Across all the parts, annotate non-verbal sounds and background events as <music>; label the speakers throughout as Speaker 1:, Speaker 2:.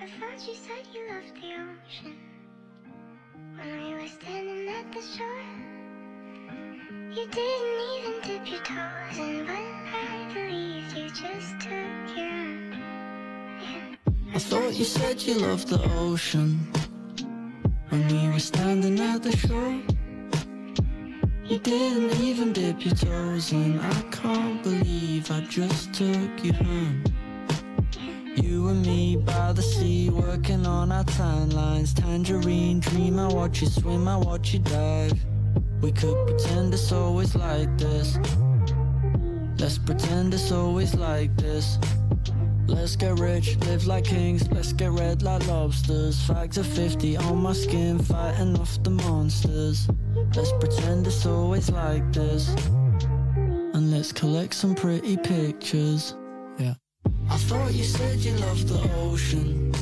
Speaker 1: I thought you said you loved the ocean. When we were standing at the shore, you didn't even dip your toes in, but I believed you just took your hand.
Speaker 2: I thought you said you loved the ocean when we were standing at the shore. You didn't even dip your toes in. I can't believe I just took you home. You and me by the sea, working on our timelines. Tangerine dream, I watch you swim, I watch you dive. We could pretend it's always like this. Let's pretend it's always like this. Let's get rich, live like kings, let's get red like lobsters. Factor 50 on my skin, fighting off the monsters. Let's pretend it's always like this. And let's collect some pretty pictures. Yeah. I thought you said you loved the ocean.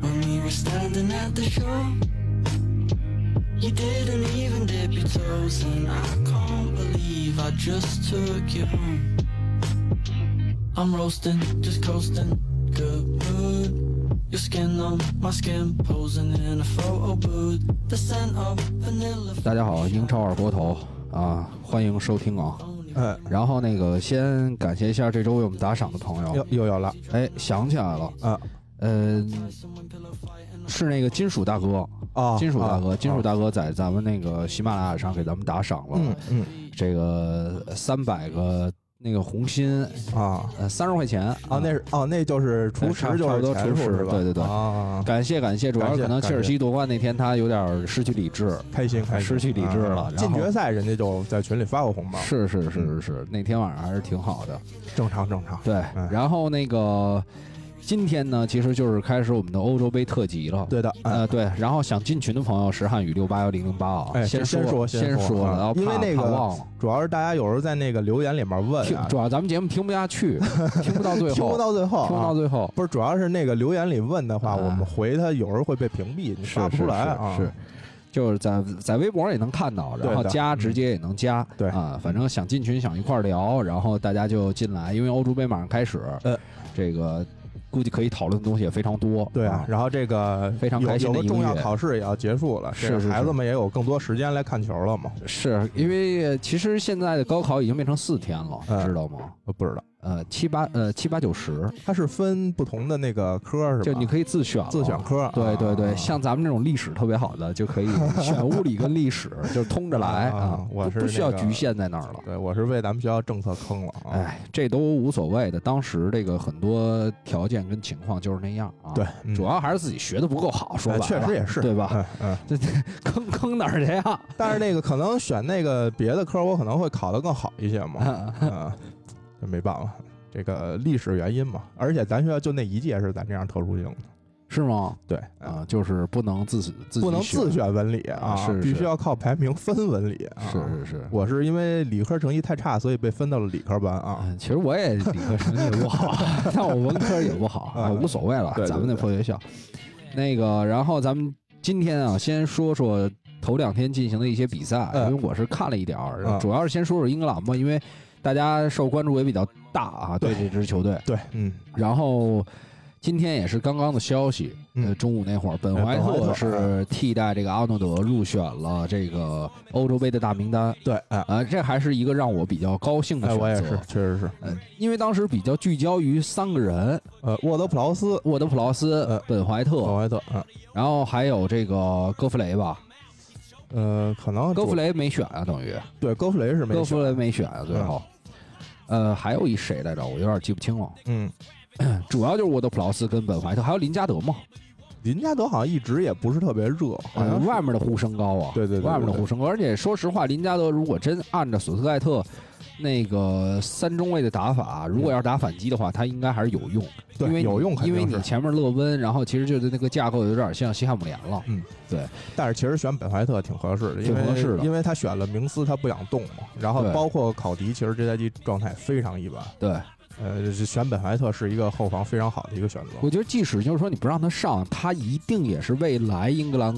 Speaker 2: When we were standing at the shore, you didn't even dip your toes in. I can't believe I just took you home. I'm roasting, just coasting, good mood. Your skin on my skin, posing in a photo booth. The scent of vanilla.
Speaker 3: 大家好，英超二锅头啊，欢迎收听啊。
Speaker 4: 呃
Speaker 3: 然后那个先感谢一下这周为我们打赏的朋友
Speaker 4: 又，又有了
Speaker 3: 哎，想起来了，
Speaker 4: 啊
Speaker 3: 呃，是那个金属大哥，
Speaker 4: 啊！
Speaker 3: 金属大哥，
Speaker 4: 啊
Speaker 3: 金属大哥在咱们那个喜马拉雅上给咱们打赏了，
Speaker 4: 嗯嗯
Speaker 3: 这个三百个那个红心，
Speaker 4: 啊
Speaker 3: 呃，三十块钱
Speaker 4: 啊，那是哦，那就是厨
Speaker 3: 差
Speaker 4: 师，就
Speaker 3: 差不
Speaker 4: 是
Speaker 3: 多
Speaker 4: 前
Speaker 3: 厨
Speaker 4: 数
Speaker 3: 师
Speaker 4: 是吧？
Speaker 3: 对对对
Speaker 4: 啊，
Speaker 3: 感谢感谢，主要
Speaker 4: 感
Speaker 3: 是可
Speaker 4: 谢
Speaker 3: 能切尔西夺冠那天他有点失去理智，
Speaker 4: 开心开心，
Speaker 3: 失去理智了
Speaker 4: 啊
Speaker 3: 然后
Speaker 4: 进决赛人家就在群里发过红包，
Speaker 3: 是是是是是，嗯那天晚上还是挺好的。
Speaker 4: 正常正常。
Speaker 3: 对，然后那个今天呢，其实就是开始我们的欧洲杯特辑了。
Speaker 4: 对的，啊
Speaker 3: 呃，对，然后想进群的朋友是汉语六八幺零零八啊，
Speaker 4: 哎，
Speaker 3: 先
Speaker 4: 先
Speaker 3: 说
Speaker 4: 先
Speaker 3: 说
Speaker 4: 啊
Speaker 3: 了，然后怕
Speaker 4: 因为那
Speaker 3: 怕忘
Speaker 4: 个
Speaker 3: 了，
Speaker 4: 主要是大家有时候在那个留言里面问
Speaker 3: 听
Speaker 4: 啊，
Speaker 3: 主要咱们节目听不下
Speaker 4: <laughs>
Speaker 3: 去，听不到最后，
Speaker 4: 听不到最后啊，
Speaker 3: 听不到最后，
Speaker 4: 不是，主要是那个留言里问的话，
Speaker 3: 啊
Speaker 4: 我们回他有时候会被屏蔽，你
Speaker 3: 是
Speaker 4: 发不出来啊。
Speaker 3: 是是是，就是在在微博上也能看到，然后
Speaker 4: 对的
Speaker 3: 加
Speaker 4: 嗯
Speaker 3: 直接也能加，
Speaker 4: 对
Speaker 3: 啊，反正想进群想一块儿聊，然后大家就进来，因为欧洲杯马上开始，
Speaker 4: 呃，
Speaker 3: 这个估计可以讨论的东西也非常多，
Speaker 4: 对啊，然后这个
Speaker 3: 非常
Speaker 4: 有
Speaker 3: 开心
Speaker 4: 有
Speaker 3: 的
Speaker 4: 个
Speaker 3: 一个
Speaker 4: 重要
Speaker 3: 月
Speaker 4: 考试也要结束了，
Speaker 3: 是
Speaker 4: 这个
Speaker 3: 是是
Speaker 4: 孩子们也有更多时间来看球了嘛？
Speaker 3: 是因为呃其实现在的高考已经变成四天了，
Speaker 4: 嗯
Speaker 3: 知道吗？
Speaker 4: 呃，不知道，
Speaker 3: 呃，七八呃七八九十，
Speaker 4: 它是分不同的那个科是吧？
Speaker 3: 就你可以自选了
Speaker 4: 自选。科啊，
Speaker 3: 对对对，
Speaker 4: 啊
Speaker 3: 像咱们这种历史特别好的，就可以选物理跟历史，
Speaker 4: <laughs>
Speaker 3: 就通着来
Speaker 4: 啊
Speaker 3: 啊，
Speaker 4: 我
Speaker 3: 不
Speaker 4: 是
Speaker 3: 不需要
Speaker 4: 那个
Speaker 3: 局限在那儿了。
Speaker 4: 对，我是为咱们学校政策坑了啊。
Speaker 3: 哎，这都无所谓的。当时这个很多条件跟情况就是那样啊。
Speaker 4: 对，，嗯
Speaker 3: 主要还是自己学的不够好，说白
Speaker 4: 哎
Speaker 3: 了，
Speaker 4: 确实也是，
Speaker 3: 对吧？
Speaker 4: 嗯？嗯，
Speaker 3: 这这坑坑哪儿去呀？
Speaker 4: 但是那个可能选那个别的科，我可能会考得更好一些嘛。
Speaker 3: 哎
Speaker 4: 嗯，这没办法，这个历史原因嘛。而且咱学校就那一届是咱这样特殊性的，
Speaker 3: <laughs> 是吗？
Speaker 4: 对，
Speaker 3: 啊，就是不能自自己
Speaker 4: 嗯不能自选文理啊，
Speaker 3: 是是
Speaker 4: 必须要靠排名分文理啊。
Speaker 3: 是是是。
Speaker 4: 我是因为理科成绩太差，所以被分到了理科班啊。
Speaker 3: 嗯，其实我也理科成绩不
Speaker 4: <laughs>
Speaker 3: 好，但我文科也不好，
Speaker 4: 啊
Speaker 3: 啊无所谓了
Speaker 4: 对，对
Speaker 3: 咱们那破学校。那个，然后咱们今天啊，先说说头两天进行的一些比赛，
Speaker 4: 嗯
Speaker 3: 因为我是看了一点儿，
Speaker 4: 嗯
Speaker 3: 主要是先说说英格兰吧，因为大家受关注也比较大啊，对这支球队。
Speaker 4: 对，嗯，
Speaker 3: 然后今天也是刚刚的消息，
Speaker 4: 嗯
Speaker 3: 呃，中午那会儿，本怀
Speaker 4: 本
Speaker 3: 特
Speaker 4: 怀特
Speaker 3: 是替代这个阿诺德入选了这个欧洲杯的大名单。
Speaker 4: 对，哎，
Speaker 3: 啊，这还是一个让我比较高兴的
Speaker 4: 哎，
Speaker 3: 选择。
Speaker 4: 我也是，确实是。嗯
Speaker 3: 呃，因为当时比较聚焦于三个人，
Speaker 4: 呃，沃德普劳斯、
Speaker 3: 沃德普劳斯、
Speaker 4: 呃
Speaker 3: 本怀
Speaker 4: 本
Speaker 3: 特，
Speaker 4: 怀特，嗯，
Speaker 3: 然后还有这个戈弗雷吧。
Speaker 4: 呃，可能
Speaker 3: 戈弗
Speaker 4: 主
Speaker 3: 雷没选啊，等于
Speaker 4: 对戈弗雷是没
Speaker 3: 戈弗
Speaker 4: 选
Speaker 3: 雷，没选啊，最后。呃，还有一谁来着？我有点记不清了。
Speaker 4: 嗯，
Speaker 3: 主要就是沃德普劳斯跟本怀特，还有林加德嘛。
Speaker 4: 林加德好像一直也不是特别热，好
Speaker 3: 呃
Speaker 4: 像是
Speaker 3: 外面的呼声高啊，
Speaker 4: 对对对对
Speaker 3: 外面的呼声高。而且说实话，林加德如果真按照索斯盖特那个三中卫的打法，如果要是打反击的话，他应该还是有用，
Speaker 4: 嗯对
Speaker 3: 因为你
Speaker 4: 有用肯
Speaker 3: 因
Speaker 4: 定
Speaker 3: 为你
Speaker 4: 是
Speaker 3: 前面勒温，然后其实就是那个架构有点像西汉姆联了。
Speaker 4: 但是其实选本怀特挺合适的，因为
Speaker 3: 挺合适的
Speaker 4: 因为他选了明斯，他不想动嘛。然后
Speaker 3: 对
Speaker 4: 包括考迪，其实这赛季状态非常一般。
Speaker 3: 对，
Speaker 4: 呃，这选本怀特是一个后防非常好的一个选择。
Speaker 3: 我觉得即使就是说你不让他上，他一定也是未来英格兰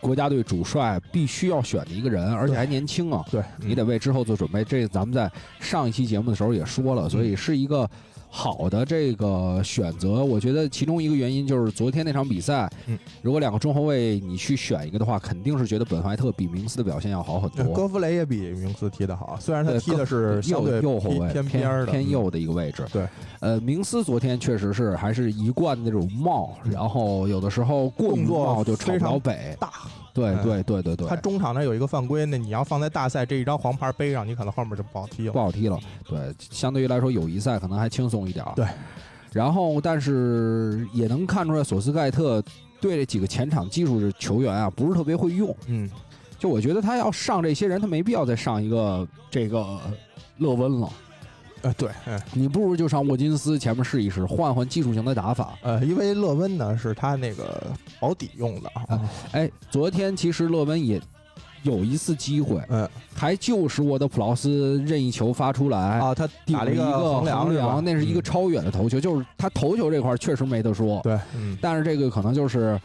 Speaker 3: 国家队主帅必须要选的一个人，而且还年轻啊。
Speaker 4: 对，
Speaker 3: 你
Speaker 4: 嗯嗯
Speaker 3: 得为之后做准备。这咱们在上一期节目的时候也说了，所以是一个好的这个选择。我觉得其中一个原因就是昨天那场比赛，
Speaker 4: 嗯
Speaker 3: 如果两个中后卫你去选一个的话，肯定是觉得本怀特比明斯的表现要好很
Speaker 4: 对
Speaker 3: 多。
Speaker 4: 嗯戈弗雷也比明斯踢得好，虽呃然他
Speaker 3: 对
Speaker 4: 踢的
Speaker 3: 戈
Speaker 4: 是相
Speaker 3: 右
Speaker 4: 对
Speaker 3: 右后卫
Speaker 4: 偏边
Speaker 3: 偏
Speaker 4: 儿的
Speaker 3: 偏
Speaker 4: 嗯
Speaker 3: 右的一个位置，
Speaker 4: 对，
Speaker 3: 呃，明斯昨天确实是还是一贯的那种冒，
Speaker 4: 嗯
Speaker 3: 然后有的时候过于
Speaker 4: 动作
Speaker 3: 冒就闯不
Speaker 4: 非常
Speaker 3: 了北，
Speaker 4: 大，
Speaker 3: 对
Speaker 4: 嗯
Speaker 3: 对对对对，
Speaker 4: 他中场那有一个犯规，那你要放在大赛这一张黄牌背上，你可能后面就不好踢
Speaker 3: 不
Speaker 4: 了。
Speaker 3: 好踢了。对，相对于来说，友谊赛可能还轻松一点儿。
Speaker 4: 对，
Speaker 3: 然后但是也能看出来，索斯盖特对这几个前场技术的球员啊，不是特别会用。
Speaker 4: 嗯，
Speaker 3: 就我觉得他要上这些人，他没必要再上一个这个勒温了，
Speaker 4: 呃，对，嗯
Speaker 3: 你不如就上沃金斯前面试一试，换换技术型的打法。
Speaker 4: 呃，因为勒温呢是他那个保底用的啊，
Speaker 3: 哎，昨天其实勒温也。有一次机会，
Speaker 4: 嗯
Speaker 3: 还就是沃德普劳斯任意球发出来，
Speaker 4: 啊，他
Speaker 3: 顶
Speaker 4: 打
Speaker 3: 哎了
Speaker 4: 了一
Speaker 3: 个
Speaker 4: 横
Speaker 3: 梁，
Speaker 4: 是吧
Speaker 3: 那是一个
Speaker 4: 嗯
Speaker 3: 超远的头球，就是他头球这块儿确实没得说，
Speaker 4: 对，嗯，
Speaker 3: 但是这个可能就是，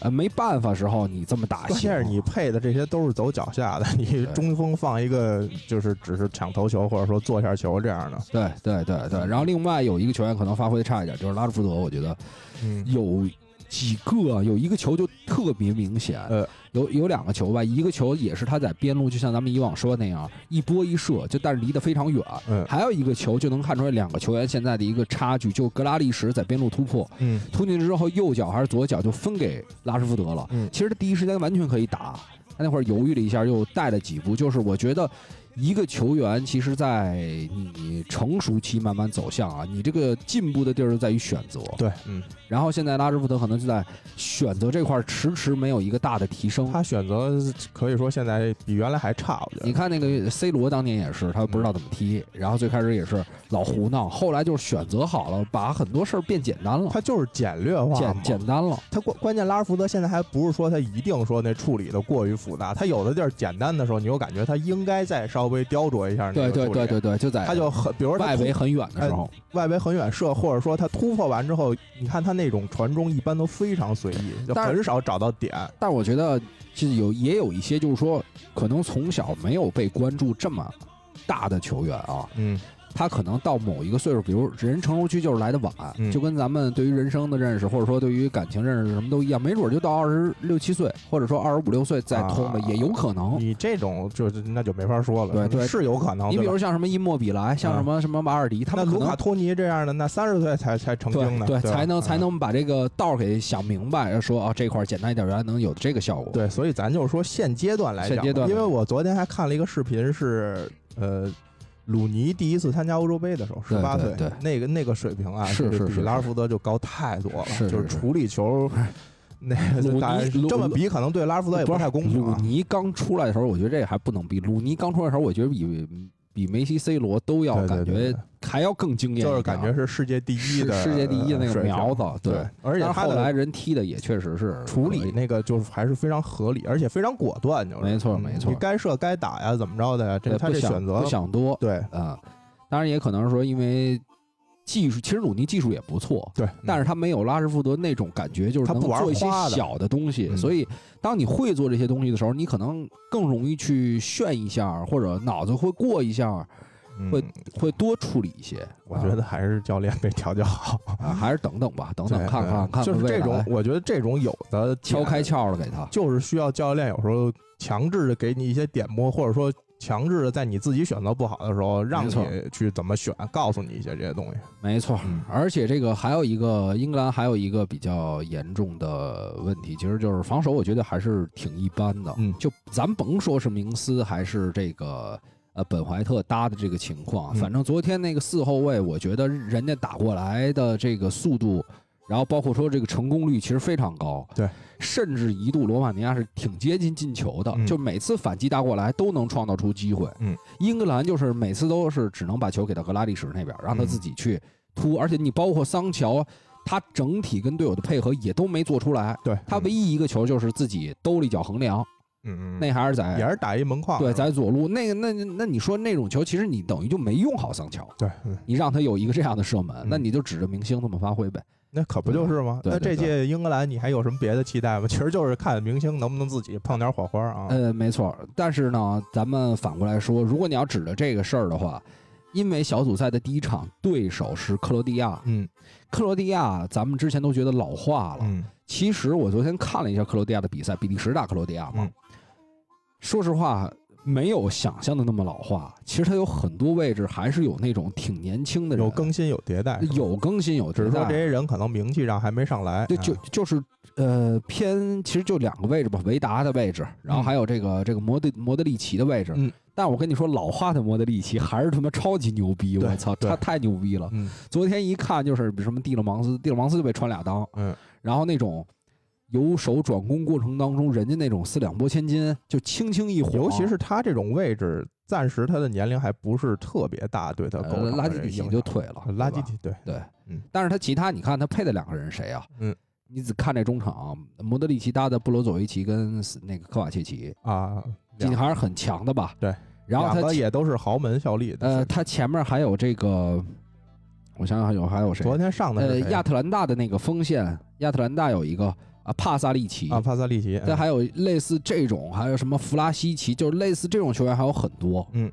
Speaker 3: 呃，没办法时候你这么打啊
Speaker 4: 关
Speaker 3: 行，
Speaker 4: 键是你配的这些都是走脚下的，你中锋放一个就是只是抢头球或者说做下球这样的，
Speaker 3: 对对对对。然后另外有一个球员可能发挥差一点，就是拉什福德，我觉得
Speaker 4: 嗯，
Speaker 3: 有几个啊有一个球就特别明显，
Speaker 4: 呃
Speaker 3: 有有两个球吧，一个球也是他在边路，就像咱们以往说那样一拨一射，就但是离得非常远。
Speaker 4: 嗯
Speaker 3: 还有一个球就能看出来两个球员现在的一个差距，就格拉利什在边路突破，
Speaker 4: 嗯
Speaker 3: 突进去之后，右脚还是左脚就分给拉什福德了。
Speaker 4: 嗯
Speaker 3: 其实他第一时间完全可以打，他那会儿犹豫了一下，又带了几步。就是我觉得，一个球员其实，在你成熟期慢慢走向啊，你这个进步的地儿就在于选择。
Speaker 4: 对，嗯，
Speaker 3: 然后现在拉什福德可能就在选择这块儿迟迟没有一个大的提升。
Speaker 4: 他选择可以说现在比原来还差，我觉得。
Speaker 3: 你看那个 C 罗当年也是，他不知道怎么踢，然后最开始也是老胡闹，后来就是选择好了，把很多事儿变简单了，
Speaker 4: 他就是简略化嘛
Speaker 3: 简简单了。
Speaker 4: 他关关键拉什福德现在还不是说他一定说那处理的过于复杂，他有的地儿简单的时候，你又感觉他应该再稍微雕琢一下那
Speaker 3: 对
Speaker 4: 个
Speaker 3: 对
Speaker 4: 处理
Speaker 3: 对对对，就在
Speaker 4: 他就很，比如说他哎
Speaker 3: 外
Speaker 4: 突
Speaker 3: 围很远的时候，
Speaker 4: 外围很远射，或者说他突破完之后，你看他那种传中一般都非常随意，就
Speaker 3: 但是
Speaker 4: 很少找到点。
Speaker 3: 但我觉得这有也有一些就是说，可能从小没有被关注这么大的球员啊，
Speaker 4: 嗯
Speaker 3: 他可能到某一个岁数，比如人成熟期就是来的晚，
Speaker 4: 嗯
Speaker 3: 就跟咱们对于人生的认识，或者说对于感情认识什么都一样，没准就到二十六七岁，或者说二十五六岁再通了、
Speaker 4: 啊
Speaker 3: 也有可能。
Speaker 4: 你这种就是那就没法说了，
Speaker 3: 对对
Speaker 4: 是有可能。
Speaker 3: 你比
Speaker 4: 对吧啊
Speaker 3: 如像什么伊莫比莱，像什么什么马尔迪，他
Speaker 4: 那
Speaker 3: 们可
Speaker 4: 卢
Speaker 3: 能
Speaker 4: 卡托尼这样的，那三十岁才才成精呢，
Speaker 3: 对
Speaker 4: 吧
Speaker 3: 才能才。
Speaker 4: 嗯
Speaker 3: 能把这个道儿给想明白，说啊这块儿简单一点，原来能有这个效果。
Speaker 4: 对，所以咱就是说现阶段来
Speaker 3: 现
Speaker 4: 讲
Speaker 3: 阶段
Speaker 4: 吧，因为我昨天还看了一个视频是，呃，鲁尼第一次参加欧洲杯的时候，
Speaker 3: 对
Speaker 4: 十八
Speaker 3: 对
Speaker 4: 岁，
Speaker 3: 对
Speaker 4: 那个那个水平啊，
Speaker 3: 是
Speaker 4: 就是
Speaker 3: 是
Speaker 4: 比拉什福德就高太多了，
Speaker 3: 是是
Speaker 4: 就
Speaker 3: 是
Speaker 4: 是处理球。那
Speaker 3: 鲁尼
Speaker 4: 当然
Speaker 3: 鲁
Speaker 4: 这么比，可能对拉什福德也
Speaker 3: 不
Speaker 4: 不
Speaker 3: 是
Speaker 4: 太公平
Speaker 3: 鲁
Speaker 4: 啊。
Speaker 3: 尼刚出来的时候，我觉得这还不能比。鲁尼刚出来的时候，我觉得比比梅西、C 罗都要
Speaker 4: 对对
Speaker 3: 感
Speaker 4: 对
Speaker 3: 觉还要更惊艳一点，啊
Speaker 4: 就是感觉是世界第一
Speaker 3: 是
Speaker 4: 的
Speaker 3: 世界第一的那个
Speaker 4: 水平
Speaker 3: 苗，子。
Speaker 4: 对，，而
Speaker 3: 但
Speaker 4: 且
Speaker 3: 是
Speaker 4: 他
Speaker 3: 后
Speaker 4: 的
Speaker 3: 来人踢的也确实是
Speaker 4: 处
Speaker 3: 可
Speaker 4: 理
Speaker 3: 以
Speaker 4: 那个就是还是非常合理，而且非常果断，就是
Speaker 3: 没错
Speaker 4: 嗯
Speaker 3: 没错
Speaker 4: 你该射该打呀，怎么着的呀？这
Speaker 3: 对
Speaker 4: 他
Speaker 3: 不
Speaker 4: 这
Speaker 3: 想
Speaker 4: 选择
Speaker 3: 不想多
Speaker 4: 对
Speaker 3: 啊。当然也可能是说因为技术，其实鲁尼技术也不错，
Speaker 4: 对，
Speaker 3: 但
Speaker 4: 是。
Speaker 3: 是他没有拉什福德那种感觉，就是
Speaker 4: 嗯他
Speaker 3: 能
Speaker 4: 不玩
Speaker 3: 做一些
Speaker 4: 花的
Speaker 3: 小的东西。
Speaker 4: 嗯
Speaker 3: 所以，当你会做这些东西的时候，你可能更容易去炫一下，或者脑子会过一下，会
Speaker 4: 嗯
Speaker 3: 会多处理一些。
Speaker 4: 我
Speaker 3: 啊
Speaker 4: 觉得还是教练没调
Speaker 3: <laughs>
Speaker 4: 教好，
Speaker 3: 啊，还是等等吧，等等
Speaker 4: 对
Speaker 3: 看看
Speaker 4: 嗯
Speaker 3: 看看
Speaker 4: 就是
Speaker 3: 未
Speaker 4: 这种
Speaker 3: 来，
Speaker 4: 我觉得这种有的
Speaker 3: 敲
Speaker 4: 点
Speaker 3: 开，窍了给他。
Speaker 4: 就是需要教练有时候强制的给你一些点拨，或者说强制的在你自己选择不好的时候，让
Speaker 3: 没错
Speaker 4: 你去怎么选，告诉你一些这些东西。
Speaker 3: 没错
Speaker 4: 嗯，
Speaker 3: 而且这个还有一个英格兰还有一个比较严重的问题，其实就是防守，我觉得还是挺一般的。
Speaker 4: 嗯
Speaker 3: 就咱甭说是明斯还是这个呃本怀特搭的这个情况，
Speaker 4: 嗯
Speaker 3: 反正昨天那个四后卫，我觉得人家打过来的这个速度，然后包括说这个成功率其实非常高。
Speaker 4: 对，
Speaker 3: 甚至一度罗马尼亚是挺接近进球的，
Speaker 4: 嗯
Speaker 3: 就每次反击打过来都能创造出机会。
Speaker 4: 嗯，
Speaker 3: 英格兰就是每次都是只能把球给到格拉利什那边，让
Speaker 4: 嗯
Speaker 3: 他自己去突，而且你包括桑乔。他整体跟队友的配合也都没做出来，
Speaker 4: 对
Speaker 3: 他唯一一个球就是自己兜了一脚横梁，
Speaker 4: 嗯嗯嗯
Speaker 3: 那还是在
Speaker 4: 也是打一门框，
Speaker 3: 对，
Speaker 4: 是吧
Speaker 3: 在左路那个那那那你说那种球，其实你等于就没用好桑乔，
Speaker 4: 对，嗯
Speaker 3: 你让他有一个这样的射门，
Speaker 4: 嗯
Speaker 3: 那你就指着明星这么发挥呗。
Speaker 4: 那可不就是吗？
Speaker 3: 对
Speaker 4: 那
Speaker 3: 对
Speaker 4: 这
Speaker 3: 对
Speaker 4: 届英格兰你还有什么别的期待吗？其实就是看明星能不能自己碰点火花啊。
Speaker 3: 呃呃，没错。但是呢，咱们反过来说，如果你要指着这个事儿的话，因为小组赛的第一场对手是克罗地亚，
Speaker 4: 嗯
Speaker 3: 克罗地亚咱们之前都觉得老化了，
Speaker 4: 嗯
Speaker 3: 其实我昨天看了一下克罗地亚的比赛，比利时打克罗地亚嘛，
Speaker 4: 嗯
Speaker 3: 说实话没有想象的那么老化。其实他有很多位置还是有那种挺年轻的人，
Speaker 4: 有更新有迭代，是吧
Speaker 3: 有更新有
Speaker 4: 只
Speaker 3: 迭
Speaker 4: 是说这
Speaker 3: 代。
Speaker 4: 些人可能名气上还没上来，
Speaker 3: 对，就
Speaker 4: 啊
Speaker 3: 就是呃偏，其实就两个位置吧，维达的位置，然后还有这个、这个摩德摩德里奇的位置。
Speaker 4: 嗯
Speaker 3: 但我跟你说，老化的摩德里奇还是他妈超级牛逼，
Speaker 4: 对
Speaker 3: 我操，
Speaker 4: 对
Speaker 3: 他太牛逼了。
Speaker 4: 嗯
Speaker 3: 昨天一看就是比如什么蒂勒芒斯，蒂勒芒斯就被穿俩裆，
Speaker 4: 嗯
Speaker 3: 然后那种由守转攻过程当中，人家那种四两拨千斤，就轻轻一晃，
Speaker 4: 尤其是他这种位置，暂时他的年龄还不是特别大，对他
Speaker 3: 呃
Speaker 4: 构成
Speaker 3: 拉
Speaker 4: 的
Speaker 3: 基
Speaker 4: 影
Speaker 3: 里奇
Speaker 4: 响
Speaker 3: 就退了，
Speaker 4: 拉
Speaker 3: 对
Speaker 4: 基
Speaker 3: 吧
Speaker 4: 底对，
Speaker 3: 对，
Speaker 4: 嗯
Speaker 3: 但是他其他你看他配的两个人谁啊？
Speaker 4: 嗯，
Speaker 3: 你只看这中场，莫德里奇搭的布罗佐维奇跟斯那个科瓦切奇，
Speaker 4: 啊，
Speaker 3: 这
Speaker 4: 两
Speaker 3: 还是很强的吧？
Speaker 4: 对，
Speaker 3: 然后
Speaker 4: 两
Speaker 3: 他
Speaker 4: 个
Speaker 3: 前
Speaker 4: 也都是豪门效力的。
Speaker 3: 呃
Speaker 4: 是
Speaker 3: 他前面还有这个，我想想还有还有谁？
Speaker 4: 昨天上的
Speaker 3: 呃
Speaker 4: 是谁啊
Speaker 3: 亚特兰大的那个锋线，亚特兰大有一个啊帕萨利奇
Speaker 4: 啊，帕萨利奇，
Speaker 3: 但
Speaker 4: 嗯
Speaker 3: 还有类似这种，还有什么弗拉西奇，就是类似这种球员还有很多。
Speaker 4: 嗯，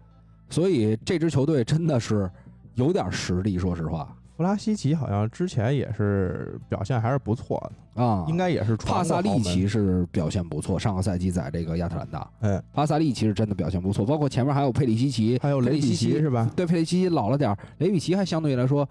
Speaker 3: 所以这支球队真的是有点实力，说实话
Speaker 4: 弗拉西奇好像之前也是表现还是不错的，
Speaker 3: 啊，
Speaker 4: 应该也是传
Speaker 3: 帕萨
Speaker 4: 过豪
Speaker 3: 利
Speaker 4: 门
Speaker 3: 奇是表现不错，上个赛季在这个亚特兰大，
Speaker 4: 嗯，
Speaker 3: 帕萨利奇是真的表现不错，包括前面还有佩里西奇，
Speaker 4: 还有
Speaker 3: 佩
Speaker 4: 雷
Speaker 3: 里
Speaker 4: 比
Speaker 3: 西
Speaker 4: 奇
Speaker 3: 奇嗯
Speaker 4: 是吧？
Speaker 3: 对佩里西奇老了点儿，雷比奇还相对来说，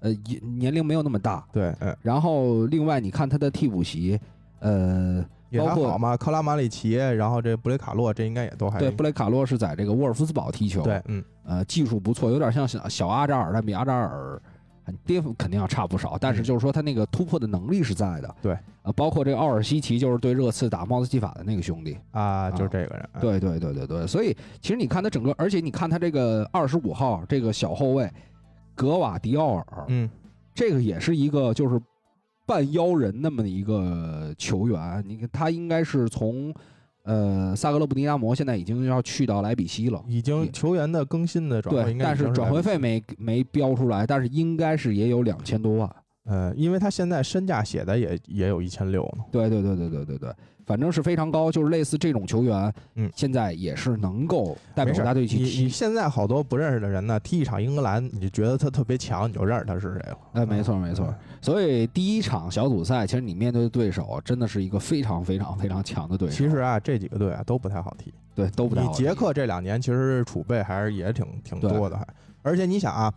Speaker 3: 呃，也年龄没有那么大。
Speaker 4: 对，嗯，
Speaker 3: 然后另外你看他的替补席，呃，
Speaker 4: 也
Speaker 3: 包
Speaker 4: 还
Speaker 3: 括
Speaker 4: 好嘛。克拉马里奇，然后这布雷卡洛，这应该也都还
Speaker 3: 对布雷卡洛是在这个沃尔夫斯堡踢球，
Speaker 4: 对，嗯，
Speaker 3: 呃，技术不错，有点像小小阿扎尔，但比阿扎尔很颠覆肯定要差不少。但是
Speaker 4: 嗯
Speaker 3: 就是说他那个突破的能力是在的。
Speaker 4: 对，
Speaker 3: 呃，包括这个奥尔西奇，就是对热刺打帽子戏法的那个兄弟。
Speaker 4: 啊，就是这个人，嗯，
Speaker 3: 对对对对对，所以其实你看他整个，而且你看他这个二十五号这个小后卫格瓦迪奥尔，
Speaker 4: 嗯，
Speaker 3: 这个也是一个就是半妖人那么的一个球员。你看他应该是从呃萨格勒布尼亚摩现在已经要去到莱比锡了。
Speaker 4: 已
Speaker 3: 也
Speaker 4: 经球员的更新的转会
Speaker 3: 对
Speaker 4: 应，该
Speaker 3: 但
Speaker 4: 已经
Speaker 3: 是
Speaker 4: 是
Speaker 3: 转
Speaker 4: 来
Speaker 3: 会费没没标出来，但是应该是也有两千多万。
Speaker 4: 呃，因为他现在身价写的也也有一千六呢，
Speaker 3: 对对对对对对对，反正是非常高，就是类似这种球员，
Speaker 4: 嗯
Speaker 3: 现在也是能够代表
Speaker 4: 没事
Speaker 3: 国
Speaker 4: 儿
Speaker 3: 家队去
Speaker 4: 你你
Speaker 3: 踢。
Speaker 4: 现在好多不认识的人呢，踢一场英格兰，你就觉得他特别强，你就认识他是谁了。
Speaker 3: 哎，没错没错
Speaker 4: 嗯。
Speaker 3: 所以第一场小组赛，其实你面对的对手啊真的是一个非常非常非常强的对手。
Speaker 4: 其实啊，这几个队啊都不太好踢。
Speaker 3: 对都不太
Speaker 4: 你
Speaker 3: 好踢。
Speaker 4: 捷克这两年其实储备还是也挺挺
Speaker 3: 对
Speaker 4: 多的，还而且你想啊，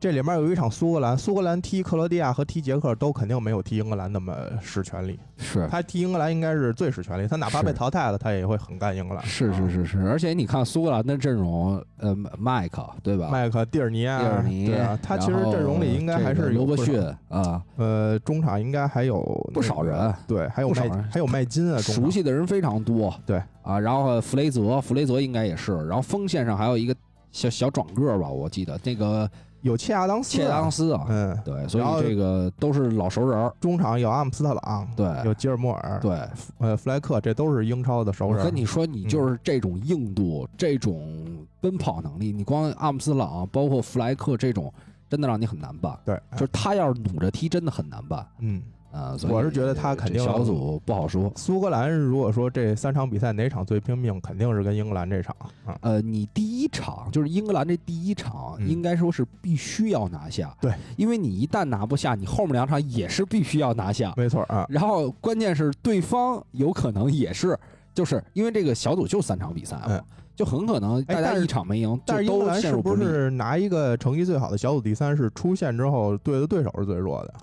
Speaker 4: 这里面有一场苏格兰，苏格兰踢克罗地亚和踢捷克都肯定没有踢英格兰那么使全力，
Speaker 3: 是
Speaker 4: 他踢英格兰应该是最使全力，他哪怕
Speaker 3: 是
Speaker 4: 被淘汰了，他也会很干英格兰。
Speaker 3: 是是是
Speaker 4: 嗯
Speaker 3: 是，而且你看苏格兰的阵容，呃，麦克对吧？
Speaker 4: 麦克蒂尔尼啊，
Speaker 3: 蒂尔尼，
Speaker 4: 对啊，他其实
Speaker 3: 然后
Speaker 4: 阵容里应该
Speaker 3: 这
Speaker 4: 还
Speaker 3: 个
Speaker 4: 是有
Speaker 3: 罗伯
Speaker 4: 不少
Speaker 3: 逊啊，
Speaker 4: 呃，中场应该还有
Speaker 3: 不少
Speaker 4: 那个
Speaker 3: 人，
Speaker 4: 对，还有
Speaker 3: 不少
Speaker 4: 麦
Speaker 3: 人
Speaker 4: 还有麦金啊，中
Speaker 3: 熟
Speaker 4: 场
Speaker 3: 悉的人非常多。
Speaker 4: 对
Speaker 3: 啊，然后弗雷泽，弗雷泽应该也是，然后锋线上还有一个小小壮个儿吧，我记得那个
Speaker 4: 有切亚当斯
Speaker 3: 切
Speaker 4: 啊，
Speaker 3: 当斯啊，
Speaker 4: 嗯，
Speaker 3: 对，所
Speaker 4: 然
Speaker 3: 以
Speaker 4: 后
Speaker 3: 这个都是老熟人儿。
Speaker 4: 中场有阿姆斯特朗，
Speaker 3: 对
Speaker 4: 有吉尔莫尔，
Speaker 3: 哎对，
Speaker 4: 呃，弗莱克，这都是英超的熟
Speaker 3: 我
Speaker 4: 人。嗯
Speaker 3: 跟你说，你就是这种硬度，这种奔跑能力，你光阿姆斯朗，包括弗莱克这种，真的让你很难办。
Speaker 4: 对，
Speaker 3: 就是他要是努着踢，真的很难办。
Speaker 4: 嗯，
Speaker 3: 啊，所以
Speaker 4: 我是觉得他肯定
Speaker 3: 这小组不好说。
Speaker 4: 苏格兰如果说这三场比赛哪场最拼命，肯定是跟英格兰这场啊。
Speaker 3: 呃，你第一场就是英格兰这第一场，
Speaker 4: 嗯
Speaker 3: 应该说是必须要拿下。
Speaker 4: 对，
Speaker 3: 因为你一旦拿不下，你后面两场也是必须要拿下。
Speaker 4: 没错啊，
Speaker 3: 然后关键是对方有可能也是，就是因为这个小组就三场比赛嘛，
Speaker 4: 嗯
Speaker 3: 就很可能大
Speaker 4: 哎
Speaker 3: 家
Speaker 4: 但是
Speaker 3: 一场没赢，
Speaker 4: 但
Speaker 3: 就是
Speaker 4: 英格
Speaker 3: 都
Speaker 4: 兰
Speaker 3: 陷
Speaker 4: 是
Speaker 3: 入不
Speaker 4: 不
Speaker 3: 利。
Speaker 4: 是拿一个成绩最好的小组第三是出线之后对的对手是最弱的？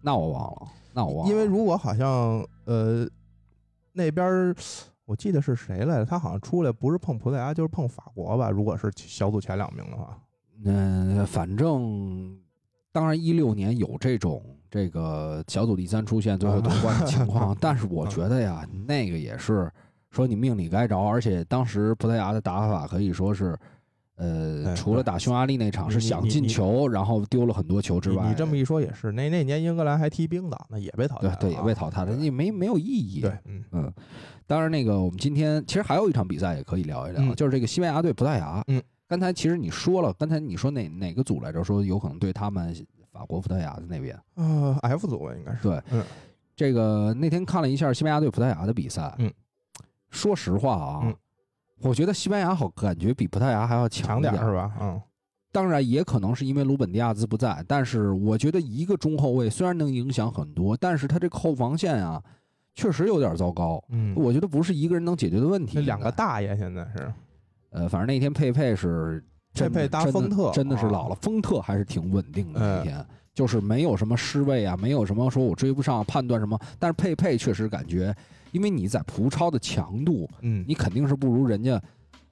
Speaker 3: 那我忘了，那我忘了，
Speaker 4: 因为如果好像呃那边儿我记得是谁来着，他好像出来不是碰葡萄牙就是碰法国吧？如果是小组前两名的话，
Speaker 3: 嗯、反正当然一六年有这种这个小组第三出现最后夺冠的情
Speaker 4: 啊
Speaker 3: 况，但是我觉得呀，那个也是说你命里该着，而且当时葡萄牙的打法可以说是。呃，
Speaker 4: 哎
Speaker 3: 除了打匈牙利那场
Speaker 4: 你
Speaker 3: 是
Speaker 4: 你
Speaker 3: 想
Speaker 4: 你
Speaker 3: 进
Speaker 4: 你
Speaker 3: 球，然后丢了很多球之
Speaker 4: 你
Speaker 3: 外，
Speaker 4: 你这么一说也是，那那年英格兰还踢冰岛呢，也被淘汰
Speaker 3: 对
Speaker 4: 了啊，
Speaker 3: 对也被淘汰了，
Speaker 4: 对
Speaker 3: 那没没有意义。
Speaker 4: 对，嗯
Speaker 3: 嗯，当然，那个我们今天其实还有一场比赛也可以聊一聊，
Speaker 4: 嗯
Speaker 3: 就是这个西班牙对葡萄牙。
Speaker 4: 嗯，
Speaker 3: 刚才其实你说了，刚才你说哪哪个组来着？说有可能对他们法国、葡萄牙的那边。
Speaker 4: 呃，F 组吧应该是
Speaker 3: 对
Speaker 4: 嗯
Speaker 3: 这个那天看了一下西班牙对葡萄牙的比赛，
Speaker 4: 嗯，
Speaker 3: 说实话啊，
Speaker 4: 嗯
Speaker 3: 我觉得西班牙好感觉比葡萄牙还要
Speaker 4: 强
Speaker 3: 点
Speaker 4: 点儿是吧？嗯，
Speaker 3: 当然，也可能是因为鲁本迪亚兹不在，但是我觉得一个中后卫虽然能影响很多，但是他这个后防线啊，确实有点糟糕。
Speaker 4: 嗯，
Speaker 3: 我觉得不是一个人能解决的问题。
Speaker 4: 那两个
Speaker 3: 应该，
Speaker 4: 大爷现在是
Speaker 3: 呃，反正那天佩佩是
Speaker 4: 佩
Speaker 3: 真的
Speaker 4: 佩搭
Speaker 3: 真的
Speaker 4: 丰特
Speaker 3: 真的是
Speaker 4: 啊
Speaker 3: 老了。丰特还是挺稳定的
Speaker 4: 嗯
Speaker 3: 那天，就是没有什么失位啊，没有什么说我追不上判断什么。但是佩佩确实感觉，因为你在葡超的强度，
Speaker 4: 嗯
Speaker 3: 你肯定是不如人家，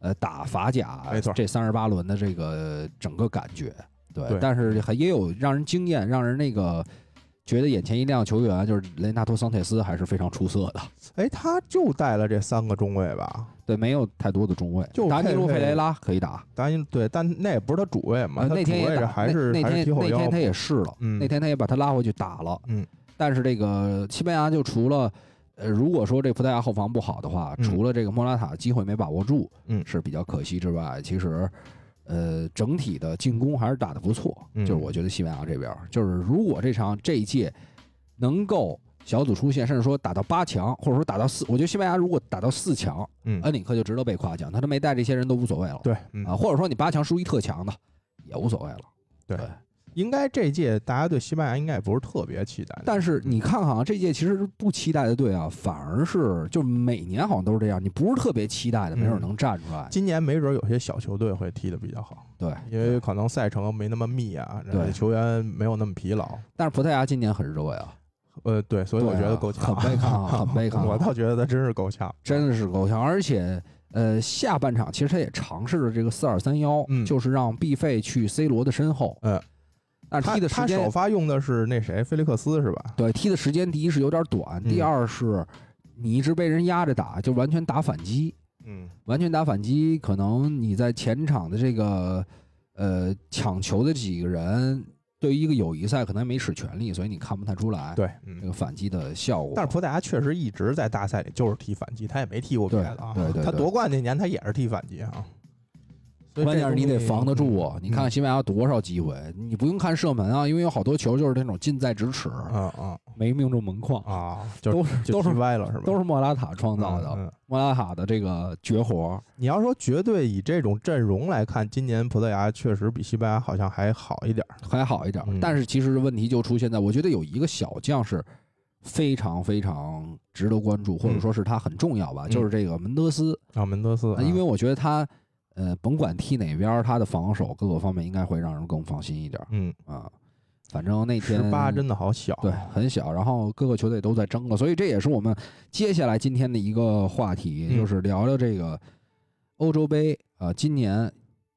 Speaker 3: 呃，打法甲
Speaker 4: 没错
Speaker 3: 这三十八轮的这个整个感觉，对，
Speaker 4: 对
Speaker 3: 但是还也有让人惊艳，让人那个觉得眼前一亮的球员，就是雷纳托桑切斯还是非常出色的，
Speaker 4: 哎，他就带了这三个中卫吧？
Speaker 3: 对，没有太多的中卫，
Speaker 4: 就
Speaker 3: 达尼洛
Speaker 4: 佩
Speaker 3: 佩
Speaker 4: 佩
Speaker 3: 雷拉可以打，
Speaker 4: 当然对，但那也不是他主卫嘛，
Speaker 3: 呃
Speaker 4: 他
Speaker 3: 那
Speaker 4: 主
Speaker 3: 天也
Speaker 4: 卫
Speaker 3: 打，
Speaker 4: 还是
Speaker 3: 那那
Speaker 4: 还
Speaker 3: 天
Speaker 4: 是踢后
Speaker 3: 那
Speaker 4: 腰
Speaker 3: 天他也试了，
Speaker 4: 嗯
Speaker 3: 那天他也把他拉回去打了，
Speaker 4: 嗯，
Speaker 3: 但是这个西班牙就除了。呃，如果说这葡萄牙后防不好的话，
Speaker 4: 嗯
Speaker 3: 除了这个莫拉塔机会没把握住，
Speaker 4: 嗯
Speaker 3: 是比较可惜之外，其实，呃，整体的进攻还是打得不错。
Speaker 4: 嗯
Speaker 3: 就是我觉得西班牙这边儿，就是如果这场这一届能够小组出线，甚至说打到八强，或者说打到四，我觉得西班牙如果打到四强，
Speaker 4: 嗯
Speaker 3: 恩里克就值得被夸奖，他都没带这些人都无所谓了。
Speaker 4: 对，嗯
Speaker 3: 啊，或者说你八强输一特强的也无所谓了。
Speaker 4: 对应该这届大家对西班牙应该也不是特别期待，
Speaker 3: 但是你看看啊，这届其实不期待的队啊，反而是就每年好像都是这样，你不是特别期待的，没准
Speaker 4: 嗯
Speaker 3: 能站出来。
Speaker 4: 今年没准有些小球队会踢得比较好，
Speaker 3: 对，
Speaker 4: 因为可能赛程没那么密啊，然
Speaker 3: 对
Speaker 4: 后球员没有那么疲劳。
Speaker 3: 但是葡萄牙今年很热呀，
Speaker 4: 呃，对，所以
Speaker 3: 对
Speaker 4: 我觉得
Speaker 3: 啊
Speaker 4: 够呛， <laughs>
Speaker 3: 很被啊看好很被看好
Speaker 4: 我倒觉得他真是够呛，
Speaker 3: 真的是够呛。而且，呃，下半场其实他也尝试了这个四二三幺，
Speaker 4: 嗯
Speaker 3: 就是让 B 费去 C 罗的身后，
Speaker 4: 嗯，
Speaker 3: 但是
Speaker 4: 他
Speaker 3: 踢的时
Speaker 4: 他首
Speaker 3: 间
Speaker 4: 发用的是那谁菲利克斯是吧？
Speaker 3: 对踢的时间，第一是有点短，第
Speaker 4: 嗯
Speaker 3: 二是你一直被人压着打，就完全打反击，
Speaker 4: 嗯
Speaker 3: 完全打反击，可能你在前场的这个呃抢球的几个人，对于一个友谊赛可能没使全力，所以你看不太出来
Speaker 4: 对，
Speaker 3: 这
Speaker 4: 嗯。
Speaker 3: 个反击的效果。
Speaker 4: 但是葡萄牙确实一直在大赛里就是踢反击，他也没踢过别的啊。
Speaker 3: 对对对
Speaker 4: 他
Speaker 3: 对
Speaker 4: 夺冠那年他也是踢反击啊。所以
Speaker 3: 关
Speaker 4: 这
Speaker 3: 键是你
Speaker 4: 东
Speaker 3: 得
Speaker 4: 西
Speaker 3: 防得住啊！
Speaker 4: 嗯
Speaker 3: 你看西班牙多少机会，你不用看射门啊，因为有好多球就是那种近在咫尺，
Speaker 4: 嗯嗯
Speaker 3: 没命中门框，
Speaker 4: 啊，就
Speaker 3: 都是
Speaker 4: 就
Speaker 3: 都
Speaker 4: 踢
Speaker 3: 是
Speaker 4: 歪了是吧？
Speaker 3: 都是莫拉塔创造
Speaker 4: 嗯
Speaker 3: 的，
Speaker 4: 嗯
Speaker 3: 莫拉塔的这个绝活。
Speaker 4: 你要说绝对以这种阵容来看，今年葡萄牙确实比西班牙好像还好一点儿。
Speaker 3: 还好一点儿
Speaker 4: 嗯，
Speaker 3: 但是其实问题就出现在，我觉得有一个小将是非常非常值得关注，或者说是他很重要吧，
Speaker 4: 嗯
Speaker 3: 就是这个门德斯，
Speaker 4: 啊，门德斯，
Speaker 3: 呃因为我觉得他呃，甭管踢哪边儿，他的防守各个方面应该会让人更放心一点儿
Speaker 4: 嗯，
Speaker 3: 啊。反正那天
Speaker 4: 十八真的好小。
Speaker 3: 对，很小，然后各个球队都在争了，所以这也是我们接下来今天的一个话题，
Speaker 4: 嗯
Speaker 3: 就是聊聊这个欧洲杯啊、呃今年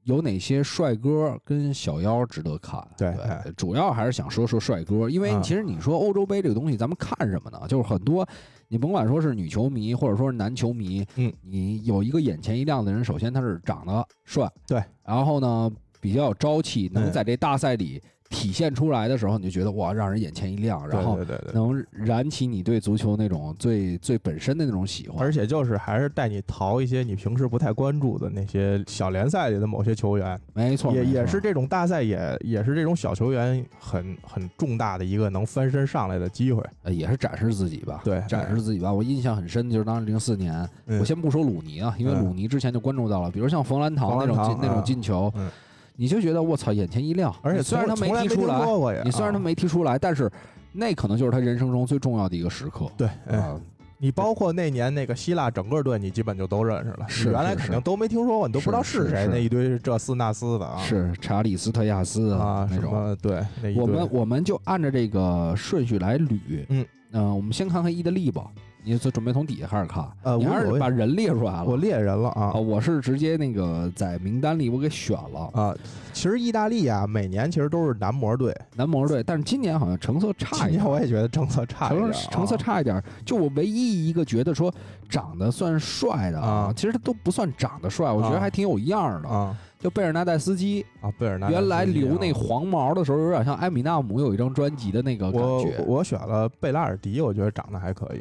Speaker 3: 有哪些帅哥跟小妖值得看？
Speaker 4: 对哎
Speaker 3: 对，主要还是想说说帅哥，因为
Speaker 4: 嗯
Speaker 3: 其实你说欧洲杯这个东西，咱们看什么呢？就是很多，你甭管说是女球迷或者说是男球迷，
Speaker 4: 嗯，
Speaker 3: 你有一个眼前一亮的人，首先他是长得帅，
Speaker 4: 对，
Speaker 3: 然后呢比较有朝气，能
Speaker 4: 嗯
Speaker 3: 在这大赛里体现出来的时候，你就觉得哇，让人眼前一亮，
Speaker 4: 对
Speaker 3: 然后
Speaker 4: 对对对，
Speaker 3: 能燃起你对足球那种最最本身的那种喜欢。
Speaker 4: 而且就是还是带你淘一些你平时不太关注的那些小联赛里的某些球员，
Speaker 3: 没错，
Speaker 4: 也
Speaker 3: 没错
Speaker 4: 也是这种大赛也也是这种小球员很很重大的一个能翻身上来的机会。
Speaker 3: 呃也是展示自己吧，
Speaker 4: 对
Speaker 3: 展示自己吧。我印象很深，就是当时零四年，
Speaker 4: 嗯
Speaker 3: 我先不说鲁尼啊，因为
Speaker 4: 嗯
Speaker 3: 鲁尼之前就关注到了，比如像冯兰堂那
Speaker 4: 冯兰
Speaker 3: 种进
Speaker 4: 堂
Speaker 3: 那种
Speaker 4: 嗯
Speaker 3: 进球
Speaker 4: 嗯，
Speaker 3: 你就觉得我操，眼前一亮。
Speaker 4: 而且
Speaker 3: 你虽然他没
Speaker 4: 从从来
Speaker 3: 踢
Speaker 4: 没
Speaker 3: 出
Speaker 4: 听
Speaker 3: 来，
Speaker 4: 说过也，
Speaker 3: 你虽然他
Speaker 4: 啊
Speaker 3: 没踢出来，但是那可能就是他人生中最重要的一个时刻。
Speaker 4: 对，哎
Speaker 3: 啊，
Speaker 4: 你包括那年那个希腊整个队，你基本就都认识了，
Speaker 3: 是
Speaker 4: 你原来
Speaker 3: 是
Speaker 4: 肯
Speaker 3: 是
Speaker 4: 定都没听说过，你都不知道
Speaker 3: 是是
Speaker 4: 谁
Speaker 3: 是
Speaker 4: 那一堆这斯那斯的啊，
Speaker 3: 是查理斯特亚斯
Speaker 4: 啊
Speaker 3: 那
Speaker 4: 什
Speaker 3: 种。
Speaker 4: 么对那一堆
Speaker 3: 我们我们就按照这个顺序来捋。
Speaker 4: 嗯，
Speaker 3: 呃，我们先看看意大利吧。你就准备从底下开始看？
Speaker 4: 呃
Speaker 3: 你
Speaker 4: 无
Speaker 3: 还
Speaker 4: 所
Speaker 3: 是
Speaker 4: 谓
Speaker 3: 把人列出来了。
Speaker 4: 我猎人了
Speaker 3: 啊，
Speaker 4: 啊
Speaker 3: 我是直接那个在名单里我给选了
Speaker 4: 啊！其实意大利啊，每年其实都是男模队，
Speaker 3: 男模队，但是今年好像成色差
Speaker 4: 今
Speaker 3: 一点
Speaker 4: 年。我也觉得政策差一点
Speaker 3: 成
Speaker 4: 啊，
Speaker 3: 色成色差一点，就我唯一一个觉得说长得算帅的
Speaker 4: 啊
Speaker 3: 其实他都不算长得帅，我觉得
Speaker 4: 啊
Speaker 3: 还挺有样儿的。
Speaker 4: 啊
Speaker 3: 就贝尔纳代斯基，
Speaker 4: 啊！贝尔纳
Speaker 3: 原来留那
Speaker 4: 会。
Speaker 3: 黄毛的时候，有点像埃米纳姆有一张专辑的那个感
Speaker 4: 我
Speaker 3: 觉。
Speaker 4: 我选了贝拉尔迪，我觉得长得还可以，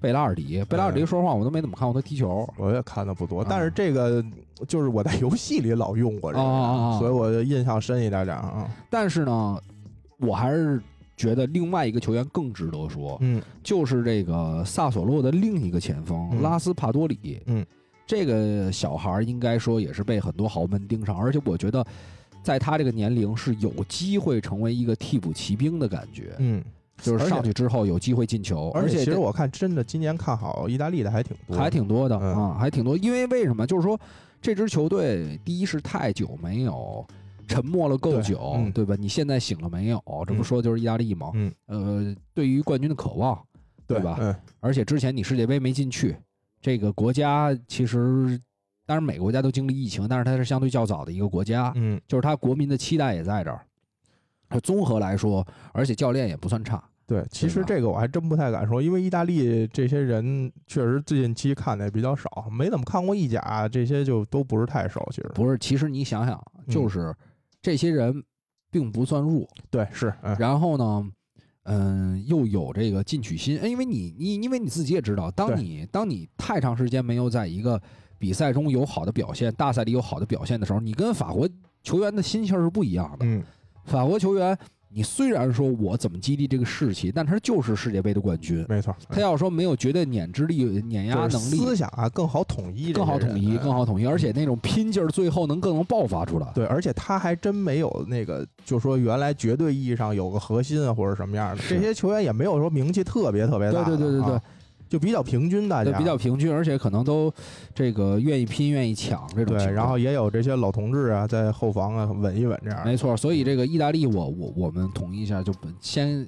Speaker 3: 贝拉尔迪，贝拉尔迪，
Speaker 4: 嗯
Speaker 3: 说实话我都没怎么看过他踢球，
Speaker 4: 我也看的不多，
Speaker 3: 啊
Speaker 4: 但是这个就是我在游戏里老用过这个人，啊
Speaker 3: 哦哦哦
Speaker 4: 所以我印象深一点点啊。
Speaker 3: 但是呢，我还是觉得另外一个球员更值得说，
Speaker 4: 嗯
Speaker 3: 就是这个萨索洛的另一个前锋、
Speaker 4: 嗯
Speaker 3: 拉斯帕多里。
Speaker 4: 嗯，
Speaker 3: 这个小孩儿应该说也是被很多豪门盯上，而且我觉得在他这个年龄是有机会成为一个替补骑兵的感觉，
Speaker 4: 嗯，
Speaker 3: 就是
Speaker 4: 而且
Speaker 3: 上去之后有机会进球，
Speaker 4: 而
Speaker 3: 而且
Speaker 4: 其
Speaker 3: 这
Speaker 4: 实我看真的今年看好意大利的还挺多，
Speaker 3: 还挺多的
Speaker 4: 嗯
Speaker 3: 啊，还挺多。因为为什么？就是说这支球队，第一是太久没有沉默了够
Speaker 4: 对
Speaker 3: 久，
Speaker 4: 嗯
Speaker 3: 对吧？你现在醒了没有？这不
Speaker 4: 嗯
Speaker 3: 说的就是意大利吗？
Speaker 4: 嗯，
Speaker 3: 呃，对于冠军的渴望，
Speaker 4: 对
Speaker 3: 吧？
Speaker 4: 嗯，
Speaker 3: 而且之前你世界杯没进去，这个国家其实，当然每个国家都经历疫情，但是它是相对较早的一个国家，
Speaker 4: 嗯，
Speaker 3: 就是它国民的期待也在这儿。综合来说，而且教练也不算差，
Speaker 4: 对，其
Speaker 3: 对
Speaker 4: 实
Speaker 3: 吧
Speaker 4: 这个我还真不太敢说，因为意大利这些人确实近期看的也比较少，没怎么看过意甲，啊这些就都不是太熟。其实
Speaker 3: 不是。其实你想想，
Speaker 4: 嗯
Speaker 3: 就是这些人并不算弱，
Speaker 4: 对，是，嗯，
Speaker 3: 然后呢，嗯，又有这个进取心，哎因为你你因为你自己也知道，当
Speaker 4: 对
Speaker 3: 你当你太长时间没有在一个比赛中有好的表现，大赛里有好的表现的时候，你跟法国球员的心情是不一样的。
Speaker 4: 嗯，
Speaker 3: 法国球员，你虽然说我怎么激励这个士气，但他就是世界杯的冠军。
Speaker 4: 没错，
Speaker 3: 他要说没有绝对碾之力、碾压
Speaker 4: 嗯就是
Speaker 3: 能力，
Speaker 4: 思想啊更好统一，
Speaker 3: 更好统一，更
Speaker 4: 好。
Speaker 3: 好统一，而且那种拼劲儿最后能更能爆发出来。
Speaker 4: 对，而且他还真没有那个，就说原来绝对意义上有个核心啊，或者什么样的，
Speaker 3: 是
Speaker 4: 这些球员也没有说名气特别特别
Speaker 3: 对
Speaker 4: 大的啊，
Speaker 3: 对对对对，
Speaker 4: 就比较平均，大
Speaker 3: 对
Speaker 4: 家
Speaker 3: 比较平均，而且可能都这个愿意拼、愿意抢这种
Speaker 4: 对，
Speaker 3: 情况。嗯
Speaker 4: 然后也有这些老同志啊，在后防啊稳一稳这样。
Speaker 3: 没错，所以这个意大利我，我我们统一一下，就不先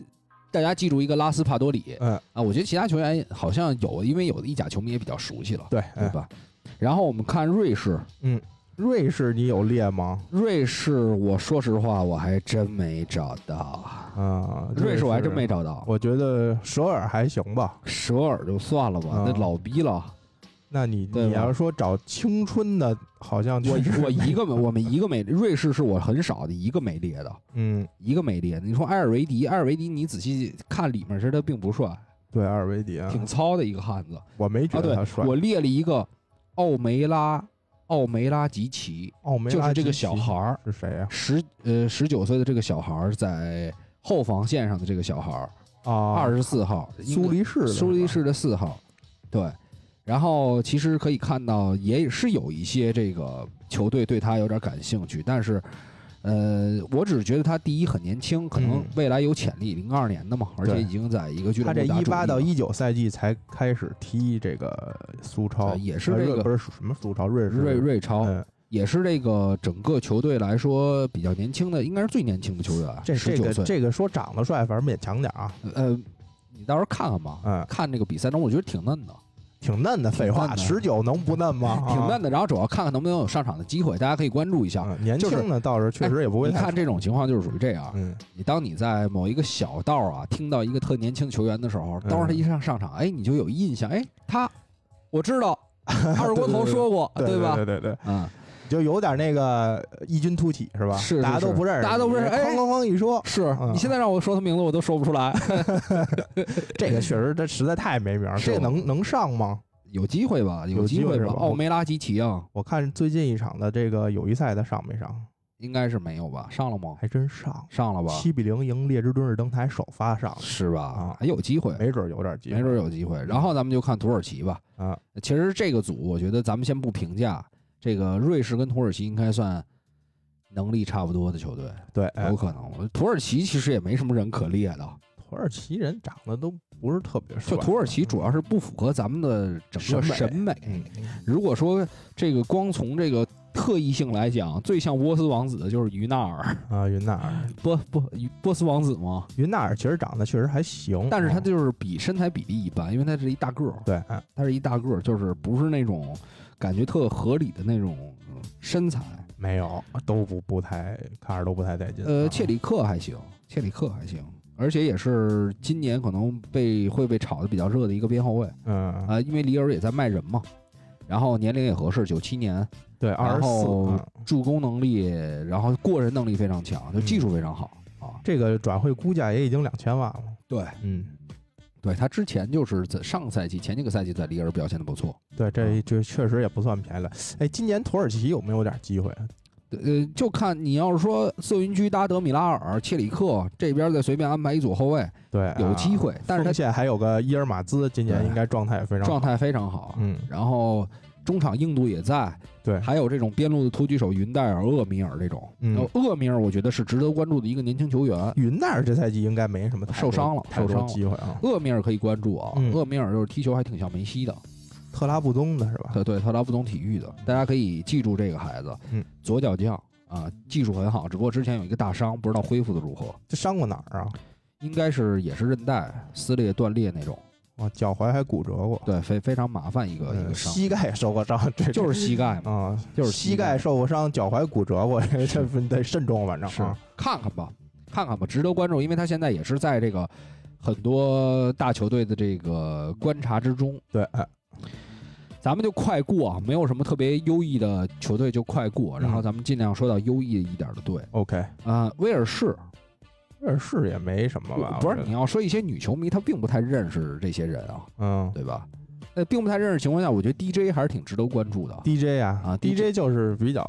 Speaker 3: 大家记住一个拉斯帕多里
Speaker 4: 嗯，
Speaker 3: 啊，我觉得其他球员好像有，因为有的意甲球迷也比较熟悉了，
Speaker 4: 对，
Speaker 3: 对
Speaker 4: 嗯
Speaker 3: 吧？然后我们看瑞士，
Speaker 4: 瑞士你有列吗？
Speaker 3: 瑞士，我说实话，我还真没找到，
Speaker 4: 啊，
Speaker 3: 瑞士我还真没找到，
Speaker 4: 我觉得首尔还行吧。
Speaker 3: 首尔就算了吧
Speaker 4: 啊，
Speaker 3: 那老逼了，
Speaker 4: 那你
Speaker 3: 对吧
Speaker 4: 你要说找青春的，好像就
Speaker 3: 我
Speaker 4: 是
Speaker 3: 我一个没，我们一个没，瑞士是我很少的一个没列的，
Speaker 4: 嗯，
Speaker 3: 一个没列的。你说埃尔维迪，埃尔维迪，你仔细看里面，其实他并不帅，
Speaker 4: 对，阿尔维迪啊，
Speaker 3: 挺糙的一个汉子。
Speaker 4: 我没觉
Speaker 3: 啊，
Speaker 4: 得
Speaker 3: 对
Speaker 4: 他帅。，
Speaker 3: 我列了一个奥梅拉，奥梅拉吉奇，
Speaker 4: 奥梅拉
Speaker 3: 就是这个
Speaker 4: 基奇
Speaker 3: 小孩儿，
Speaker 4: 是谁啊呀？
Speaker 3: 十呃十九岁的这个小孩儿在后防线上的这个小孩儿，
Speaker 4: 啊，
Speaker 3: 二十四号，应
Speaker 4: 苏
Speaker 3: 该
Speaker 4: 黎世的是吧，
Speaker 3: 苏黎世的四号，对。然后其实可以看到，也是有一些这个球队对他有点感兴趣，但是，呃，我只是觉得他第一很年轻，可能
Speaker 4: 嗯
Speaker 3: 未来有潜力，零二年的嘛，而且
Speaker 4: 对
Speaker 3: 已经在一个俱乐
Speaker 4: 他
Speaker 3: 部
Speaker 4: 这
Speaker 3: 打主力
Speaker 4: 一八
Speaker 3: 了
Speaker 4: 到一九赛季才开始踢这个苏超，
Speaker 3: 对也是
Speaker 4: 呃
Speaker 3: 这
Speaker 4: 瑞
Speaker 3: 个
Speaker 4: 不是什么苏超，瑞士
Speaker 3: 瑞瑞超，
Speaker 4: 嗯，
Speaker 3: 也是这个整个球队来说比较年轻的，应该是最年轻的球员，
Speaker 4: 这
Speaker 3: 十
Speaker 4: 这
Speaker 3: 九
Speaker 4: 个
Speaker 3: 岁。
Speaker 4: 这个说长得帅，反正勉强点儿啊，
Speaker 3: 呃，你到时候看看吧，
Speaker 4: 嗯，
Speaker 3: 看这个比赛中，我觉得挺嫩的，
Speaker 4: 挺嫩的。废话，
Speaker 3: 嫩的哎
Speaker 4: 十九能不嫩吗？啊
Speaker 3: 挺嫩的。然后主要看看能不能有上场的机会，大家可以关注一下。
Speaker 4: 嗯年
Speaker 3: 就是哎
Speaker 4: 轻的倒是确实也不会
Speaker 3: 你
Speaker 4: 太
Speaker 3: 看这种情况就是属于这样，
Speaker 4: 嗯，
Speaker 3: 你当你在某一个小道啊听到一个特年轻球员的时候，
Speaker 4: 嗯
Speaker 3: 当他一上上场，哎，你就有印象，哎，他我知道二锅头说过，
Speaker 4: <laughs> 对
Speaker 3: 啊吧
Speaker 4: 对？对对，
Speaker 3: 嗯，
Speaker 4: 就有点那个异军突起是吧？
Speaker 3: 是是
Speaker 4: 大家都
Speaker 3: 是
Speaker 4: 不认识，
Speaker 3: 大家都不认识
Speaker 4: 你
Speaker 3: 哎
Speaker 4: 哐哐哐
Speaker 3: <laughs>
Speaker 4: 一说，
Speaker 3: 是
Speaker 4: 嗯
Speaker 3: 你现在让我说他名字，我都说不出来。
Speaker 4: 这个确实这实在太没名儿，
Speaker 3: 是
Speaker 4: 这个能能上吗？
Speaker 3: 有机会吧？
Speaker 4: 有机
Speaker 3: 机
Speaker 4: 会
Speaker 3: 会
Speaker 4: 是
Speaker 3: 吧？
Speaker 4: 吧
Speaker 3: 奥梅拉基奇啊，
Speaker 4: 我看最近一场的这个友谊赛，他上没上？
Speaker 3: 应该是没有吧？上了吗？
Speaker 4: 还真上，
Speaker 3: 上了吧？
Speaker 4: 七比零赢列支敦士登，他还首发上了，
Speaker 3: 是吧
Speaker 4: 啊？
Speaker 3: 还有机会，
Speaker 4: 没准儿有点机会。
Speaker 3: 没准儿有机会。然后咱们就看土耳其吧。
Speaker 4: 啊，
Speaker 3: 其实这个组，我觉得咱们先不评价，这个瑞士跟土耳其应该算能力差不多的球队，
Speaker 4: 对，哎
Speaker 3: 有可能。土耳其其实也没什么人可列的，
Speaker 4: 土耳其人长得都不是特别帅，
Speaker 3: 就土耳其主要是不符合咱们的整个审
Speaker 4: 审
Speaker 3: 美。
Speaker 4: 嗯，
Speaker 3: 如果说这个光从这个特异性来讲，最像波斯王子的就是于纳尔，
Speaker 4: 啊，云纳尔，
Speaker 3: 波波波斯王子嘛。
Speaker 4: 云纳尔其实长得确实还行，
Speaker 3: 但是他
Speaker 4: 嗯
Speaker 3: 就是比身材比例一般，因为他是一大个儿，
Speaker 4: 对，哎
Speaker 3: 他是一大个儿，就是不是那种感觉特合理的那种呃身材。
Speaker 4: 没有，都不不太看着都不太带劲。
Speaker 3: 呃，
Speaker 4: 啊
Speaker 3: 切里克还行，切里克还行，而且也是今年可能被会被炒的比较热的一个边后卫
Speaker 4: 嗯，
Speaker 3: 啊、因为里尔也在卖人嘛，然后年龄也合适，九七年，
Speaker 4: 对，二
Speaker 3: 然
Speaker 4: 十
Speaker 3: 后
Speaker 4: 四。嗯
Speaker 3: 助攻能力，然后过人能力非常强，就技
Speaker 4: 嗯
Speaker 3: 术非常好。啊，
Speaker 4: 这个转会估价也已经两千万了。
Speaker 3: 对
Speaker 4: 嗯，
Speaker 3: 对他之前就是在上赛季、前几个赛季在里尔表现的不错，
Speaker 4: 对，
Speaker 3: 嗯
Speaker 4: 这这确实也不算便宜了。哎，今年土耳其有没有点机会？
Speaker 3: 呃，就看你要是说瑟云居、达德、米拉尔、切里克这边再随便安排一组后卫，
Speaker 4: 对，
Speaker 3: 有机
Speaker 4: 啊。
Speaker 3: 会，但是
Speaker 4: 锋
Speaker 3: 他
Speaker 4: 线还有个伊尔马兹，今年
Speaker 3: 对
Speaker 4: 应该状态也非常好
Speaker 3: 状。态非常好。
Speaker 4: 嗯，
Speaker 3: 然后中场硬度也在，
Speaker 4: 对
Speaker 3: 还有这种边路的突击手云代尔、厄米尔这种，
Speaker 4: 嗯
Speaker 3: 然后厄米尔我觉得是值得关注的一个年轻球员，
Speaker 4: 云奈尔这赛季应该没什么太多
Speaker 3: 受伤了
Speaker 4: 太多
Speaker 3: 受伤了
Speaker 4: 机会啊。
Speaker 3: 厄米尔可以关注啊，
Speaker 4: 嗯
Speaker 3: 厄米尔就是踢球还挺像梅西的，
Speaker 4: 特拉布宗的是吧？
Speaker 3: 对对，特拉布宗体育的，大家可以记住这个孩子，
Speaker 4: 嗯，
Speaker 3: 左脚将啊，技术很好，只不过之前有一个大伤，不知道恢复的如何，
Speaker 4: 这伤过哪儿啊？
Speaker 3: 应该是也是韧带撕裂断裂那种，
Speaker 4: 啊，脚踝还骨折过，
Speaker 3: 对，非非常麻烦一个一
Speaker 4: 嗯
Speaker 3: 个伤，
Speaker 4: 膝盖也受过伤，这
Speaker 3: 就是膝盖嘛，
Speaker 4: 啊，
Speaker 3: 就是
Speaker 4: 膝
Speaker 3: 盖
Speaker 4: 盖受过伤，脚踝骨折过， <laughs> 这这得慎重，反正
Speaker 3: 是
Speaker 4: 啊
Speaker 3: 看看吧，看看吧，值得关注，因为他现在也是在这个很多大球队的这个观察之中。
Speaker 4: 对，哎
Speaker 3: 咱们就快过啊，没有什么特别优异的球队就快过，
Speaker 4: 嗯
Speaker 3: 然后咱们尽量说到优异一点的队
Speaker 4: OK，
Speaker 3: 啊、威尔士，
Speaker 4: 这是也没什么吧？
Speaker 3: 不
Speaker 4: 我
Speaker 3: 是
Speaker 4: 觉得
Speaker 3: 你，要说一些女球迷，她并不太认识这些人啊，
Speaker 4: 嗯
Speaker 3: 对吧？那并不太认识情况下，我觉得 DJ 还是挺值得关注的，
Speaker 4: ，DJ 啊
Speaker 3: 啊
Speaker 4: DJ 就是比较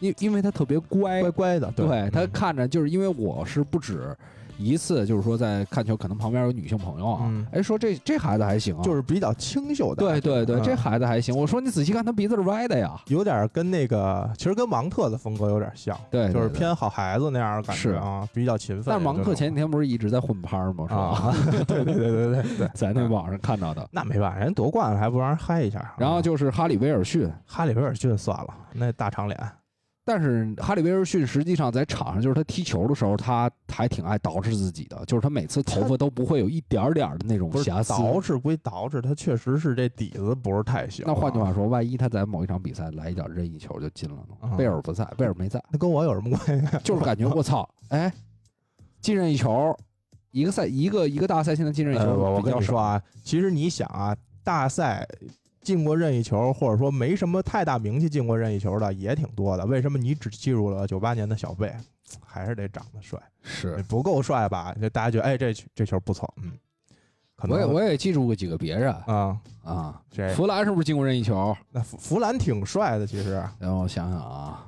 Speaker 3: 因因为他特别乖，
Speaker 4: 乖乖的，
Speaker 3: 对他
Speaker 4: 嗯
Speaker 3: 看着，就是因为我是不止一次，就是说在看球，可能旁边有女性朋友啊
Speaker 4: 嗯，
Speaker 3: 哎、说这这孩子还行啊，
Speaker 4: 就是比较清秀的，
Speaker 3: 对对对，
Speaker 4: 嗯
Speaker 3: 这孩子还行。我说你仔细看，他鼻子是歪的呀，
Speaker 4: 有点跟那个，其实跟芒特的风格有点像，
Speaker 3: 对对
Speaker 4: 就是
Speaker 3: 对
Speaker 4: 偏好孩子那样的感
Speaker 3: 是
Speaker 4: 觉啊，比较勤奋。
Speaker 3: 但是芒特前几
Speaker 4: 天
Speaker 3: 天不是一直在混拍吗？是吧？
Speaker 4: 啊，对对对对对对，
Speaker 3: <laughs> 在那网上看到
Speaker 4: <laughs>
Speaker 3: 的。
Speaker 4: 那没办法，人夺冠了还不让人嗨一下啊？
Speaker 3: 然后就是哈里·威尔逊，
Speaker 4: 哈里威尔逊算了，那大长脸，
Speaker 3: 但是哈里·威尔逊实际上在场上，就是他踢球的时候，他还挺爱捯饬自己的，就是他每次
Speaker 4: <laughs>
Speaker 3: 头发都不会有一点儿点儿的那种
Speaker 4: 不是
Speaker 3: 瑕疵。
Speaker 4: 捯饬归捯饬，他确实是这底子不是太行啊。
Speaker 3: 那换句话说，万一他在某一场比赛来一脚任意球就进了呢？
Speaker 4: 啊
Speaker 3: 贝尔不在，贝尔没在，
Speaker 4: 那跟我有什么关系？
Speaker 3: 就是感觉我操，哎，进任意球，一个赛一个一个大赛现在进任意
Speaker 4: 呃，
Speaker 3: 球
Speaker 4: 我我
Speaker 3: 比
Speaker 4: 跟
Speaker 3: 较
Speaker 4: 你说
Speaker 3: 少。
Speaker 4: 啊，其实你想啊，大赛进过任意球，或者说没什么太大名气进过任意球的也挺多的。为什么你只记住了九八年的小贝？还是得长得帅，
Speaker 3: 是
Speaker 4: 你，不够帅吧？就大家觉得哎，这球这球不错，嗯，可能
Speaker 3: 我也我也记住过几个别人
Speaker 4: 啊、
Speaker 3: 啊，
Speaker 4: 这
Speaker 3: 弗兰是不是进过任意球？
Speaker 4: 那弗弗兰挺帅的，其实
Speaker 3: 然后我想想啊，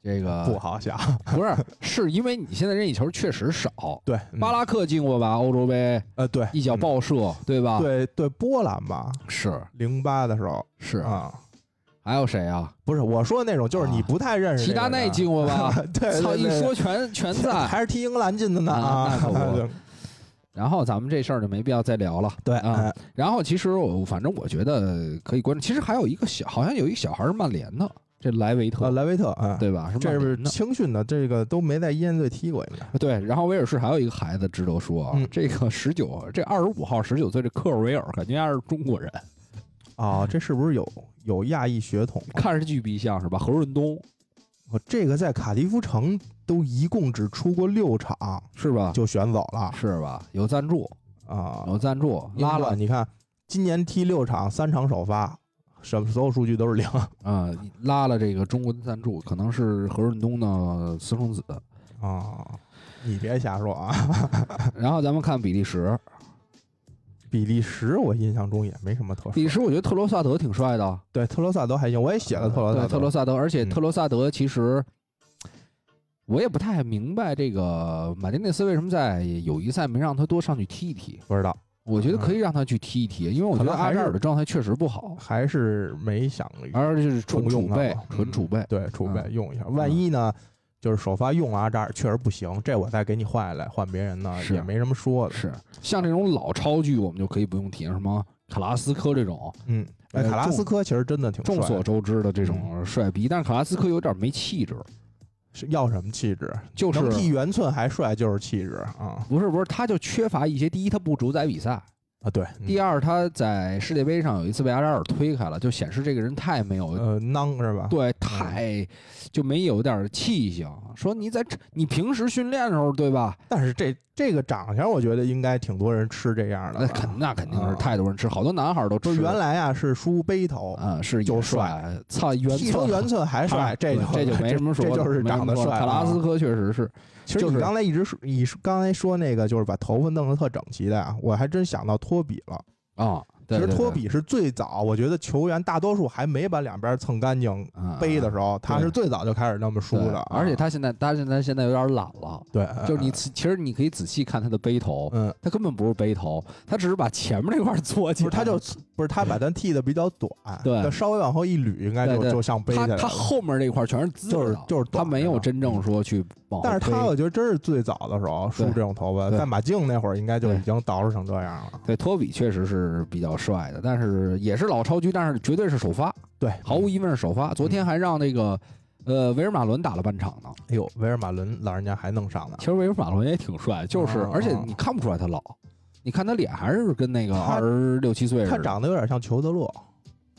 Speaker 3: 这个
Speaker 4: 不好想。
Speaker 3: 不是，是因为你现在任意球确实少。
Speaker 4: 对，嗯
Speaker 3: 巴拉克进过吧，欧洲杯
Speaker 4: 呃对
Speaker 3: 一脚、
Speaker 4: 嗯
Speaker 3: 爆射，对吧？，
Speaker 4: 对对波兰吧，
Speaker 3: 是
Speaker 4: 零八的时候
Speaker 3: 是、
Speaker 4: 啊。
Speaker 3: 还有谁啊？
Speaker 4: 不是我说的那种，就是你
Speaker 3: 啊
Speaker 4: 不太认识
Speaker 3: 齐
Speaker 4: 这个
Speaker 3: 达
Speaker 4: 人。
Speaker 3: 内进过吧？
Speaker 4: <laughs> 对，对
Speaker 3: 操，一
Speaker 4: 对
Speaker 3: 说全全
Speaker 4: <laughs>
Speaker 3: 在。
Speaker 4: 还是踢英格兰进的呢
Speaker 3: 啊
Speaker 4: <laughs>
Speaker 3: 那可不
Speaker 4: 对
Speaker 3: 然后咱们这事儿就没必要再聊了。
Speaker 4: 对
Speaker 3: 啊
Speaker 4: 哎，
Speaker 3: 然后其实我反正我觉得可以关注。其实还有一个小，好像有一小孩是曼联的，这莱维特，
Speaker 4: 呃，莱维特啊，
Speaker 3: 对吧？是
Speaker 4: 这
Speaker 3: 曼
Speaker 4: 是
Speaker 3: 联的。
Speaker 4: 青训的，这个都没在一线队踢过，
Speaker 3: <laughs>
Speaker 4: 应该
Speaker 3: 对，然后威尔士还有一个孩子值得说啊，
Speaker 4: 嗯
Speaker 3: 这个十九，这二十五号十九岁这科尔维尔，感觉他是中国人，
Speaker 4: 哦啊，这是不是有有亚裔血统？ <laughs>
Speaker 3: 看着巨逼像是吧？何润东
Speaker 4: 我这个在卡迪夫城都一共只出过六场
Speaker 3: 是吧？
Speaker 4: 就选走了
Speaker 3: 是吧？有赞助，
Speaker 4: 啊，
Speaker 3: 有赞助，
Speaker 4: 英
Speaker 3: 哦拉
Speaker 4: 格
Speaker 3: 了
Speaker 4: 兰，你看今年踢六场，三场首发，什么所有数据都是零 <laughs>
Speaker 3: 啊、拉了这个中国的赞助，可能是何润东的私
Speaker 4: <laughs>
Speaker 3: 生子。
Speaker 4: 啊。你别瞎说啊！
Speaker 3: 然后咱们看比利时，
Speaker 4: 比利时我印象中也没什么特殊。
Speaker 3: 比利时我觉得特罗萨德挺帅的，
Speaker 4: 对特罗萨德还行，我也写了特罗萨
Speaker 3: 对
Speaker 4: 德。
Speaker 3: 特罗萨德，而且
Speaker 4: 嗯
Speaker 3: 特罗萨德其实。我也不太明白这个马丁内斯为什么在友谊赛没让他多上去踢一踢，
Speaker 4: 不知道，
Speaker 3: 我觉得可以让他去踢一踢，因为我觉得
Speaker 4: 嗯可能还
Speaker 3: 阿
Speaker 4: 是
Speaker 3: 扎尔的状态确实不好，
Speaker 4: 还是没想
Speaker 3: 而且是纯
Speaker 4: 重
Speaker 3: 储
Speaker 4: 用他
Speaker 3: 备
Speaker 4: 吧，
Speaker 3: 纯
Speaker 4: 嗯
Speaker 3: 储备。
Speaker 4: 对，储备
Speaker 3: 嗯
Speaker 4: 用一下。万一呢，就是首发用了阿扎尔确实不行，这我再给你换下来，换别人呢
Speaker 3: 是
Speaker 4: 也没什么说的。
Speaker 3: 是像这种老超巨，我们就可以不用提什么卡拉斯科这种，
Speaker 4: 嗯，哎，
Speaker 3: 呃
Speaker 4: 卡拉
Speaker 3: 众
Speaker 4: 斯科其实真的挺
Speaker 3: 众
Speaker 4: 帅嗯
Speaker 3: 所
Speaker 4: 的，
Speaker 3: 周知的这种帅逼，但是卡拉斯科有点没气质，
Speaker 4: 是要什么气质？
Speaker 3: 就
Speaker 4: 能
Speaker 3: 是
Speaker 4: 踢圆寸还帅就是气质啊
Speaker 3: 不是不是，他就缺乏一些第一，他不主宰比赛；
Speaker 4: 啊！对，
Speaker 3: 第
Speaker 4: 二
Speaker 3: 二，他在世界杯上有一次被阿扎尔推开了，就显示这个人太没有。
Speaker 4: 呃囊是吧？
Speaker 3: 对，太就没有点气性。说你在这你平时训练的时候，对吧？
Speaker 4: 但是这这个长相，我觉得应该挺多人吃这样
Speaker 3: 那
Speaker 4: 的吧。
Speaker 3: 肯那肯定是
Speaker 4: 啊
Speaker 3: 太多人吃，好多男孩儿都
Speaker 4: 就
Speaker 3: 吃。
Speaker 4: 原来啊是梳背头，
Speaker 3: 啊是
Speaker 4: 就
Speaker 3: 也帅，操原
Speaker 4: 剃成
Speaker 3: 寸啊
Speaker 4: 圆寸还帅，这
Speaker 3: 对
Speaker 4: 就
Speaker 3: 这就没什么说
Speaker 4: <laughs> 这
Speaker 3: 的，
Speaker 4: 就是
Speaker 3: 没什么
Speaker 4: 长得
Speaker 3: 说的啊
Speaker 4: 帅。啊
Speaker 3: 卡拉斯
Speaker 4: 科。
Speaker 3: 科确实是，
Speaker 4: 其实
Speaker 3: 就
Speaker 4: 你
Speaker 3: 是
Speaker 4: 刚才一直说，你说刚才说那个就是把头发弄得特整齐的啊，我还真想到托比了。
Speaker 3: 啊，对
Speaker 4: 其
Speaker 3: 对
Speaker 4: 实托
Speaker 3: 对
Speaker 4: 比是最早，我觉得球员大多数还没把两边蹭干净
Speaker 3: 啊
Speaker 4: 背的时候，他是
Speaker 3: 对
Speaker 4: 最早就开始那么梳
Speaker 3: 对
Speaker 4: 的啊。
Speaker 3: 而且他现在，他现在现在有点懒了，
Speaker 4: 对，
Speaker 3: 就是你
Speaker 4: 嗯
Speaker 3: 仔其实你可以仔细看他的背头，
Speaker 4: 嗯，
Speaker 3: 他根本不是背头，他只是把前面那块儿做起
Speaker 4: 不
Speaker 3: 来，
Speaker 4: 是他就不是他把咱剃的比较短，
Speaker 3: <laughs> 对
Speaker 4: 那稍微往后一捋，应该就
Speaker 3: 对对
Speaker 4: 就像背
Speaker 3: 他
Speaker 4: 下来了。
Speaker 3: 他后面这块全是滋味
Speaker 4: 就是
Speaker 3: 的
Speaker 4: 就是
Speaker 3: 他
Speaker 4: 短
Speaker 3: 没有
Speaker 4: 的嗯
Speaker 3: 真正说去往后推，
Speaker 4: 但是他我觉得真是最早的时候梳
Speaker 3: 对
Speaker 4: 这种头发，
Speaker 3: 对
Speaker 4: 在马竞那会儿应该就
Speaker 3: 对
Speaker 4: 已经捯饬成这样了。
Speaker 3: 对托比确实是比较帅的，但是也是老超区，但是绝对是首发，
Speaker 4: 对，
Speaker 3: 毫无疑问是首发。昨天还让那个呃维尔马伦打了半场呢。
Speaker 4: 哎呦，维尔马伦老人家还能上呢
Speaker 3: 其，实维尔马伦也挺帅，就是、
Speaker 4: 啊
Speaker 3: 而且
Speaker 4: 啊
Speaker 3: 你看不出来他老，你看他脸还是跟那个
Speaker 4: 他
Speaker 3: 二十六七岁似
Speaker 4: 他
Speaker 3: 的。
Speaker 4: 长得有点像裘德洛，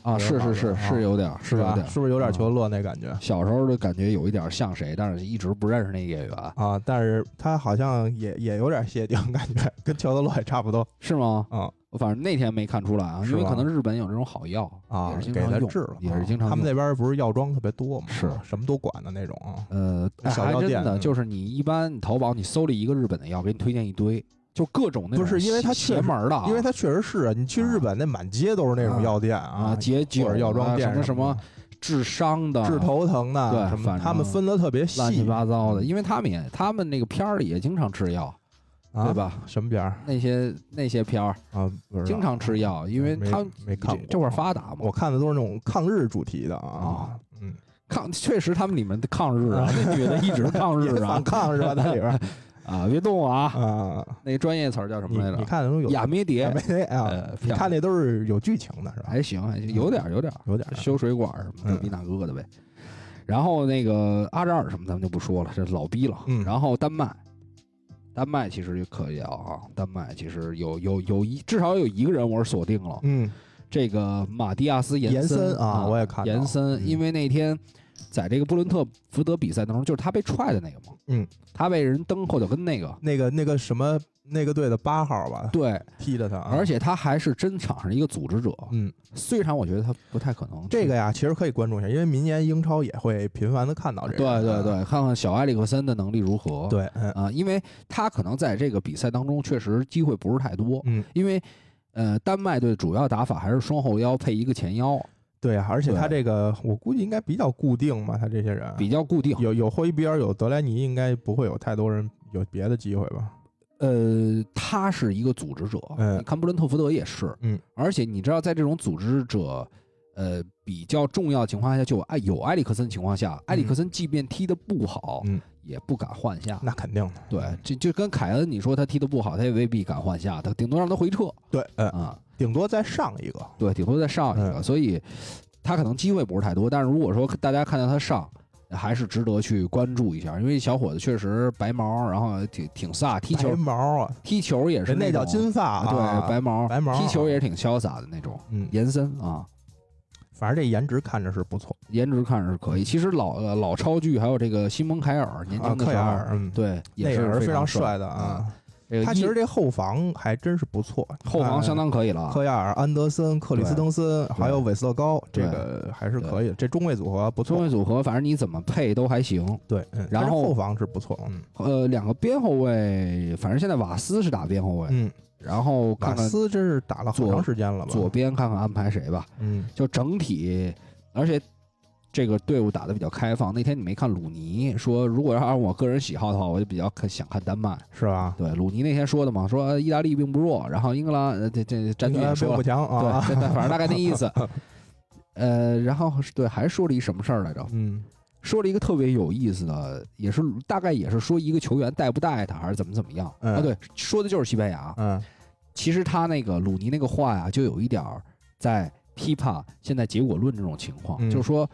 Speaker 3: 啊，是是是
Speaker 4: 啊
Speaker 3: 是有点儿
Speaker 4: 是
Speaker 3: 有
Speaker 4: 吧
Speaker 3: 点？儿
Speaker 4: 是不是有点
Speaker 3: 啊
Speaker 4: 裘德洛那感觉
Speaker 3: 小时候的感觉有一点儿像谁，但是一直不认识那个演员，
Speaker 4: 啊？但是他好像也也有点谢顶感觉，跟裘德洛也差不多
Speaker 3: 是吗？
Speaker 4: 啊
Speaker 3: 我反正那天没看出来啊，
Speaker 4: 是
Speaker 3: 因为
Speaker 4: 吧
Speaker 3: 可能日本有这种好药
Speaker 4: 啊
Speaker 3: 也是，经
Speaker 4: 给
Speaker 3: 常
Speaker 4: 他
Speaker 3: 用
Speaker 4: 治了。
Speaker 3: 也是
Speaker 4: 啊
Speaker 3: 经常
Speaker 4: 他们
Speaker 3: 用
Speaker 4: 那边不是药妆特别多嘛，
Speaker 3: 是
Speaker 4: 啊什么都管的那种啊。
Speaker 3: 呃，哎
Speaker 4: 小
Speaker 3: 还
Speaker 4: 药
Speaker 3: 真
Speaker 4: 店
Speaker 3: 的
Speaker 4: 嗯
Speaker 3: 就是你一般淘宝你搜了一个日本的药，给你推荐一堆，就各种那种
Speaker 4: 不是因为它
Speaker 3: 邪
Speaker 4: 确实
Speaker 3: 门儿的啊，
Speaker 4: 因为它确实是你去日本那满街都是那种
Speaker 3: 啊
Speaker 4: 药店
Speaker 3: 啊解酒
Speaker 4: 或者药妆
Speaker 3: 啊
Speaker 4: 店
Speaker 3: 什么什么治伤的、
Speaker 4: 治头疼的，
Speaker 3: 对
Speaker 4: 什么
Speaker 3: 反
Speaker 4: 他们
Speaker 3: 正
Speaker 4: 分的特别
Speaker 3: 乱七
Speaker 4: 细，嗯
Speaker 3: 八糟的，因为他们也他们那个片儿里也经常吃药，
Speaker 4: 啊
Speaker 3: 对？吧？
Speaker 4: 什么边儿
Speaker 3: 那些那些片儿
Speaker 4: 啊？不知道
Speaker 3: 经常吃药，因为
Speaker 4: 没
Speaker 3: 他们
Speaker 4: 没看
Speaker 3: 这
Speaker 4: 过
Speaker 3: 这会儿发达嘛
Speaker 4: 我，看的都是那种抗日主题的啊，嗯，
Speaker 3: 抗确实他们里面的抗日
Speaker 4: <laughs>
Speaker 3: 啊，那女的一直抗
Speaker 4: 也
Speaker 3: 日啊
Speaker 4: 反抗是吧？那里边儿
Speaker 3: 啊，别动我 <laughs> 啊，
Speaker 4: 啊，
Speaker 3: 那专业词儿叫什
Speaker 4: 你
Speaker 3: 么来
Speaker 4: 你
Speaker 3: 着？
Speaker 4: 看的都有
Speaker 3: 亚美
Speaker 4: 也
Speaker 3: 蝶
Speaker 4: 没，那啊
Speaker 3: 呃，哎
Speaker 4: 你看那都是有剧情的是吧？
Speaker 3: 还行还行，有点儿有点儿。
Speaker 4: 有点儿
Speaker 3: 修水管什么的，
Speaker 4: 嗯
Speaker 3: 比那哥哥的呗。然后那个阿扎尔什么咱们就不说了，这老逼了。
Speaker 4: 嗯
Speaker 3: 然后丹麦，丹麦其实就可以啊啊，丹麦其实有有有一至少有一个人我是锁定了，
Speaker 4: 嗯
Speaker 3: 这个马蒂亚斯延
Speaker 4: 延
Speaker 3: 森
Speaker 4: 森啊我也看到
Speaker 3: 延森，
Speaker 4: 嗯
Speaker 3: 因为那天在这个布伦特福德比赛当中，就是他被踹的那个嘛，
Speaker 4: 嗯，
Speaker 3: 他被人蹬后脚跟那个，
Speaker 4: 那个那个什么那个队的八号吧
Speaker 3: 对，
Speaker 4: 踢的他，啊
Speaker 3: 而。且他还是真场上一个组织者，
Speaker 4: 嗯，
Speaker 3: 虽然我觉得他不太可能
Speaker 4: 这
Speaker 3: 去
Speaker 4: 个呀，其实可以关注一下，因为明年英超也会频繁的看到这个
Speaker 3: 对
Speaker 4: 人。
Speaker 3: 对对，看看小埃里克森的能力如何。
Speaker 4: 对，嗯
Speaker 3: 啊、因为他可能在这个比赛当中确实机会不是太多，
Speaker 4: 嗯，
Speaker 3: 因为呃，丹麦队主要打法还是双后腰配一个前腰，
Speaker 4: 对啊，而且他
Speaker 3: 对
Speaker 4: 这个我估计应该比较固定吧，他这些人啊
Speaker 3: 比较固定。
Speaker 4: 有有霍伊比尔，有德莱尼，应该不会有太多人有别的机会吧？
Speaker 3: 呃，他是一个组织者，
Speaker 4: 嗯
Speaker 3: 你看布伦特福德也是，
Speaker 4: 嗯，
Speaker 3: 而且你知道，在这种组织者。呃，比较重要情况下，就有埃有埃里克森情况下，埃里克森即便踢得不好，
Speaker 4: 嗯
Speaker 3: 也不敢换下。
Speaker 4: 那肯定的，
Speaker 3: 对，这就跟凯恩，你说他踢得不好，他也未必敢换下，他顶多让他回撤
Speaker 4: 对，嗯，
Speaker 3: 啊。
Speaker 4: 顶多再上一个，
Speaker 3: 对，顶多再上一个，
Speaker 4: 嗯
Speaker 3: 所以他可能机会不是太多。但是如果说大家看到他上，还是值得去关注一下，因为小伙子确实白毛，然后挺挺飒，踢
Speaker 4: 白
Speaker 3: 球
Speaker 4: 毛啊，
Speaker 3: 踢球也是
Speaker 4: 人那叫
Speaker 3: 种
Speaker 4: 金发
Speaker 3: 啊
Speaker 4: 啊，
Speaker 3: 对白毛
Speaker 4: 白毛啊
Speaker 3: 踢球也是挺潇洒的那种。
Speaker 4: 嗯，
Speaker 3: 延森啊，
Speaker 4: 反正这颜值看着是不错
Speaker 3: 颜值看着是可以。其实老呃老超巨还有这个西蒙凯尔年
Speaker 4: 啊，
Speaker 3: 轻的
Speaker 4: 克
Speaker 3: 时
Speaker 4: 亚
Speaker 3: 候，
Speaker 4: 尔，嗯，，
Speaker 3: 对，
Speaker 4: 那
Speaker 3: 也
Speaker 4: 也
Speaker 3: 是
Speaker 4: 非常
Speaker 3: 帅
Speaker 4: 帅的啊。
Speaker 3: 这个
Speaker 4: 他
Speaker 3: 一
Speaker 4: 其实这哎后防还真是不错，
Speaker 3: 后防相当可以了
Speaker 4: 看
Speaker 3: 啊。
Speaker 4: 克亚尔、安德森、克里斯滕森，还有
Speaker 3: 对
Speaker 4: 韦斯特高，这
Speaker 3: 对
Speaker 4: 个还是可以的。这中卫组合不
Speaker 3: 中
Speaker 4: 错
Speaker 3: 卫，组合，反正你怎么配都还行。
Speaker 4: 对，嗯，
Speaker 3: 然
Speaker 4: 但是
Speaker 3: 后
Speaker 4: 后防是不错，嗯
Speaker 3: 呃，两个边后卫，反正现在瓦斯是打边后卫，
Speaker 4: 嗯，
Speaker 3: 然后
Speaker 4: 瓦
Speaker 3: 看看
Speaker 4: 斯这是打了好
Speaker 3: 左
Speaker 4: 长时间了吧？
Speaker 3: 左边看看安排谁吧。
Speaker 4: 嗯，
Speaker 3: 就整体，而且这个队伍打得比较开放。那天你没看鲁尼说，如果要按我个人喜好的话，我就比较看想看丹麦。
Speaker 4: 是吧？
Speaker 3: 对，鲁尼那天说的嘛，说呃意大利并不弱，然后英格兰呃这这战队
Speaker 4: 应该
Speaker 3: 也
Speaker 4: 并
Speaker 3: 说
Speaker 4: 不
Speaker 3: 了，
Speaker 4: 强啊，
Speaker 3: 对，但反正大概那意
Speaker 4: <laughs>
Speaker 3: 思。呃，然后是对，还说了一什么事儿来着？
Speaker 4: 嗯，
Speaker 3: 说了一个特别有意思的，也是大概也是说一个球员带不带他，还是怎么怎么样、
Speaker 4: 嗯
Speaker 3: 啊？对，说的就是西班牙。
Speaker 4: 嗯，
Speaker 3: 其实他那个鲁尼那个话呀，就有一点儿在批判现在结果论这种情况，
Speaker 4: 嗯
Speaker 3: 就是说，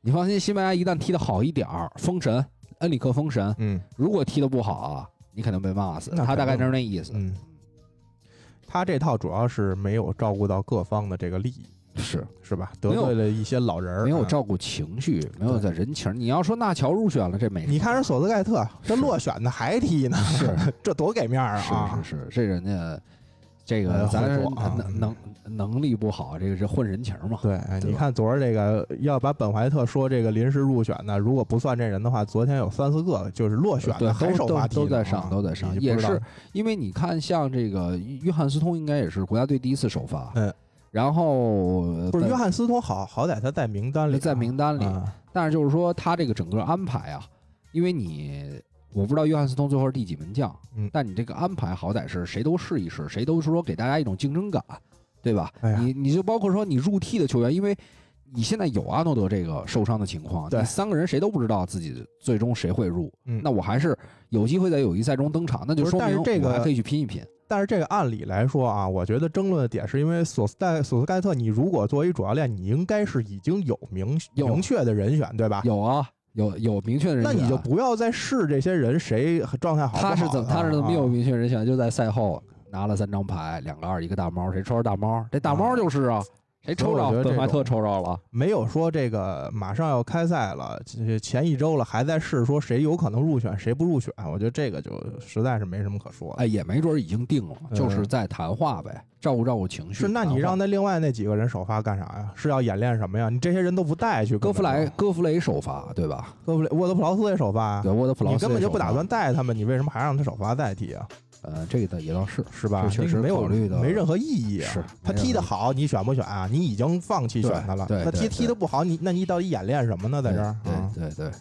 Speaker 3: 你放心，西班牙一旦踢得好一点儿，封神，恩里克封神；
Speaker 4: 嗯
Speaker 3: 如果踢得不好啊，你肯定被骂死。
Speaker 4: 那
Speaker 3: 他大概
Speaker 4: 肯定
Speaker 3: 就是那意思。
Speaker 4: 嗯，他这套主要是没有照顾到各方的这个利益，
Speaker 3: 是
Speaker 4: 是吧？得
Speaker 3: 没有
Speaker 4: 罪了一些老人儿，
Speaker 3: 没有
Speaker 4: 啊。
Speaker 3: 照顾情绪，没有
Speaker 4: 对
Speaker 3: 在人情儿。你要说纳乔入选了，这没什么
Speaker 4: 你看人索斯盖特这
Speaker 3: 是
Speaker 4: 落选的还踢呢，
Speaker 3: 是
Speaker 4: 这多给面儿啊
Speaker 3: 是是！是，这人家这
Speaker 4: 呃
Speaker 3: 个咱
Speaker 4: 混
Speaker 3: 是
Speaker 4: 浊啊
Speaker 3: 能能能力不好，这个是混人情儿嘛。
Speaker 4: 对，哎
Speaker 3: 对
Speaker 4: 你
Speaker 3: 吧
Speaker 4: 看昨儿这个要把本怀特说这个临时入选的，如果不算这人的话，昨天有三四个就是落选
Speaker 3: 对
Speaker 4: 的，还
Speaker 3: 都
Speaker 4: 首
Speaker 3: 都
Speaker 4: 发踢
Speaker 3: 都
Speaker 4: 呢
Speaker 3: 在
Speaker 4: 啊
Speaker 3: 上都在上
Speaker 4: 你
Speaker 3: 也
Speaker 4: 不知道
Speaker 3: 是因为你看，像这个约约翰斯通应该也是国家队第一次首发，
Speaker 4: 嗯，
Speaker 3: 然后呃
Speaker 4: 不是
Speaker 3: 在
Speaker 4: 约翰斯通好好歹他在名单里啊，
Speaker 3: 在名单里
Speaker 4: 啊
Speaker 3: 但是就是说他这个整个安排啊，因为你我不知道约翰斯通最后是第几门将，
Speaker 4: 嗯
Speaker 3: 但你这个安排好歹是谁都试一试，谁都是说给大家一种竞争感，对吧？
Speaker 4: 哎呀
Speaker 3: 你你就包括说你入替的球员，因为你现在有阿诺德这个受伤的情况，
Speaker 4: 对
Speaker 3: 你三个人谁都不知道自己最终谁会入，
Speaker 4: 嗯
Speaker 3: 那我还是有机会在友谊赛中登场，那就
Speaker 4: 不是
Speaker 3: 说
Speaker 4: 但是
Speaker 3: 明
Speaker 4: 这
Speaker 3: 我还
Speaker 4: 个
Speaker 3: 可以去拼一拼。
Speaker 4: 但是这个按理来说啊，我觉得争论的点是因为索斯戴索斯盖特，你如果作为主教练，你应该是已经有明
Speaker 3: 有
Speaker 4: 明确的人选，对吧？
Speaker 3: 有啊，有有明确的人啊
Speaker 4: 那
Speaker 3: 选，
Speaker 4: 你就不要再试这些人谁状态好不好
Speaker 3: 他是怎么他是怎么
Speaker 4: 啊
Speaker 3: 没有明确人选，就在赛后拿了三张牌，两个二一个大猫，谁抽着大猫？这大猫就是啊，谁抽
Speaker 4: 所以我觉
Speaker 3: 着
Speaker 4: 得
Speaker 3: 本怀
Speaker 4: 这
Speaker 3: 特
Speaker 4: 种
Speaker 3: 抽着了，
Speaker 4: 没有说这个马上要开赛了，这前一周了还在试说谁有可能入选谁不入选，我觉得这个就实在是没什么可说的。
Speaker 3: 哎，也没准儿已经定了，就是
Speaker 4: 嗯
Speaker 3: 在谈话呗，照顾照顾情绪。
Speaker 4: 是，那
Speaker 3: 谈
Speaker 4: 你
Speaker 3: 话
Speaker 4: 让那另外那几个人首发干啥呀？是要演练什么呀？你这些人都不带去，
Speaker 3: 戈
Speaker 4: 根
Speaker 3: 弗
Speaker 4: 本
Speaker 3: 莱
Speaker 4: 就、
Speaker 3: 戈弗雷首发对吧？
Speaker 4: 戈弗雷、沃德普劳斯也首发啊
Speaker 3: 对，，沃德普劳斯
Speaker 4: 你根本就不
Speaker 3: 也首发
Speaker 4: 打算带他们，你为什么还让他首发代替啊？
Speaker 3: 呃，这个也倒是
Speaker 4: 是吧？
Speaker 3: 这确
Speaker 4: 你
Speaker 3: 实
Speaker 4: 没有
Speaker 3: 考虑的
Speaker 4: 没任何意义啊。
Speaker 3: 是
Speaker 4: 他踢得，好，你选不选啊？你已经放弃选他了。
Speaker 3: 对对
Speaker 4: 他
Speaker 3: 对
Speaker 4: 踢
Speaker 3: 对
Speaker 4: 踢得不好，你那你到底演练什么呢？在
Speaker 3: 没
Speaker 4: 这
Speaker 3: 有
Speaker 4: 儿，啊
Speaker 3: 对对对对，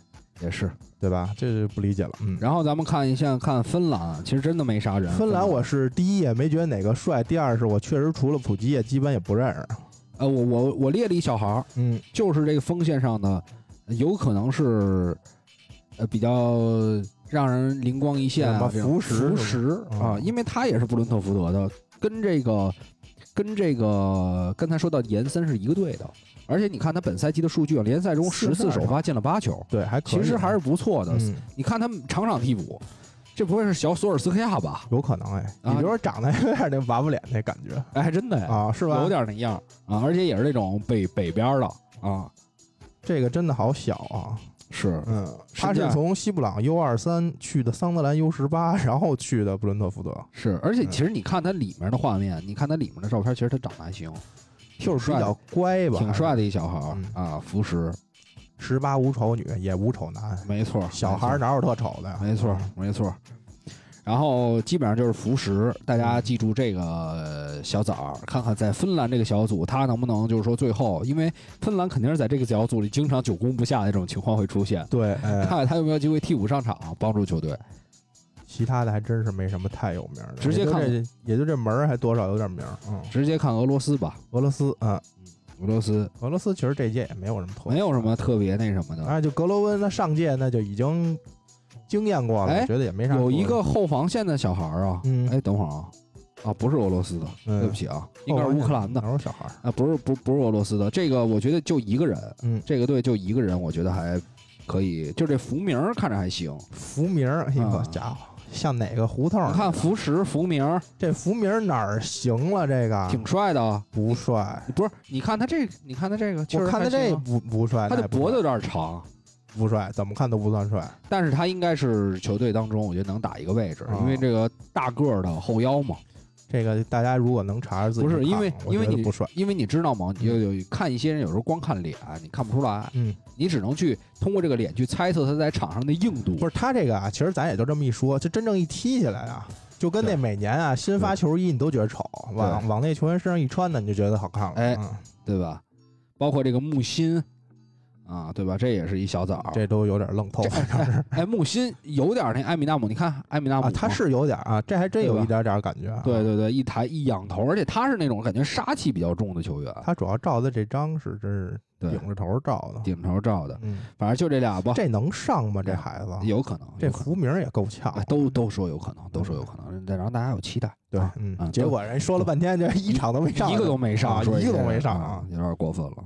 Speaker 3: 也是。
Speaker 4: 对吧？这是不理解了。嗯，
Speaker 3: 然后咱们看一下看芬兰，其实真的没啥人。
Speaker 4: 芬兰我是第一也没觉得哪个帅，第二是我确实除了普基也基本也不认识。
Speaker 3: 呃，我我我列了一小孩儿，
Speaker 4: 嗯，
Speaker 3: 就是这个锋线上呢，有可能是呃比较让人灵光一现
Speaker 4: 什
Speaker 3: 啊
Speaker 4: 么，
Speaker 3: 这种
Speaker 4: 福什
Speaker 3: 福
Speaker 4: 么
Speaker 3: 石啊，
Speaker 4: 嗯
Speaker 3: 因为他也是布伦特福德的，跟这个跟这个刚才说到延森是一个队的，而且你看他本赛季的数据啊，联赛中十
Speaker 4: 四十
Speaker 3: 次
Speaker 4: 二
Speaker 3: 首发进了八球，
Speaker 4: 对，还可以
Speaker 3: 其实还是不错的。
Speaker 4: 嗯
Speaker 3: 你看他们场场替补，这不会是小索尔斯克亚吧？
Speaker 4: 有可能哎。
Speaker 3: 啊
Speaker 4: 你比如说长得有点那娃娃脸那感觉
Speaker 3: 哎，还真的哎，
Speaker 4: 啊，是吧？
Speaker 3: 有点那样啊，而且也是那种北北边儿的啊，
Speaker 4: 这个真的好小啊。
Speaker 3: 是
Speaker 4: 嗯，
Speaker 3: 是
Speaker 4: 他
Speaker 3: 这
Speaker 4: 是
Speaker 3: 样
Speaker 4: 从西布朗 U 二三去的桑德兰 U 十八，然后去的布伦特福德，
Speaker 3: 是，而且
Speaker 4: 嗯
Speaker 3: 其实你看它里面的画面，你看它里面的照片，其实他长得还行，挺
Speaker 4: 就是比
Speaker 3: 帅
Speaker 4: 较
Speaker 3: 的，
Speaker 4: 乖吧，
Speaker 3: 挺帅的一小孩儿
Speaker 4: 嗯
Speaker 3: 啊，福石，
Speaker 4: 十八无丑女也无丑男，
Speaker 3: 没错儿，
Speaker 4: 小
Speaker 3: 没
Speaker 4: 孩
Speaker 3: 错
Speaker 4: 儿
Speaker 3: 儿
Speaker 4: 哪有特丑的呀？嗯
Speaker 3: 没错儿，没错儿。然后基本上就是福石，大家记住这个小崽儿，看看在芬兰这个小组，他能不能就是说最后，因为芬兰肯定是在这个小组里经常久攻不下那种情况会出现，
Speaker 4: 对，哎，
Speaker 3: 看看他有没有机会替补上场帮助球队。
Speaker 4: 其他的还真是没什么太有名的，
Speaker 3: 直接
Speaker 4: 也就
Speaker 3: 看
Speaker 4: 这也就这门儿还多少有点名儿。嗯，
Speaker 3: 直接看俄罗斯吧，
Speaker 4: 俄罗斯，嗯，
Speaker 3: 俄罗斯
Speaker 4: 俄罗斯其实这届也没有什么特，
Speaker 3: 没有什么特别那什么的。
Speaker 4: 啊，就格罗温那上届那就已经经验过了，
Speaker 3: 哎
Speaker 4: 我觉得也没啥。
Speaker 3: 有一个，后防线的小孩儿啊，
Speaker 4: 嗯
Speaker 3: 哎，等会儿啊，啊，不是俄罗斯的，
Speaker 4: 嗯
Speaker 3: 对不起啊，应该是乌克兰的
Speaker 4: 哪有小孩儿？
Speaker 3: 啊，不是不不是俄罗斯的，这个我觉得就一个人，
Speaker 4: 嗯
Speaker 3: 这个队就一个人，我觉得还可以，就这福明儿看着还行，
Speaker 4: 福明儿，哎
Speaker 3: 啊
Speaker 4: 呦家伙，像哪个胡同儿
Speaker 3: 你
Speaker 4: 呢？
Speaker 3: 看福石福明儿
Speaker 4: 这福明儿哪儿行了？这个
Speaker 3: 挺帅的啊，
Speaker 4: 不帅，
Speaker 3: 不是？你看他这个，你看他这个，确
Speaker 4: 我
Speaker 3: 实
Speaker 4: 看他
Speaker 3: 还
Speaker 4: 这
Speaker 3: 行啊
Speaker 4: 不不帅，
Speaker 3: 他
Speaker 4: 那
Speaker 3: 的
Speaker 4: 也不
Speaker 3: 脖子
Speaker 4: 帅
Speaker 3: 有点长，
Speaker 4: 不帅，怎么看都不算帅。
Speaker 3: 但是他应该是球队当中我觉得能打一个位置，
Speaker 4: 啊
Speaker 3: 因为这个大个儿的后腰嘛，
Speaker 4: 这个大家如果能查查自己
Speaker 3: 不
Speaker 4: 看，
Speaker 3: 是因为
Speaker 4: 我
Speaker 3: 因为
Speaker 4: 觉得
Speaker 3: 你
Speaker 4: 不帅，
Speaker 3: 因为你知道吗？你就有看一些人有时候光看脸，你看不出来。
Speaker 4: 嗯，
Speaker 3: 你只能去通过这个脸去猜测他在场上的硬度。
Speaker 4: 不
Speaker 3: 是，
Speaker 4: 是他这个啊，其实咱也就这么一说，这真正一踢起来啊，就跟那
Speaker 3: 对
Speaker 4: 每年啊新发球衣你都觉得丑，往往那球员身上一穿呢，你就觉得好看了。
Speaker 3: 哎
Speaker 4: 嗯
Speaker 3: 对吧？包括这个木心啊，对吧？这也是一小崽儿。
Speaker 4: 这都有点愣透，反正是
Speaker 3: 哎，木心有点那艾米纳姆，你看艾米纳姆、
Speaker 4: 啊，他。是有点啊，这还真有
Speaker 3: 对吧
Speaker 4: 一点点感觉啊。
Speaker 3: 对对对，一抬一仰头，而且他是那种感觉杀气比较重的球员，
Speaker 4: 他主要照的这张是真是
Speaker 3: 对
Speaker 4: 顶着头照的。
Speaker 3: 顶头罩的，
Speaker 4: 嗯，
Speaker 3: 反正就这俩吧，
Speaker 4: 这能上吗？这孩子，
Speaker 3: 有可能，
Speaker 4: 这
Speaker 3: 有可能
Speaker 4: 福名也够呛
Speaker 3: 哎。都都说有可能，都说有可能，再让大家有期待。
Speaker 4: 对
Speaker 3: 啊，
Speaker 4: 嗯，
Speaker 3: 嗯
Speaker 4: 结果人说了半天，这一场都没上，
Speaker 3: 一个都没上，
Speaker 4: 啊
Speaker 3: 说
Speaker 4: 一个
Speaker 3: 些
Speaker 4: 都没上
Speaker 3: 啊
Speaker 4: 啊，
Speaker 3: 有点过分了。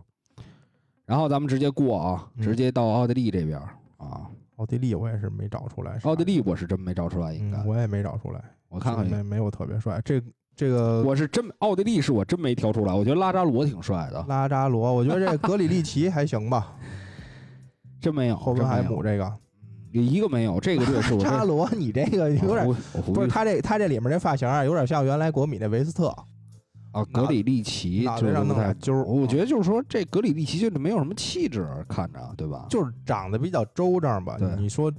Speaker 3: 然后咱们直接过啊，
Speaker 4: 嗯
Speaker 3: 直接到奥地利这边儿啊。
Speaker 4: 奥地利我也是没找出来啥，
Speaker 3: 奥地利我是真没找出来，应该
Speaker 4: 嗯，我也没找出来，
Speaker 3: 我看
Speaker 4: 就
Speaker 3: 看，
Speaker 4: 没没有特别帅。这这个
Speaker 3: 我是真奥地利是我真没挑出来。我觉得拉扎罗挺帅的，
Speaker 4: 拉扎罗，我觉得这格里利奇还
Speaker 3: <laughs>
Speaker 4: 行吧，
Speaker 3: 真没有
Speaker 4: 霍芬海姆，这个
Speaker 3: 真没有一个没有。这个啊队
Speaker 4: <laughs>
Speaker 3: 是我
Speaker 4: 扎
Speaker 3: 真
Speaker 4: 罗，你这个有点
Speaker 3: 我忽我忽
Speaker 4: 不
Speaker 3: 略
Speaker 4: 是他这他这里面这发型啊，有点像原来国米那维斯特，
Speaker 3: 啊，格里利奇
Speaker 4: 脑
Speaker 3: 就
Speaker 4: 袋
Speaker 3: 是
Speaker 4: 上
Speaker 3: 不
Speaker 4: 弄俩
Speaker 3: 太。
Speaker 4: 揪儿，啊
Speaker 3: 我觉
Speaker 4: 得
Speaker 3: 得就是说，这格里利奇就是没有什么气质，看着对吧？
Speaker 4: 就是长得比较周正吧
Speaker 3: 对。
Speaker 4: 你说，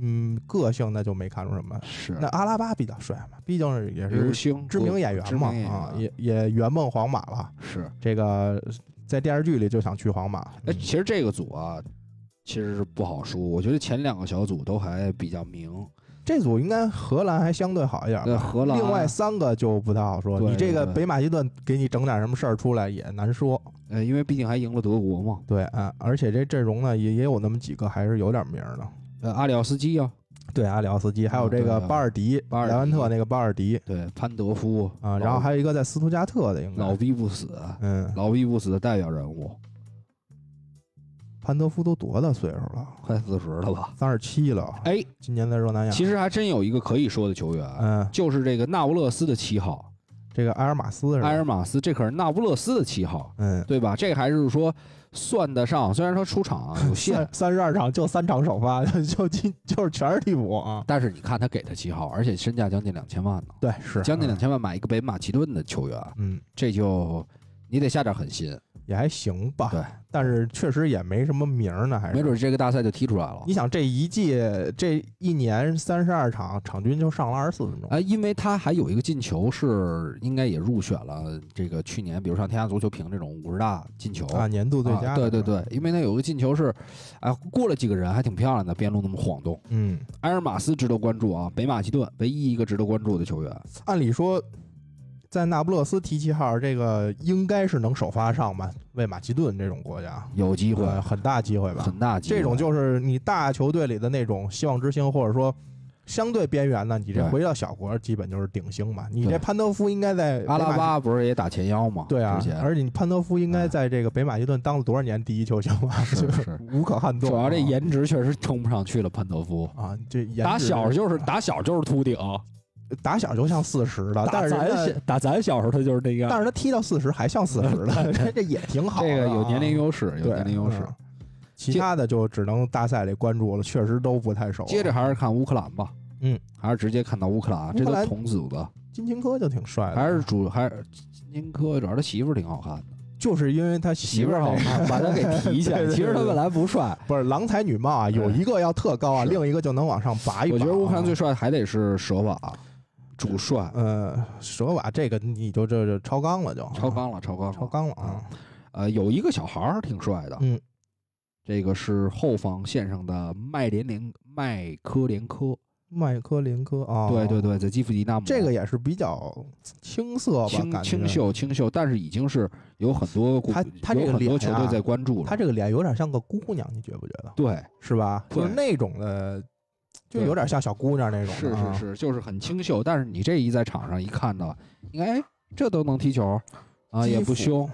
Speaker 4: 嗯，个性那就没看出什么。
Speaker 3: 是
Speaker 4: 那阿拉巴比较帅嘛，毕竟是也
Speaker 3: 流
Speaker 4: 是
Speaker 3: 星
Speaker 4: 知名演员
Speaker 3: 知
Speaker 4: 嘛
Speaker 3: 名演，
Speaker 4: 啊，
Speaker 3: 员
Speaker 4: 也也圆梦皇马了。
Speaker 3: 是。
Speaker 4: 这个在电视剧里就想去皇马，
Speaker 3: 哎，
Speaker 4: 嗯
Speaker 3: 其实这个组啊，其实是不好输。我觉得前两个小组都还比较明，
Speaker 4: 这组应该荷兰还相对好一点
Speaker 3: 呃
Speaker 4: 吧，
Speaker 3: 荷兰
Speaker 4: 啊另外三个就不太好说。
Speaker 3: 对
Speaker 4: 你这个
Speaker 3: 对
Speaker 4: 北马其顿给你整点什么事儿出来也难说。
Speaker 3: 呃，因为毕竟还赢了德国嘛，
Speaker 4: 对，啊，而且这阵容呢也也有那么几个还是有点名儿的。
Speaker 3: 呃，阿里奥斯基啊，
Speaker 4: 对，阿里奥斯基，还有这
Speaker 3: 对
Speaker 4: 个
Speaker 3: 啊
Speaker 4: 巴尔迪、
Speaker 3: 巴尔迪
Speaker 4: 莱万特那个巴尔迪
Speaker 3: 对，潘德夫
Speaker 4: 啊，然后还有一个在斯图加特的，应
Speaker 3: 老
Speaker 4: 该
Speaker 3: 逼不死，
Speaker 4: 嗯，
Speaker 3: 老逼不死的代表人物，
Speaker 4: 潘德夫都多大岁数了？
Speaker 3: 快四十了吧？
Speaker 4: 三十七了，
Speaker 3: 哎，
Speaker 4: 今年在热那亚。
Speaker 3: 其实还真有一个可以说的球员，
Speaker 4: 嗯，
Speaker 3: 就是这个纳乌勒斯的七号
Speaker 4: 这个埃尔马斯是吧？
Speaker 3: 埃尔马斯，这可是纳乌勒斯的七号，
Speaker 4: 嗯，
Speaker 3: 对吧？这还是说算得上，虽然说出场啊有限
Speaker 4: <laughs> 三，三十二场就三场首发， <laughs> 就今就是全是替补啊。
Speaker 3: 但是你看他给他七号，而且身价将近两千万呢，
Speaker 4: 对，是
Speaker 3: 将近
Speaker 4: 嗯
Speaker 3: 两千万买一个北马其顿的球员，啊
Speaker 4: 嗯，
Speaker 3: 这就你得下点狠心，
Speaker 4: 也还行吧。
Speaker 3: 对，
Speaker 4: 但是确实也没什么名儿呢，还是
Speaker 3: 没准这个大赛就踢出来了
Speaker 4: 你。想这一届这一年三十二场，场均就上了二十四分钟。
Speaker 3: 啊，因为他还有一个进球是应该也入选了这个去年，比如像天下足球评这种五十大进球
Speaker 4: 啊，年度最
Speaker 3: 啊
Speaker 4: 佳、
Speaker 3: 对对，对，因为他有个进球是，哎，过了几个人还挺漂亮的，边路那么晃动。
Speaker 4: 嗯，
Speaker 3: 埃尔马斯值得关注啊，北马其顿唯一一个值得关注的球员。
Speaker 4: 按理说，在那不勒斯踢七号，这个应该是能首发上吧？为马其顿这种国家，
Speaker 3: 有机会，
Speaker 4: 呃很大机会吧？
Speaker 3: 很大机会。
Speaker 4: 这种就是你大球队里的那种希望之星，或者说相对边缘的，你这
Speaker 3: 对
Speaker 4: 回到小国基本就是顶星嘛。你
Speaker 3: 对
Speaker 4: 这潘德夫应该在
Speaker 3: 阿拉
Speaker 4: 北马其。
Speaker 3: 巴不是也打前腰吗？
Speaker 4: 对啊
Speaker 3: 之前，
Speaker 4: 而且你潘德夫应
Speaker 3: 哎
Speaker 4: 该在这个北马其顿当了多少年第一球星了？
Speaker 3: 是
Speaker 4: 就是 <laughs> 无可撼动啊。
Speaker 3: <laughs> 主要这颜值确实冲不上去了，潘德夫。
Speaker 4: 啊，这颜值
Speaker 5: 打小就是打小就是秃顶，
Speaker 4: 打小就像四十了，但
Speaker 5: 打
Speaker 4: 是
Speaker 5: 咱
Speaker 4: 人家
Speaker 5: 小打咱小时候他就是那样。
Speaker 4: 但是他踢到四十还像四
Speaker 5: <laughs>
Speaker 4: 十了，这这也挺好的
Speaker 3: 这
Speaker 4: 啊。
Speaker 3: 个有年龄优势，有
Speaker 4: 对
Speaker 3: 年龄优势。
Speaker 4: 嗯其他的就只能大赛里关注了，确实都不太熟。
Speaker 3: 接着还是看乌克兰吧，
Speaker 4: 嗯，
Speaker 3: 还是直接看到乌克兰，啊这
Speaker 4: 哦乌克
Speaker 3: 都
Speaker 4: 兰
Speaker 3: 同组的，
Speaker 4: 金琴科就挺帅的，
Speaker 3: 还是主还是金科，主要他媳妇儿挺好看的，
Speaker 4: 就是因为他媳
Speaker 3: 媳妇儿好
Speaker 4: 那个
Speaker 3: 看，把
Speaker 4: <laughs>
Speaker 3: 他给提一下
Speaker 4: 对对对
Speaker 3: 其实他本来不帅，
Speaker 4: 不是郎才女貌啊，有一个要特高啊，
Speaker 3: 是
Speaker 4: 另一个就能往上拔一拔
Speaker 3: 我
Speaker 4: 啊。
Speaker 3: 觉得乌克兰最帅啊还得是舍瓦，主帅，
Speaker 4: 呃，舍瓦这个你就这这超纲了就
Speaker 3: 超纲了，超纲了，
Speaker 4: 超纲了啊。
Speaker 3: 呃，有一个小孩儿挺帅的，
Speaker 4: 嗯，
Speaker 3: 这个是后防线上的麦连连麦科连科，
Speaker 4: 麦科林科啊，
Speaker 3: 对对，对，在基辅迪纳摩，
Speaker 4: 这个也是比较青涩吧，
Speaker 3: 清
Speaker 4: 感觉
Speaker 3: 清秀清秀，但是已经是有很多股
Speaker 4: 他他这
Speaker 3: 有
Speaker 4: 个
Speaker 3: 很多
Speaker 4: 脸
Speaker 3: 球
Speaker 4: 啊
Speaker 3: 队在关注了，
Speaker 4: 她这个脸有点像个姑娘，你觉不觉得？
Speaker 3: 对，
Speaker 4: 是吧？
Speaker 3: 对
Speaker 4: 就是那种的，就
Speaker 3: 对
Speaker 4: 有点像小姑娘那种
Speaker 3: 是
Speaker 4: 的啊。
Speaker 3: 是是，就是很清秀，但是你这一在场上一看到，应该哎这都能踢球啊，
Speaker 4: 基
Speaker 3: 也不
Speaker 4: 辅
Speaker 3: 凶，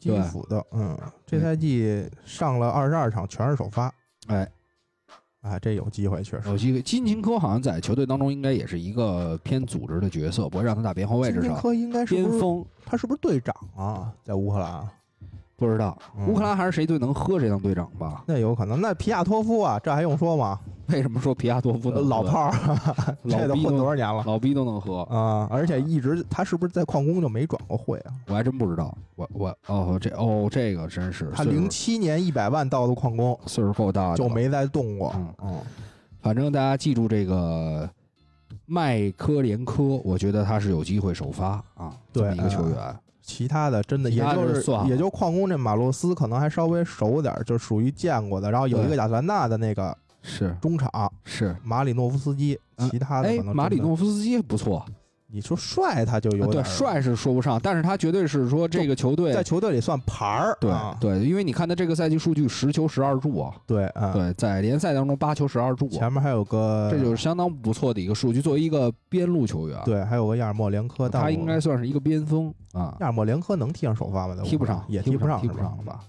Speaker 4: 基
Speaker 3: 对
Speaker 4: 辅的，嗯，
Speaker 3: 对
Speaker 4: 这赛季上了二十二场，全是首发，
Speaker 3: 哎，
Speaker 4: 啊，这有机会确实
Speaker 3: 有。机会。金琴科好像在球队当中应该也是一个偏组织的角色，不会让他打边后卫
Speaker 4: 金
Speaker 3: 至
Speaker 4: 琴
Speaker 3: 少
Speaker 4: 科应该是
Speaker 3: 边
Speaker 4: 不是
Speaker 3: 锋
Speaker 4: 他是不是队长啊？在乌克兰，
Speaker 3: 不知道。
Speaker 4: 嗯
Speaker 3: 乌克兰还是谁队能喝谁当队长吧？
Speaker 4: 那有可能。那皮亚托夫啊，这还用说吗？
Speaker 3: 为什么说皮亚多夫能喝
Speaker 4: 呃老炮儿，这
Speaker 3: 老
Speaker 4: 都
Speaker 3: 逼
Speaker 4: 混多
Speaker 3: 都
Speaker 4: 少年了
Speaker 3: 老逼都能喝？
Speaker 4: 啊！而且一直他是不是在矿工就没转过会啊？
Speaker 3: 我还真不知道。我我哦这哦这个真是
Speaker 4: 他
Speaker 3: 岁数
Speaker 4: 零七年一百万到的矿工
Speaker 3: 岁数够大的
Speaker 4: 就
Speaker 3: 了。
Speaker 4: 没再动过。
Speaker 3: 嗯
Speaker 4: 嗯，
Speaker 3: 反正大家记住这个麦科连科，我觉得他是有机会首发啊，这
Speaker 4: 对呃
Speaker 3: 么一个球员。
Speaker 4: 其他的真的
Speaker 3: 其
Speaker 4: 也
Speaker 3: 他的
Speaker 4: 就
Speaker 3: 就是算了
Speaker 4: 也就矿工这马洛斯可能还稍微熟点儿，就属于见过的。然后有一
Speaker 3: 对
Speaker 4: 个亚特兰大的那个
Speaker 3: 是
Speaker 4: 中场
Speaker 3: 是，
Speaker 4: 马里诺夫斯基，
Speaker 3: 嗯
Speaker 4: 其他的
Speaker 3: 哎
Speaker 4: 可能，真
Speaker 3: 马里
Speaker 4: 的
Speaker 3: 诺夫斯基不错，
Speaker 4: 你说帅他就
Speaker 3: 啊
Speaker 4: 有点
Speaker 3: 对，
Speaker 4: 儿
Speaker 3: 帅是说不上，但是他绝对是说这个球队
Speaker 4: 在球队里算牌儿，
Speaker 3: 对
Speaker 4: 啊
Speaker 3: 对，因为你看他这个赛季数据十球十二助啊，
Speaker 4: 对啊，
Speaker 3: 对，在联赛当中八球十二助啊，
Speaker 4: 前面还有个
Speaker 3: 这就是相当不错的一个数据。作为一个边路球员，
Speaker 4: 对，还有个亚尔莫连科，但
Speaker 3: 啊他
Speaker 4: 我
Speaker 3: 应该算是一个边锋啊，
Speaker 4: 亚尔莫连科能踢上首发吗？在
Speaker 3: 踢不
Speaker 4: 乌克兰
Speaker 3: 上，
Speaker 4: 也
Speaker 3: 踢
Speaker 4: 不
Speaker 3: 上，踢
Speaker 4: 是
Speaker 3: 不上了
Speaker 4: 吧？
Speaker 3: 吧？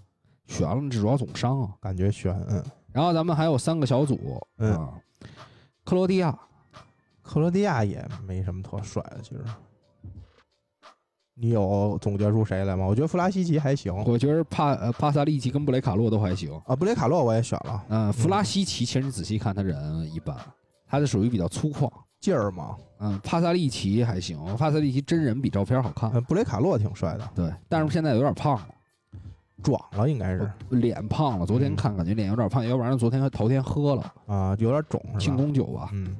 Speaker 3: 悬了，这主要总伤啊。
Speaker 4: 感觉悬，嗯，
Speaker 3: 然后咱们还有三个小组，
Speaker 4: 嗯
Speaker 3: 啊，克罗地亚，
Speaker 4: 克罗地亚也没什么特帅的，其实。你有总结出谁来吗？我觉得弗拉西奇还行
Speaker 3: 我觉得帕呃帕萨利奇跟布雷卡洛都还行。
Speaker 4: 啊，布雷卡洛我也选了，
Speaker 3: 嗯，弗拉西奇，其实你仔细看他人一般，他是属于比较粗犷。
Speaker 4: 劲儿嘛，
Speaker 3: 嗯，帕萨利奇还行，帕萨利奇真人比照片好看。
Speaker 4: 嗯，布雷卡洛挺帅的，
Speaker 3: 对，但是现在有点胖了，
Speaker 4: 壮了应该是嗯
Speaker 3: 脸胖了。昨天看感觉脸有点胖，要不然昨天和头天喝了
Speaker 4: 啊，有点肿是
Speaker 3: 庆
Speaker 4: 吧？
Speaker 3: 功酒吧。
Speaker 4: 嗯，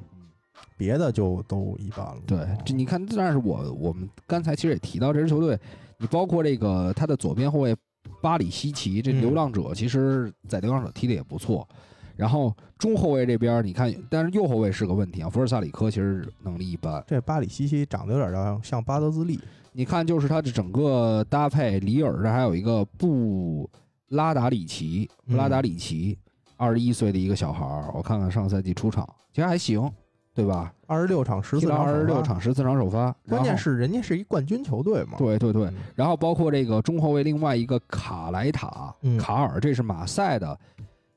Speaker 4: 别的就都一般了。哦
Speaker 3: 对，这你看，但是我我们刚才其实也提到这支球队，你包括这个他的左边后卫巴里西奇，这
Speaker 4: 嗯
Speaker 3: 流浪者其实在流浪者踢的也不错，然后中后卫这边，你看，但是右后卫是个问题啊。福尔萨里科其实能力一般，
Speaker 4: 这巴里西西长得有点像像巴德兹利，
Speaker 3: 你看就是他的整个搭配，里尔这还有一个布拉达里奇，布拉达
Speaker 4: 嗯
Speaker 3: 里奇，二十一岁的一个小孩儿，我看看上赛季出场其实还行，对吧？
Speaker 4: 二十六场十
Speaker 3: 踢
Speaker 4: 四
Speaker 3: 了
Speaker 4: 场，
Speaker 3: 二十六，场，十四场首发，
Speaker 4: 关键
Speaker 3: 然后
Speaker 4: 是人家是一冠军球队嘛。
Speaker 3: 对对对，
Speaker 4: 嗯，
Speaker 3: 然后包括这个中后卫另外一个卡莱塔、
Speaker 4: 嗯
Speaker 3: 卡尔，这是马赛的，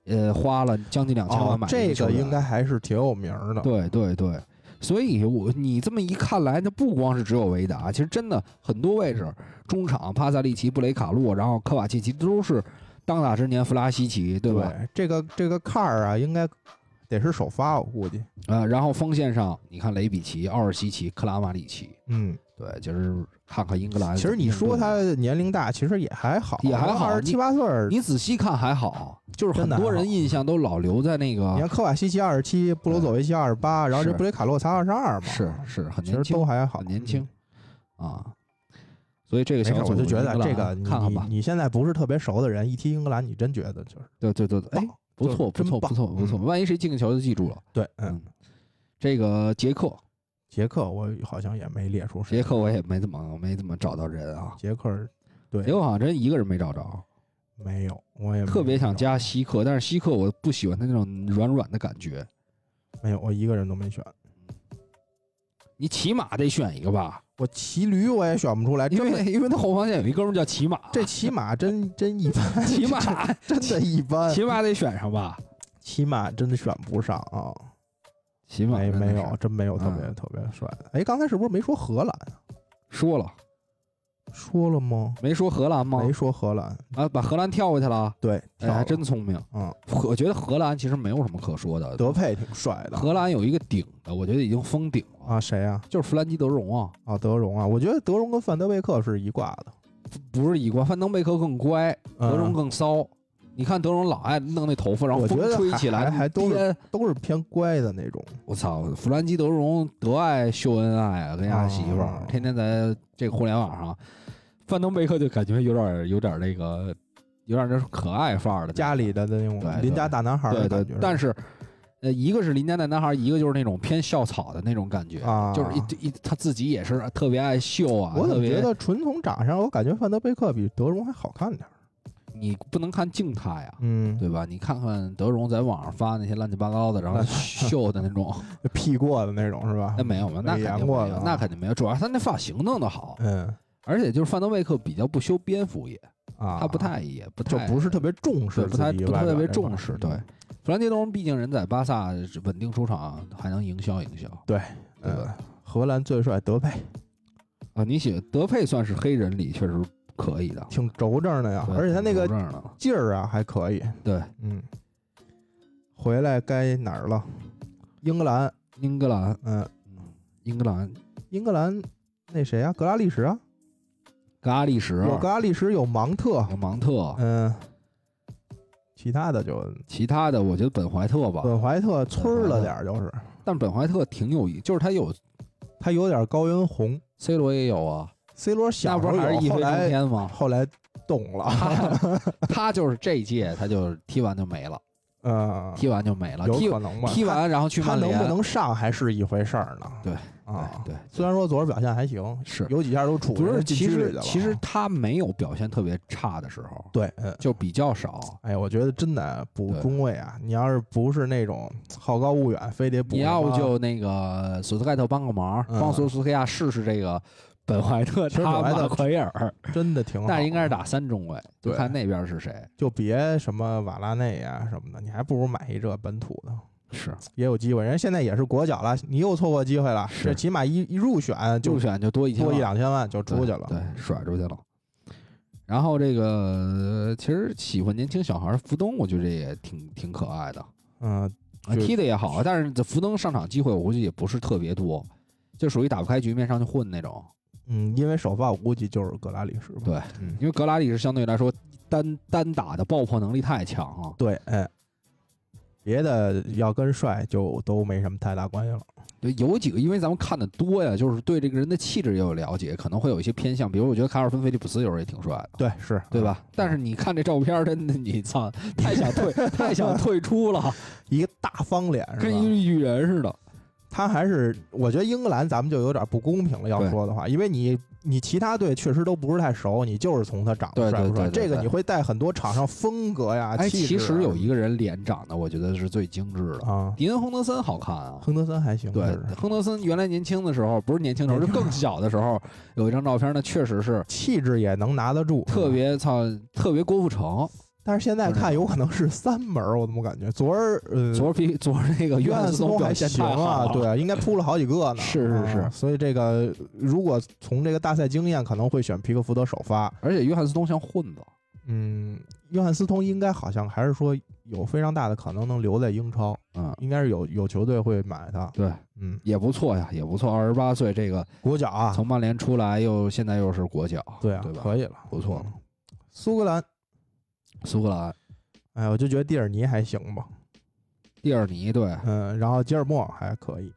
Speaker 3: 呃，花了将近两千万
Speaker 4: 哦
Speaker 3: 买，的一
Speaker 4: 这
Speaker 3: 球
Speaker 4: 个
Speaker 3: 员
Speaker 4: 应该还是挺有名儿的。
Speaker 3: 对对对。所以我你这么一看来，那不光是只有维达，其实真的很多位
Speaker 4: 嗯
Speaker 3: 置，中场帕萨利奇、布雷卡洛，然后科瓦契奇都是当打之年弗拉西奇，对吧？
Speaker 4: 这个这个坎儿啊，应该得是首发，我估计。
Speaker 3: 呃，然后锋线上你看雷比奇、奥尔西奇、克拉马里奇，
Speaker 4: 嗯，
Speaker 3: 对，就是看看英格兰
Speaker 4: 其
Speaker 3: 怎么嗯
Speaker 4: 实
Speaker 3: 应对。
Speaker 4: 你说他年龄大，其实也还好，
Speaker 3: 也还好
Speaker 4: 二十七八岁儿。
Speaker 3: 你仔细看还好，就是很
Speaker 4: 真的
Speaker 3: 多
Speaker 4: 还
Speaker 3: 人
Speaker 4: 好
Speaker 3: 印象都老留在那个
Speaker 4: 你看科瓦西奇二十七，布罗佐维奇二十八，然后这
Speaker 3: 是
Speaker 4: 布雷卡洛才二十二嘛，
Speaker 3: 是是很
Speaker 4: 其
Speaker 3: 年
Speaker 4: 实
Speaker 3: 轻
Speaker 4: 都，还好，嗯
Speaker 3: 很年轻啊。所以这个
Speaker 4: 没事
Speaker 3: 小，组
Speaker 4: 我就觉
Speaker 3: 英
Speaker 4: 得
Speaker 3: 格兰
Speaker 4: 这个你
Speaker 3: 啊看看吧
Speaker 4: 你，你现在不是特别熟的人，一提英格兰，你真觉得就是
Speaker 3: 对对对，对哎，
Speaker 4: 棒
Speaker 3: 不
Speaker 4: 就是
Speaker 3: 错不
Speaker 4: 真
Speaker 3: 错
Speaker 4: 棒
Speaker 3: 不错不错，万一谁进个球就记住了。
Speaker 4: 对，嗯，
Speaker 3: 嗯，这个杰克，
Speaker 4: 杰克我好像也没列出谁，
Speaker 3: 杰克我也没怎么没怎么找到人啊，
Speaker 4: 杰克
Speaker 3: 杰
Speaker 4: 对
Speaker 3: 克好像真一个人没找着，
Speaker 4: 没有，我也没
Speaker 3: 特别
Speaker 4: 找
Speaker 3: 想加希克，但是希克我不喜欢他那种软软的感觉，
Speaker 4: 没有，我一个人都没选，
Speaker 3: 你起码得选一个吧，
Speaker 4: 我骑驴我也选不出来，
Speaker 3: 因
Speaker 4: 真
Speaker 3: 为
Speaker 4: 的
Speaker 3: 因为他后防线有一哥们儿叫骑马，
Speaker 4: 这骑马真真一 <laughs> 般，
Speaker 3: 骑马
Speaker 4: 真的一般，
Speaker 3: 骑马得选上吧，
Speaker 4: 骑马真的选不上啊，
Speaker 3: 骑马
Speaker 4: 没
Speaker 3: 真的
Speaker 4: 没
Speaker 3: 是
Speaker 4: 有，真没有特别
Speaker 3: 嗯
Speaker 4: 特别帅的。哎，刚才是不是没说荷兰啊？
Speaker 3: 说了
Speaker 4: 说了吗？
Speaker 3: 没说荷兰吗
Speaker 4: 没？说荷兰，
Speaker 3: 啊，把荷兰跳过去了。
Speaker 4: 对，
Speaker 3: 哎，还
Speaker 4: 跳
Speaker 3: 真聪明。
Speaker 4: 了，嗯，
Speaker 3: 我觉得荷兰其实没有什么可说的。
Speaker 4: 德佩挺帅的
Speaker 3: 荷兰有一个顶的，我觉得已经封顶了，
Speaker 4: 啊，谁呀？
Speaker 3: 就是弗兰基德容啊，
Speaker 4: 啊，德容啊，我觉得德容跟范德贝克是一挂的，
Speaker 3: 不是一冠。范登贝克更乖，
Speaker 4: 嗯
Speaker 3: 德容更骚。你看德容老爱弄那头发，然后
Speaker 4: 我觉
Speaker 3: 风
Speaker 4: 得
Speaker 3: 吹
Speaker 4: 还
Speaker 3: 起来，
Speaker 4: 还还都是
Speaker 3: 颠
Speaker 4: 都是偏乖的那种。
Speaker 3: 我操！弗兰基德容德爱秀恩爱啊，跟家媳妇儿、
Speaker 4: 哦
Speaker 3: 天天在这个互联网上，范登贝克就感觉有点有点那个，有点那种可爱范儿的
Speaker 4: 家里
Speaker 3: 的。
Speaker 4: 的那种
Speaker 3: 对对
Speaker 4: 邻家大男孩儿
Speaker 3: 对
Speaker 4: 的感
Speaker 3: 对
Speaker 4: 觉，，
Speaker 3: 但是，呃，一个是邻家的男孩，一个就是那种偏校草的那种感觉，
Speaker 4: 啊，
Speaker 3: 就是一一他自己也是特别爱秀啊，
Speaker 4: 我怎
Speaker 3: 特
Speaker 4: 么
Speaker 3: 别
Speaker 4: 觉得纯从长相，我感觉范德贝克比德容还好看点儿。
Speaker 3: 你不能看静态呀、
Speaker 4: 嗯，
Speaker 3: 对吧？你看看德容在网上发那些乱七八糟的，然后秀的那种，
Speaker 4: <laughs> P 过的那种是吧
Speaker 3: 那？没有嘛，那肯
Speaker 4: 美颜
Speaker 3: 定
Speaker 4: 过
Speaker 3: 没
Speaker 4: 的
Speaker 3: 有
Speaker 4: 啊，
Speaker 3: 那肯定没有。主要是他那发型弄得
Speaker 4: <laughs>
Speaker 3: 好，
Speaker 4: 嗯
Speaker 3: 而且就是范德贝克比较不修边幅也，
Speaker 4: 啊，
Speaker 3: 他不太也不
Speaker 4: 就
Speaker 3: 太
Speaker 4: 不是特别重视
Speaker 3: 对
Speaker 4: 自己
Speaker 3: 不太不
Speaker 4: 外表嗯
Speaker 3: 特别
Speaker 4: 这块儿
Speaker 3: 重视对弗兰基德容，毕竟人在巴萨稳定出场，还能营销营销。对
Speaker 4: 嗯
Speaker 3: 吧，
Speaker 4: 荷兰最帅德佩，
Speaker 3: 啊，你喜欢德佩算是黑人里确实可以的，
Speaker 4: 挺轴正的呀，
Speaker 3: 对
Speaker 4: 啊而且他那个
Speaker 3: 有证儿了
Speaker 4: 劲儿啊还可以。
Speaker 3: 对
Speaker 4: 嗯，回来该哪儿了？英格兰，
Speaker 3: 英格兰，
Speaker 4: 嗯，
Speaker 3: 英格兰
Speaker 4: 英格兰那谁啊，格拉利什啊，
Speaker 3: 咖喱什
Speaker 4: 有格拉利什，有芒特，
Speaker 3: 有芒特，
Speaker 4: 嗯，其他的就
Speaker 3: 其他的我觉得本怀特吧，
Speaker 4: 本怀特村儿了点儿，就是
Speaker 3: 但本怀特挺有意，就是他有
Speaker 4: 他有点高原红。
Speaker 3: C 罗也有啊，
Speaker 4: C 罗
Speaker 3: 那
Speaker 4: 小
Speaker 3: 不
Speaker 4: 时候
Speaker 3: 是还是一
Speaker 4: 有，后
Speaker 3: 飞冲
Speaker 4: 来
Speaker 3: 天
Speaker 4: <laughs>
Speaker 3: 吗？
Speaker 4: 后来动
Speaker 3: <laughs>
Speaker 4: 了，
Speaker 3: 他他就是这一届他就踢完就没了，
Speaker 4: 嗯，
Speaker 3: 踢完就没了，
Speaker 4: 有
Speaker 3: 踢
Speaker 4: 可能吧？
Speaker 3: 踢完然后去
Speaker 4: 他
Speaker 3: 曼
Speaker 4: 能
Speaker 3: 联
Speaker 4: 不，能上还是一回事儿呢？
Speaker 3: 对
Speaker 4: 啊，
Speaker 3: 对，
Speaker 4: 虽然说昨儿表现还行，
Speaker 3: 是
Speaker 4: 有几下都杵
Speaker 3: 不
Speaker 4: 人
Speaker 3: 是
Speaker 4: 家禁
Speaker 3: 其
Speaker 4: 区里去
Speaker 3: 实
Speaker 4: 了。
Speaker 3: 其实他没有表现特别差的时候，
Speaker 4: 对，嗯，
Speaker 3: 就比较少。
Speaker 4: 哎，我觉得真的补
Speaker 3: 对
Speaker 4: 中卫啊，你要是不是那种好高骛远，非得补
Speaker 3: 你要不
Speaker 4: 什么
Speaker 3: 就那个索斯盖特帮个忙，
Speaker 4: 嗯
Speaker 3: 帮索斯盖亚试试这个本怀特
Speaker 4: 其实
Speaker 3: 他
Speaker 4: 本怀特
Speaker 3: 马奎尔，
Speaker 4: 真的挺好，啊
Speaker 3: 但是应该是打三中卫，就
Speaker 4: 对
Speaker 3: 看那边是谁。
Speaker 4: 就别什么瓦拉内啊什么的，你还不如买一这本土的，
Speaker 3: 是
Speaker 4: 也有机会。人家现在也是国脚了，你又错过机会了，
Speaker 3: 是
Speaker 4: 这起码一一入选就
Speaker 3: 入选就多一千
Speaker 4: 多
Speaker 3: 万，
Speaker 4: 一两千万就
Speaker 3: 对
Speaker 4: 出去了。
Speaker 3: 对，甩出去了。然后这个呃其实喜欢年轻小孩儿福登，我觉得也挺挺可爱的，
Speaker 4: 嗯，
Speaker 3: 啊
Speaker 4: 就
Speaker 3: 踢的也好，但是这福登上场机会我估计也不是特别多，就属于打不开局面上去混那种。
Speaker 4: 嗯，因为首发我估计就是格拉利什吧。
Speaker 3: 对
Speaker 4: 嗯，
Speaker 3: 因为啊格拉利是相对来说单单打的爆破能力太强了，
Speaker 4: 对，哎，别的要跟帅就都没什么太大关系了。
Speaker 3: 对，有几个因为咱们看的多呀，就是对这个人的气质也有了解，可能会有一些偏向。比如我觉得卡尔芬菲利普斯有时候也挺帅的。
Speaker 4: 对，啊是
Speaker 3: 对？吧？但是你看这照片儿，真的你操，太想退，太想退出了，
Speaker 4: 一个大方脸 <laughs> 是
Speaker 3: 跟
Speaker 4: 吧？啊
Speaker 3: 一个人似的。
Speaker 4: 他还是我觉得英格兰咱们就有点不公平了。要
Speaker 3: 对
Speaker 4: 说的话，因为你你其他队确实都不是太熟，你就是从他长得
Speaker 3: 对
Speaker 4: 帅
Speaker 3: 对
Speaker 4: 不帅，
Speaker 3: 对对
Speaker 4: 这个
Speaker 3: 对
Speaker 4: 你会带很多场上风格呀、
Speaker 3: 哎，
Speaker 4: 气质
Speaker 3: 其
Speaker 4: 啊。
Speaker 3: 实有一个人脸长得我觉得是最精致的，
Speaker 4: 啊，
Speaker 3: 迪恩·亨德森好看啊。
Speaker 4: 亨德森还行，
Speaker 3: 对
Speaker 4: 确实，
Speaker 3: 亨德森原来年轻的时候，不是年轻的时候，就更小的时候，有一张照片，那确实是
Speaker 4: 气质也能拿得住，
Speaker 3: 特
Speaker 4: 是吧。
Speaker 3: 别操，特别郭富城。
Speaker 4: 但是现在
Speaker 3: 就是
Speaker 4: 看，有可能是三门儿，我怎么感觉昨儿呃，
Speaker 3: 昨儿比昨儿那个约
Speaker 4: 院
Speaker 3: 翰斯通表
Speaker 4: 还
Speaker 3: 现
Speaker 4: 行
Speaker 3: 太好
Speaker 4: 啊，
Speaker 3: 了，
Speaker 4: 对，应该扑了好几个呢。
Speaker 3: <laughs> 是是是
Speaker 4: 啊所以这个如果从这个大赛经验，可能会选皮克福德首发。
Speaker 3: 而且约翰斯通像混子，
Speaker 4: 嗯，约翰斯通应该好像还是说有非常大的可能能留在英超，
Speaker 3: 嗯，
Speaker 4: 应该是有有球队会买他。
Speaker 3: 对，
Speaker 4: 嗯，
Speaker 3: 也不错呀，也不错。二十八岁这个
Speaker 4: 国脚啊，
Speaker 3: 从曼联出来又现在又是国脚，
Speaker 4: 对啊，
Speaker 3: 对吧？
Speaker 4: 可以了，
Speaker 3: 不错
Speaker 4: 嗯。苏格兰，
Speaker 3: 苏格兰、
Speaker 4: 哎，我就觉得蒂尔尼还行吧，
Speaker 3: 蒂尔尼对
Speaker 4: 嗯，然后吉尔莫还可以，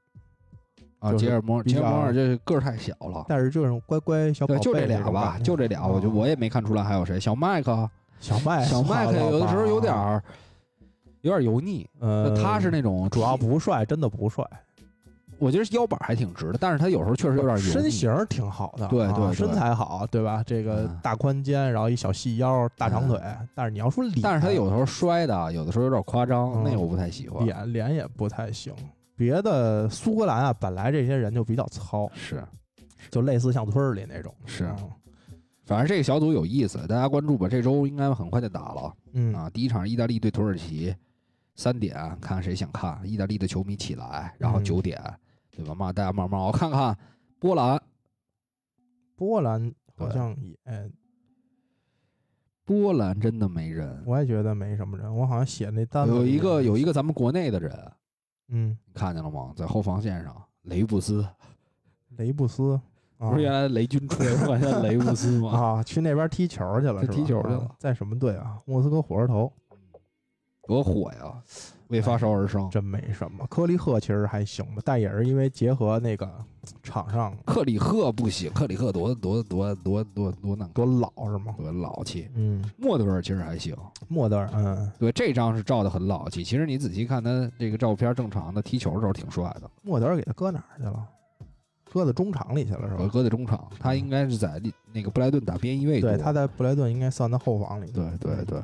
Speaker 3: 啊，
Speaker 4: 就是
Speaker 3: 吉尔摩尔
Speaker 4: 比
Speaker 3: 吉
Speaker 4: 较
Speaker 3: 尔摩尔这个儿太小了，
Speaker 4: 但是就是乖乖小宝
Speaker 3: 对，
Speaker 4: 贝
Speaker 3: 就这俩
Speaker 4: 那种
Speaker 3: 吧
Speaker 4: 感，觉
Speaker 3: 就这俩，我就
Speaker 4: 啊哎
Speaker 3: 我也没看出来还有谁。小麦克，
Speaker 4: 小麦
Speaker 3: 小麦克有的时候有点
Speaker 4: 儿，
Speaker 3: 儿有点儿油腻，
Speaker 4: 呃，
Speaker 3: 他是那种
Speaker 4: 主要，不帅，真的不帅，
Speaker 3: 我觉得腰板还挺直的，但是他有时候确实有点油腻。
Speaker 4: 身形儿挺好的，
Speaker 3: 对
Speaker 4: 啊
Speaker 3: 对对
Speaker 4: 身材好，对吧？这个
Speaker 3: 嗯
Speaker 4: 大宽肩，然后一小细腰，大长
Speaker 3: 嗯
Speaker 4: 腿，但是你要说脸，
Speaker 3: 但是他有的时候摔的，啊有的时候有点夸张，
Speaker 4: 嗯
Speaker 3: 那个我不太喜欢。
Speaker 4: 脸脸也不太行。别的苏格兰啊，本来这些人就比较糙，
Speaker 3: 是
Speaker 4: 就类似像村儿里那种。
Speaker 3: 是，啊
Speaker 4: 嗯
Speaker 3: 反正这个小组有意思，大家关注吧。这周应该很快就打了
Speaker 4: 嗯，
Speaker 3: 啊！第一场意大利对土耳其，三点，看看谁想看。意大利的球迷起来，然后
Speaker 4: 嗯
Speaker 3: 九点，对吧？嘛，大家慢慢熬，看看波兰。
Speaker 4: 波兰好
Speaker 3: 对
Speaker 4: 像也，
Speaker 3: 波兰真的没人，
Speaker 4: 我也觉得没什么人。我好像写那单子
Speaker 3: 有
Speaker 4: 里
Speaker 3: 一个
Speaker 4: 面
Speaker 3: 有一个咱们国内的人，
Speaker 4: 嗯，
Speaker 3: 你看见了吗？在后防线上，雷布斯
Speaker 4: 雷布斯啊
Speaker 5: 不是原来雷军吹，我现在雷布斯吗？
Speaker 4: 啊，去那边踢球去
Speaker 3: 去
Speaker 4: 了，是吧
Speaker 3: 踢球去
Speaker 4: 啊
Speaker 3: 了
Speaker 4: 在什么队啊？莫斯科火车头。
Speaker 3: 多火呀，为发烧而生。
Speaker 4: 真没什么。科利赫其实还行吧，但也是因为结合那个场上
Speaker 3: 克里赫不行，克里赫多多多多多多难看，
Speaker 4: 多老是吗？
Speaker 3: 多老气。
Speaker 4: 嗯，
Speaker 3: 莫德尔其实还行，
Speaker 4: 莫德尔，嗯，
Speaker 3: 对这张是照的很老气。其实你仔细看他这个照片，正常的踢球的时候挺帅的，
Speaker 4: 莫德尔给他搁哪儿去了？搁到中场里去了是
Speaker 3: 我
Speaker 4: 吧？
Speaker 3: 搁在中场，他应该是在利那个布莱顿打边翼位多。
Speaker 4: 对，他在布莱顿应该算他后防里。
Speaker 3: 对对对。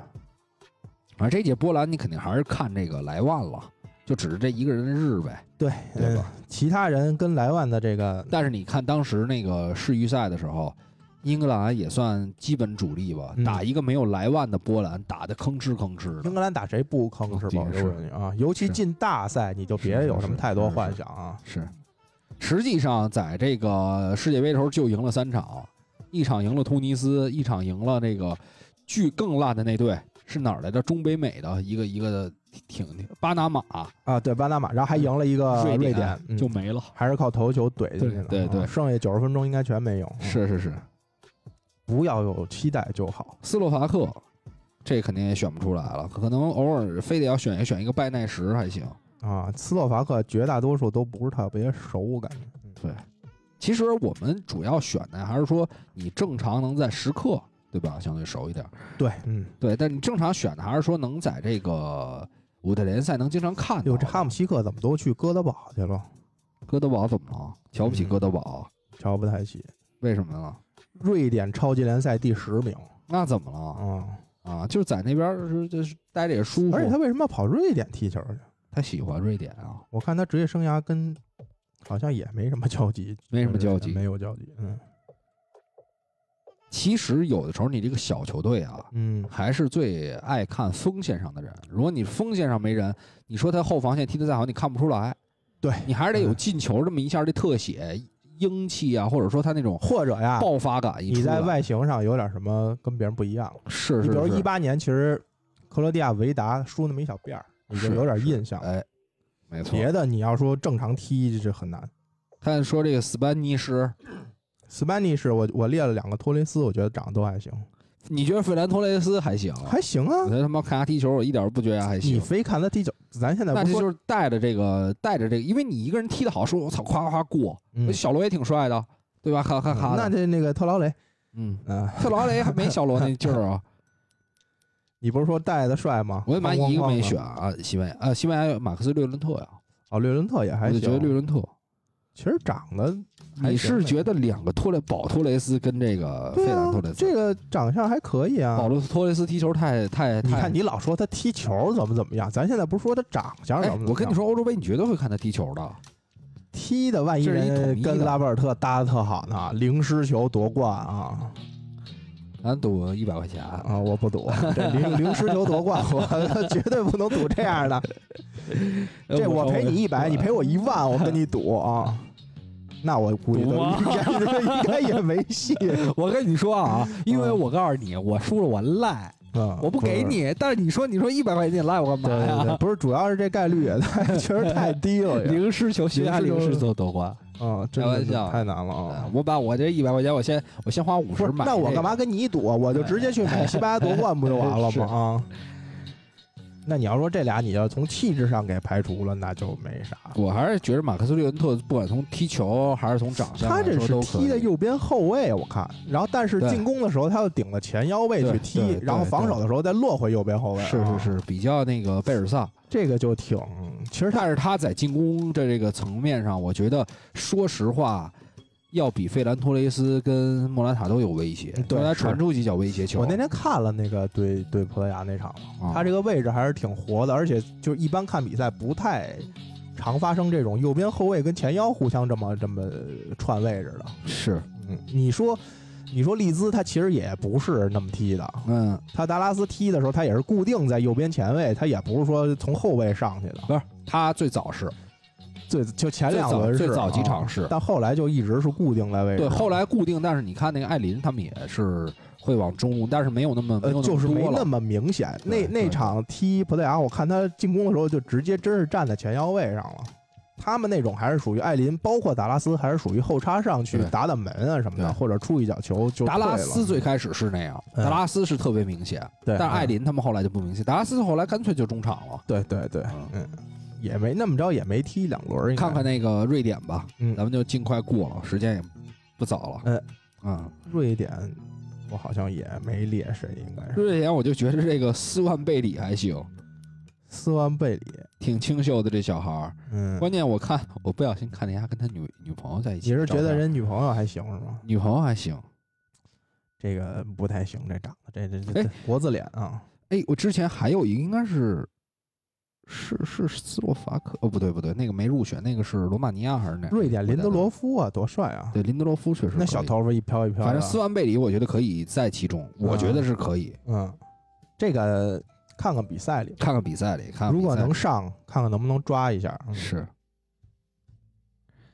Speaker 3: 反正这届波兰你肯定还是看这个莱万了，就指着这一个人的日呗，
Speaker 4: 对，
Speaker 3: 对
Speaker 4: 嗯
Speaker 3: 吧？
Speaker 4: 其他人跟莱万的这个，
Speaker 3: 但是你看当时那个世预赛的时候，英格兰也算基本主力吧，
Speaker 4: 嗯
Speaker 3: 打一个没有莱万的波兰，打得吭哧吭哧
Speaker 4: 英
Speaker 3: 的。
Speaker 4: 格兰打谁不吭是吧？
Speaker 3: 是
Speaker 4: 有人啊，尤其
Speaker 3: 是
Speaker 4: 进大赛，你就是别
Speaker 3: 是
Speaker 4: 有什么
Speaker 3: 是
Speaker 4: 太多
Speaker 3: 是
Speaker 4: 幻
Speaker 3: 是
Speaker 4: 想啊。
Speaker 3: 是，实际上在这个世界杯的时候就赢了三场，一场赢了突尼斯，一场赢了那个巨更烂的那队是哪儿来着？中北美的一个一个挺巴拿马、
Speaker 4: 啊，对，巴拿马，然后还赢了一个
Speaker 3: 瑞
Speaker 4: 瑞
Speaker 3: 典
Speaker 4: 嗯
Speaker 5: 就没了。
Speaker 4: 还是靠头球怼进去的。
Speaker 3: 对对
Speaker 4: 啊
Speaker 3: 对
Speaker 4: 剩下九十分钟应该全没用。嗯
Speaker 3: 是是是，
Speaker 4: 不要有期待就好。
Speaker 3: 斯洛伐克，这肯定也选不出来了，可能偶尔非得要选一选一个拜纳什还行。
Speaker 4: 啊，斯洛伐克绝大多数都不是特别熟，我感觉。嗯
Speaker 3: 对，其实我们主要选的还是说你正常能在时刻，对吧？相对熟一点儿。
Speaker 4: 对，嗯，
Speaker 3: 对，但你正常选的还是说能在这个五大联赛能经常看到。
Speaker 4: 哟，这哈姆西克怎么都去哥德堡去了？
Speaker 3: 哥德堡怎么了？瞧不起
Speaker 4: 嗯
Speaker 3: 哥德堡，
Speaker 4: 瞧不太起。
Speaker 3: 为什么呢？
Speaker 4: 瑞典超级联赛第十名
Speaker 3: 那怎么了
Speaker 4: 啊！
Speaker 3: 啊？就是在那边儿是就是待着也舒服。
Speaker 4: 而且他为什么要跑瑞典踢球去？
Speaker 3: 他喜欢瑞典啊，
Speaker 4: 我看他职业生涯跟好像也没什么交集，
Speaker 3: 没什么交
Speaker 4: 没
Speaker 3: 集。
Speaker 4: 有交集。嗯
Speaker 3: 其实有的时候你这个小球队啊，
Speaker 4: 嗯，
Speaker 3: 还是最爱看锋线上的人。如果你锋线上没人，你说他后防线踢得再好，你看不出来。
Speaker 4: 对
Speaker 3: 你还是得有
Speaker 4: 嗯
Speaker 3: 进球这么一下这特写、英气啊，或者说他那种
Speaker 4: 或者呀，
Speaker 3: 爆发感一出
Speaker 4: 你在
Speaker 3: 来
Speaker 4: 外形上有点什么跟别人不一样。
Speaker 3: 是
Speaker 4: 你
Speaker 3: 是
Speaker 4: 比如
Speaker 3: 是
Speaker 4: 一八年，其实克罗地亚维达梳那么一小辫儿，你就是有点
Speaker 3: 是
Speaker 4: 印象。
Speaker 3: 哎，没错。
Speaker 4: 别的你要说正常踢，这很难。
Speaker 3: 但说这个斯班尼什，
Speaker 4: 斯班尼是我我列了两个托雷斯，我觉得长得都还行，
Speaker 3: 你觉得费兰托雷斯还行？
Speaker 4: 还行
Speaker 3: 我
Speaker 4: 啊。
Speaker 3: 才他妈看他踢球，我一点儿不觉得他还
Speaker 4: 你
Speaker 3: 行。
Speaker 4: 非看他踢球，咱现在
Speaker 3: 那
Speaker 4: 不
Speaker 3: 这
Speaker 4: 说，
Speaker 3: 就是带着这个，带着这个，因为你一个人踢得好，说我操，夸夸夸过。
Speaker 4: 嗯
Speaker 3: 小罗也挺帅的，对吧？哈哈哈。
Speaker 4: 那这那个特劳雷，
Speaker 3: 嗯，
Speaker 4: 嗯，
Speaker 3: 特劳雷还没小罗那劲儿
Speaker 4: <laughs>
Speaker 3: 啊。
Speaker 4: 你不是说带的帅吗？
Speaker 3: 我也蛮
Speaker 4: 哐哐
Speaker 3: 一个
Speaker 4: 哐
Speaker 3: 没
Speaker 4: 的
Speaker 3: 选啊，西班牙啊，西班牙有马克思略伦特呀，
Speaker 4: 哦，略伦特也还
Speaker 3: 我就
Speaker 4: 行，
Speaker 3: 觉得略伦特。
Speaker 4: 其实长得还
Speaker 3: 你
Speaker 4: 行
Speaker 3: 是
Speaker 4: 呗
Speaker 3: 觉得两个托雷保托雷斯跟这个费
Speaker 4: 对
Speaker 3: 兰
Speaker 4: 啊
Speaker 3: 托雷，斯，
Speaker 4: 这个长相还可以啊
Speaker 3: 保。罗托雷斯踢球太太
Speaker 4: 你
Speaker 3: 太
Speaker 4: 看，你老说他踢球怎么怎么样，咱现在不是说他长相
Speaker 3: 哎
Speaker 4: 怎么怎么样，
Speaker 3: 我跟你说，欧洲杯你绝对会看他踢球的。
Speaker 4: 踢的万一
Speaker 3: 这是一统
Speaker 4: 人
Speaker 3: 一
Speaker 4: 跟
Speaker 3: 的
Speaker 4: 拉波尔特搭的特好呢，零失球夺冠啊
Speaker 3: 咱赌一百块钱，
Speaker 4: 啊！我不赌，这零零失球夺冠， <laughs> 我绝对不能赌这样的。这呃我
Speaker 3: 啊
Speaker 4: 赔你一百，你赔我一万，我跟你赌啊！那我估计
Speaker 5: 赌
Speaker 4: 都
Speaker 5: 吗
Speaker 4: 应该 <laughs> 应该也没戏。
Speaker 3: 我跟你说啊，因为我告诉你，我输了我赖，
Speaker 4: <laughs> 嗯，
Speaker 3: 我不给
Speaker 4: 是。
Speaker 3: 你。但是你说你说一百块钱你赖我干嘛
Speaker 4: 对对
Speaker 3: 呀
Speaker 4: 对，？不是，主要是这概率也太确实太低了也，
Speaker 3: 零失球，西班牙零失球夺冠。
Speaker 4: 啊，真
Speaker 3: 开
Speaker 4: 的
Speaker 3: 玩
Speaker 4: 是
Speaker 3: 笑
Speaker 4: 太难了啊
Speaker 3: 啊！我把我这一百块钱，我先我先花五
Speaker 4: 不
Speaker 3: 十
Speaker 4: 是，
Speaker 3: 买。
Speaker 4: 那我干嘛？跟你赌啊？我就直接去买西班牙夺冠不就 <laughs> 完了吗？啊，那你要说这俩，你要从气质上给排除了，那就没啥。
Speaker 3: 我还是觉得马克思略伦特，不管从踢球还是从长相
Speaker 4: 他
Speaker 3: 来说
Speaker 4: 这
Speaker 3: 都可以，
Speaker 4: 是踢的右边后卫，我看，然后但是
Speaker 3: 对
Speaker 4: 进攻的时候他又顶了前腰位去
Speaker 3: 对对
Speaker 4: 踢
Speaker 3: 对，
Speaker 4: 然后防守的时候再落回右边后卫。
Speaker 3: 是
Speaker 4: 啊
Speaker 3: 是，是比较那个贝尔萨。
Speaker 4: 这个就挺，其实他
Speaker 3: 但是他在进攻的这个层面上，我觉得说实话，要比费兰托雷斯跟莫拉塔都有威胁，
Speaker 4: 嗯对
Speaker 3: 因为他
Speaker 4: 是
Speaker 3: 传出几脚威胁球。
Speaker 4: 我那天看了那个对对葡萄牙那场嘛，
Speaker 3: 啊
Speaker 4: 他这个位置还是挺活的，而且就是一般看比赛不太常发生这种右边后卫跟前腰互相这么这么串位置的。
Speaker 3: 是，
Speaker 4: 嗯，你说你说利兹他其实也不是那么踢的，
Speaker 3: 嗯，
Speaker 4: 他达拉斯踢的时候他也是固定在右边前卫，他也不是说从后卫上去的，
Speaker 3: 不是他最早是
Speaker 4: 最就前
Speaker 3: 最
Speaker 4: 两
Speaker 3: 早
Speaker 4: 轮是
Speaker 3: 最早几场
Speaker 4: 啊
Speaker 3: 是，
Speaker 4: 但后来就一直是固定在位置
Speaker 3: 对，
Speaker 4: 的。
Speaker 3: 后来固定，但是你看那个艾琳他们也是会往中路，但是没有那么没
Speaker 4: 呃
Speaker 3: 有，那
Speaker 4: 就
Speaker 3: 么
Speaker 4: 是没
Speaker 3: 多
Speaker 4: 那
Speaker 3: 了。
Speaker 4: 么明显。那
Speaker 3: 对
Speaker 4: 那
Speaker 3: 对
Speaker 4: 场踢葡萄牙，我看他进攻的时候就直接真是站在前腰位上了。他们那种还是属于艾琳，包括达拉斯，还是属于后插上去
Speaker 3: 对
Speaker 4: 打打门啊什么的，
Speaker 3: 对
Speaker 4: 或者出一脚球就
Speaker 3: 达拉
Speaker 4: 退了
Speaker 3: 斯最开始是那样，
Speaker 4: 嗯
Speaker 3: 达拉斯是特别明显，
Speaker 4: 对，
Speaker 3: 但是艾
Speaker 4: 嗯
Speaker 3: 琳他们后来就不明显，达拉斯后来干脆就中场了。
Speaker 4: 对对对，嗯，也没那么着，也没踢两轮儿。应该
Speaker 3: 看看那个瑞典吧，
Speaker 4: 嗯
Speaker 3: 咱们就尽快过了，时间也不早了。
Speaker 4: 嗯
Speaker 3: 嗯，
Speaker 4: 瑞典，我好像也没列谁，应该是
Speaker 3: 瑞典我就觉得这个斯万贝里还行，
Speaker 4: 斯万贝里。
Speaker 3: 挺清秀的这小孩儿。
Speaker 4: 嗯，
Speaker 3: 关键我看我不小心看见他跟他女女朋友在一起
Speaker 4: 你
Speaker 3: 照
Speaker 4: 是
Speaker 3: 片，
Speaker 4: 觉得人女朋友还行是吗？
Speaker 3: 女朋友还行？
Speaker 4: 这个不太行，这长得这这这
Speaker 3: 哎
Speaker 4: 这国字脸啊。
Speaker 3: 哎，我之前还有一个应该是。是是斯洛伐克哦，不对不对，那个没入选，那个是罗马尼亚还是哪？
Speaker 4: 瑞典林德罗夫啊，多帅啊！
Speaker 3: 对林德罗夫确实
Speaker 4: 那
Speaker 3: 可
Speaker 4: 小
Speaker 3: 以，
Speaker 4: 头发一飘一飘的。
Speaker 3: 反正斯万贝里我觉得可以在其中，我觉得是可以。
Speaker 4: 嗯，这个看看比赛里，
Speaker 3: 看看比赛里，看看
Speaker 4: 如
Speaker 3: 啊比
Speaker 4: 果
Speaker 3: 赛里
Speaker 4: 能上，看看能不能抓一下。嗯
Speaker 3: 是，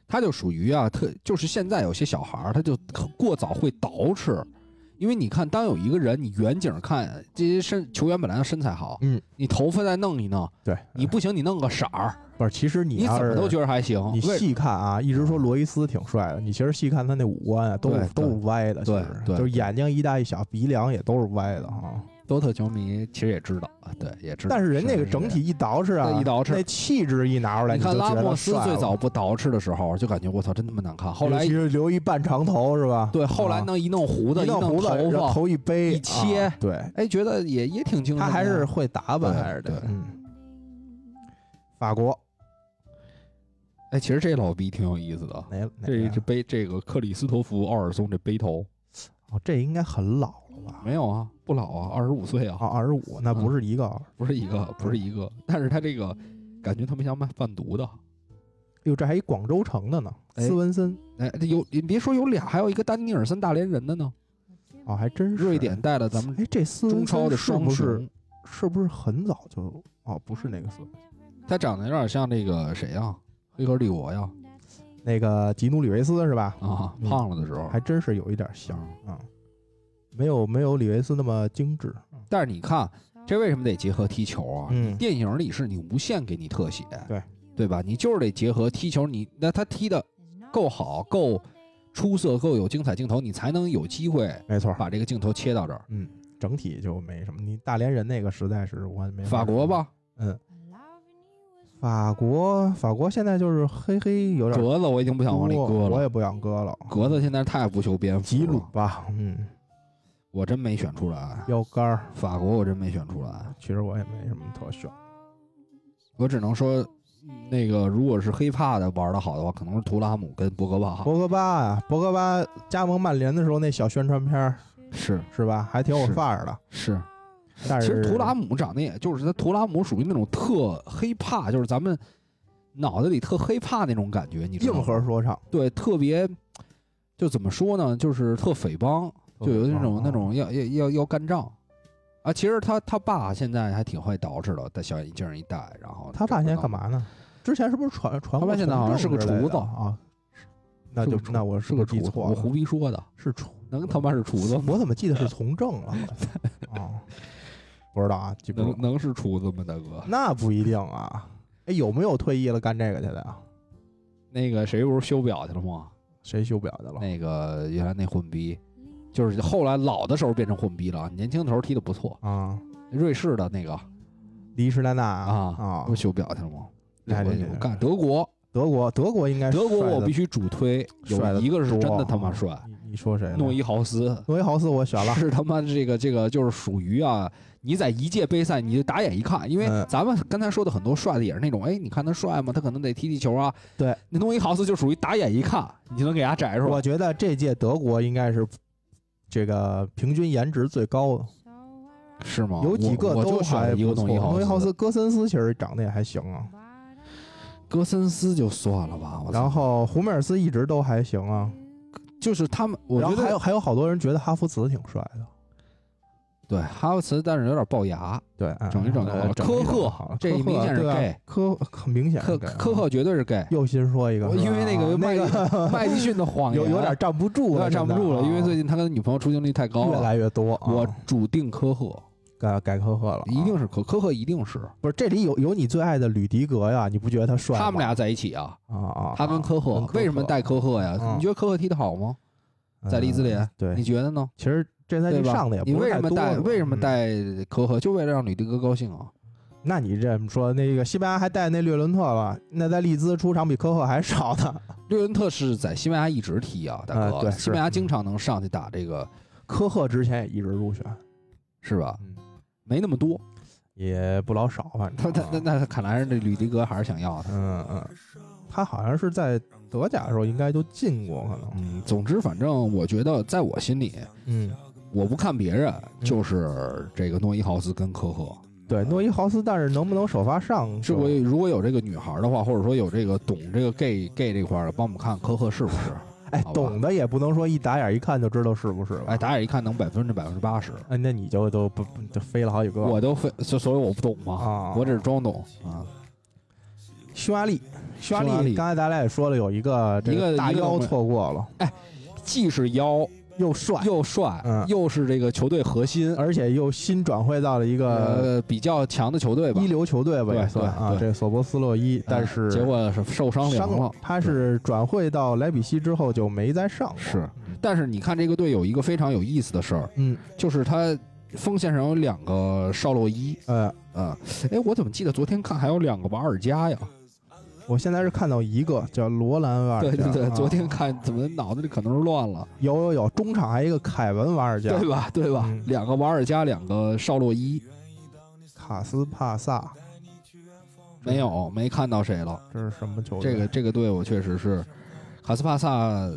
Speaker 3: 他就属于啊，特就是现在有些小孩儿，他就可过早会捯饬，因为你看，当有一个人你远景看这些身球员本来身材好，
Speaker 4: 嗯，
Speaker 3: 你头发再弄一弄，
Speaker 4: 对，
Speaker 3: 你不行你弄个色儿，
Speaker 4: 不是？其实你
Speaker 3: 你
Speaker 4: 要
Speaker 3: 怎
Speaker 4: 是
Speaker 3: 么都觉得还行，
Speaker 4: 你
Speaker 3: 为
Speaker 4: 细看啊，一直说罗伊斯挺帅的，你其实细看他那五官啊，都是
Speaker 3: 对
Speaker 4: 都是歪的，其
Speaker 3: 对
Speaker 4: 实
Speaker 3: 对
Speaker 4: 就是眼睛一大一小，鼻梁也都是歪的哈。
Speaker 3: 多特球迷其实也知道，啊，对，也知道，
Speaker 4: 但是人那个整体一捯饬啊，
Speaker 3: 那一捯饬
Speaker 4: 那气质一拿出来，
Speaker 3: 你看
Speaker 4: 就
Speaker 3: 拉
Speaker 4: 觉
Speaker 3: 莫
Speaker 4: 得
Speaker 3: 斯
Speaker 4: 帅
Speaker 3: 最
Speaker 4: 了
Speaker 3: 早，不捯饬的时候，就感觉我操，真他妈难看。后
Speaker 4: 尤
Speaker 3: 来
Speaker 4: 其是留一半长头是吧？
Speaker 3: 对，后来
Speaker 4: 啊
Speaker 3: 弄一弄胡子，
Speaker 4: 一
Speaker 3: 一
Speaker 4: 弄胡子，
Speaker 3: 头
Speaker 4: 然后
Speaker 3: 发，
Speaker 4: 头一背
Speaker 3: 一
Speaker 4: 啊
Speaker 3: 切
Speaker 4: 对，
Speaker 3: 哎，觉得也也挺精神的。啊
Speaker 4: 他还是会打扮，
Speaker 3: 对
Speaker 4: 还是
Speaker 3: 对
Speaker 4: 得嗯。法国
Speaker 3: 哎，其实这老逼挺有意思的。啊
Speaker 4: 哪哪啊
Speaker 3: 这
Speaker 4: 个
Speaker 3: 一
Speaker 4: 呀
Speaker 3: 只背这个克里斯托弗·奥尔松这背头
Speaker 4: 哦，这应该很老了吧？
Speaker 3: 没有啊，不老啊，二十五岁啊，
Speaker 4: 啊，二十五，那不是一个。哎
Speaker 3: 不是一个，不是一 <laughs> 个。但是他这个感觉他们像卖贩毒的。
Speaker 4: 呦，这还一广州城的呢，
Speaker 3: 哎
Speaker 4: 斯文森
Speaker 3: 哎，这有你别说有俩，还有一个丹尼尔森大连人的呢。
Speaker 4: 哦，还真是
Speaker 3: 瑞典。带了咱们
Speaker 4: 哎，这斯
Speaker 3: 中
Speaker 4: 文
Speaker 3: 超
Speaker 4: 森
Speaker 3: 的
Speaker 4: 是
Speaker 3: 双
Speaker 4: 不是
Speaker 3: 雄，
Speaker 4: 是不是很早就？哦，不是那个斯文，
Speaker 3: 他长得有点像那个谁呀、黑客帝国呀
Speaker 4: 那个吉努里维斯是吧？
Speaker 3: 啊，
Speaker 4: 嗯
Speaker 3: 胖了的时候。
Speaker 4: 还真是有一点像
Speaker 3: 嗯
Speaker 4: 啊，没有没有里维斯那么精致。
Speaker 3: 但是你看，这为什么得结合踢球啊？
Speaker 4: 嗯
Speaker 3: 电影里是你无限给你特写，
Speaker 4: 对
Speaker 3: 对吧？你就是得结合踢球，你那他踢的够好、够出色、够有精彩镜头，你才能有机会
Speaker 4: 没错，
Speaker 3: 把这个镜头切到这儿。
Speaker 4: 整体就没什么。你大连人那个实在是我没法
Speaker 3: 法国吧，
Speaker 4: 嗯，法国，法国现在就是嘿嘿有点
Speaker 3: 格子我已经不想往里
Speaker 4: 多
Speaker 3: 搁
Speaker 4: 我
Speaker 3: 了，
Speaker 4: 也不想割了。
Speaker 3: 格子现在太不修边
Speaker 4: 吉
Speaker 3: 幅
Speaker 4: 鲁
Speaker 3: 了，
Speaker 4: 吧，嗯，
Speaker 3: 我真没选出来。啊
Speaker 4: 腰杆儿，
Speaker 3: 法国我真没选出来，啊
Speaker 4: 其实我也没什么特选。
Speaker 3: 我只能说，那个如果是黑怕的玩的好的话，可能是图拉姆跟博格巴好。
Speaker 4: 博格巴啊，博格巴加盟曼联的时候那小宣传片儿
Speaker 3: 是
Speaker 4: 是吧，还挺有
Speaker 3: 是
Speaker 4: 范儿的。
Speaker 3: 是，
Speaker 4: 但
Speaker 3: 其
Speaker 4: 是
Speaker 3: 实图拉姆长得也就是他，图拉姆属于那种特黑怕，就是咱们脑子里特黑怕那种感觉，你知道吗
Speaker 4: 硬核说唱，
Speaker 3: 对，特别就怎么说呢，就是特匪帮，就有那种那
Speaker 4: 哦
Speaker 3: 种要要要要干仗啊。其实他他爸现在还挺会捯饬的，戴小眼镜一戴，然后
Speaker 4: 他爸现在干
Speaker 3: 嘛？
Speaker 4: 嘛呢？之前是不是传传
Speaker 3: 他
Speaker 4: 过
Speaker 3: 爸现在好像是个
Speaker 4: 从政之类
Speaker 3: 厨子
Speaker 4: 的啊？那
Speaker 3: 是
Speaker 4: 就
Speaker 3: 个厨
Speaker 4: 那我
Speaker 3: 是个
Speaker 4: 记
Speaker 3: 厨子，
Speaker 4: 错
Speaker 3: 我胡
Speaker 4: 了，
Speaker 3: 逼说的，
Speaker 4: 是厨，
Speaker 3: 能他妈是厨子吗？
Speaker 4: 我怎么记得是从政
Speaker 3: <laughs>
Speaker 4: 了？好像啊，不知道啊，记不住
Speaker 3: 能。能是厨子吗，大哥？
Speaker 4: 那不一定啊。哎，有没有退役了干这个去的啊？
Speaker 3: 那个谁不是修表去了吗？
Speaker 4: 谁修表去了？
Speaker 3: 那个原来那混逼，就是后来老的时候变成混逼了，啊年轻的时候踢的不错。
Speaker 4: 啊，
Speaker 3: 瑞士的那个
Speaker 4: 黎施耐纳啊
Speaker 3: 啊，不是修表去了吗？
Speaker 4: 来来
Speaker 3: 我
Speaker 4: 来
Speaker 3: 我干德国，
Speaker 4: 德国，德国应该
Speaker 3: 德国
Speaker 4: 哎帅
Speaker 3: 我
Speaker 4: 得
Speaker 3: 必须主推，
Speaker 4: 帅得
Speaker 3: 有一个是真的他妈
Speaker 4: 多啊
Speaker 3: 帅，
Speaker 4: 你你说谁呢？
Speaker 3: 诺伊豪
Speaker 4: <laughs>
Speaker 3: 斯。
Speaker 4: 诺伊豪斯我选了，
Speaker 3: 是他妈这个这个就是属于啊！你在一届杯赛，你就打眼一看，因为
Speaker 4: 嗯
Speaker 3: 咱们刚才说的很多帅的也是那种，哎，你看他帅吗？他可能得踢踢球啊。
Speaker 4: 对，
Speaker 3: 那诺伊豪斯就属于打眼一看，你就能给他摘出
Speaker 4: 我
Speaker 3: 来。
Speaker 4: 觉得这届德国应该是这个平均颜值最高的，
Speaker 3: 是吗？
Speaker 4: 有几个
Speaker 3: 啊我我
Speaker 4: 都
Speaker 3: 就选
Speaker 4: 还
Speaker 3: 了一
Speaker 4: 不
Speaker 3: 个
Speaker 4: 错。
Speaker 3: 伊豪
Speaker 4: 诺伊豪斯、戈森斯其实长得也还行啊，
Speaker 3: 戈森斯就算了吧。我操
Speaker 4: 嗯然后胡梅尔斯一直都还行啊，
Speaker 3: 就是他们，我
Speaker 4: 然
Speaker 3: 觉
Speaker 4: 后还有
Speaker 3: 得
Speaker 4: 还有好多人觉得哈弗茨挺帅的，
Speaker 3: 对哈弗茨，但是有点龅牙。
Speaker 4: 对，哎
Speaker 3: 整一整就好了
Speaker 4: 呃整
Speaker 3: 科
Speaker 4: 一整
Speaker 3: 赫
Speaker 4: 就好了
Speaker 3: 这
Speaker 4: 科赫
Speaker 3: 明显是
Speaker 4: 对啊
Speaker 3: gay
Speaker 4: 科很明显是
Speaker 3: 科
Speaker 4: gay 啊
Speaker 3: 科赫绝对是 gay，
Speaker 4: 又新说一个
Speaker 3: 我
Speaker 4: 是吧，
Speaker 3: 因为那
Speaker 4: 啊
Speaker 3: 个麦
Speaker 4: 那个 <laughs>
Speaker 3: 麦迪逊的谎言
Speaker 4: 有有点站不住
Speaker 3: 有
Speaker 4: 了，
Speaker 3: 点站不住了，
Speaker 4: 现在啊
Speaker 3: 因为最近他跟女朋友出镜率太高
Speaker 4: 越
Speaker 3: 了。
Speaker 4: 来越多啊，
Speaker 3: 我主定科赫，
Speaker 4: 改改科赫了啊，
Speaker 3: 一定是科科赫，一定是
Speaker 4: 不是这里有有你最爱的吕迪格呀，你不觉得他帅吗？
Speaker 3: 他们俩在一起啊，
Speaker 4: 啊啊，
Speaker 3: 他跟科赫
Speaker 4: 跟，
Speaker 3: 为什么带科赫呀？
Speaker 4: 嗯
Speaker 3: 你觉得科赫踢得好吗？在利兹联
Speaker 4: 嗯
Speaker 3: 你
Speaker 4: 对，
Speaker 3: 觉得呢？
Speaker 4: 其实这赛
Speaker 3: 对
Speaker 4: 季
Speaker 3: 吧
Speaker 4: 上的也？
Speaker 3: 你
Speaker 4: 不
Speaker 3: 为
Speaker 4: 是
Speaker 3: 什
Speaker 4: 太
Speaker 3: 么
Speaker 4: 多
Speaker 3: 带
Speaker 4: 了
Speaker 3: 为什么？
Speaker 4: 嗯
Speaker 3: 带科赫？就为了让吕迪格高兴啊！
Speaker 4: 那你这么说，那个西班牙还带那略伦特了，那在利兹出场比科赫还少呢。 <laughs>
Speaker 3: 略伦特是在西班牙一直踢啊，大
Speaker 4: 啊
Speaker 3: 哥，
Speaker 4: 对
Speaker 3: 西班牙
Speaker 4: 是
Speaker 3: 经常能上去打这个，
Speaker 4: 科赫之前也一直入选，
Speaker 3: 是吧？
Speaker 4: 嗯
Speaker 3: 没那么多，
Speaker 4: 也不老少，反
Speaker 3: 他
Speaker 4: <laughs> 正
Speaker 3: 他那那他看来这吕迪格还是想要他。
Speaker 4: 嗯嗯，他好像是在德甲的时候应该就进过，可能
Speaker 3: 嗯，总之反正我觉得，在我心里，
Speaker 4: 嗯。
Speaker 3: 我不看别人，就是这个诺伊豪斯跟科赫。
Speaker 4: 对，诺伊豪斯，但是能不能首发上？
Speaker 3: 是我如果有这个女孩的话，或者说有这个懂这个 gay gay 这块儿的，帮我们看科赫是不
Speaker 4: <laughs>
Speaker 3: 是？
Speaker 4: 哎
Speaker 3: 好吧，
Speaker 4: 懂的也不能说一打眼一看就知道是不是吧？
Speaker 3: 哎，打眼一看能百分之百分之八十，
Speaker 4: 哎，那你就都不不就飞了好几个。
Speaker 3: 我都非所所以我不懂嘛，
Speaker 4: 啊，
Speaker 3: 我只是装懂啊。
Speaker 4: 匈牙利，匈
Speaker 3: 匈牙
Speaker 4: 牙
Speaker 3: 利
Speaker 4: 利，刚才咱俩也说了，有一个这
Speaker 3: 一个
Speaker 4: 大
Speaker 3: 一个
Speaker 4: 妖
Speaker 3: 我们
Speaker 4: 错过了，
Speaker 3: 既是妖
Speaker 4: 又帅，
Speaker 3: 又帅，
Speaker 4: 嗯
Speaker 3: 又是这个球队核心，
Speaker 4: 而且又新转会到了一个
Speaker 3: 呃，比较强的球队吧
Speaker 4: 一。流球队吧，
Speaker 3: 对
Speaker 4: 也算啊
Speaker 3: 对，对
Speaker 4: 这索博斯洛伊，但是
Speaker 3: 哎结果是受伤
Speaker 4: 伤
Speaker 3: 凉了，
Speaker 4: 他是转会到莱比锡之后就没再上过，
Speaker 3: 是，但是你看这个队有一个非常有意思的事儿，
Speaker 4: 嗯
Speaker 3: 就是他锋线上有两个少洛伊
Speaker 4: 呃，
Speaker 3: 啊，哎，我怎么记得昨天看还有两个瓦尔加呀？
Speaker 4: 我现在是看到一个叫罗兰瓦尔
Speaker 3: <laughs> 对
Speaker 4: 加，
Speaker 3: 对对，
Speaker 4: 啊
Speaker 3: 昨
Speaker 4: <laughs>
Speaker 3: 天看怎么脑子里可能是乱了，
Speaker 4: 有有有，中场还有一个凯文瓦尔加，
Speaker 3: 对吧？对吧？
Speaker 4: 嗯
Speaker 3: 两个瓦尔加，两个少洛伊，
Speaker 4: 卡斯帕萨，
Speaker 3: 没有没看到谁了。
Speaker 4: 这是什么球队？
Speaker 3: 这个这个队我确实是，卡斯帕萨，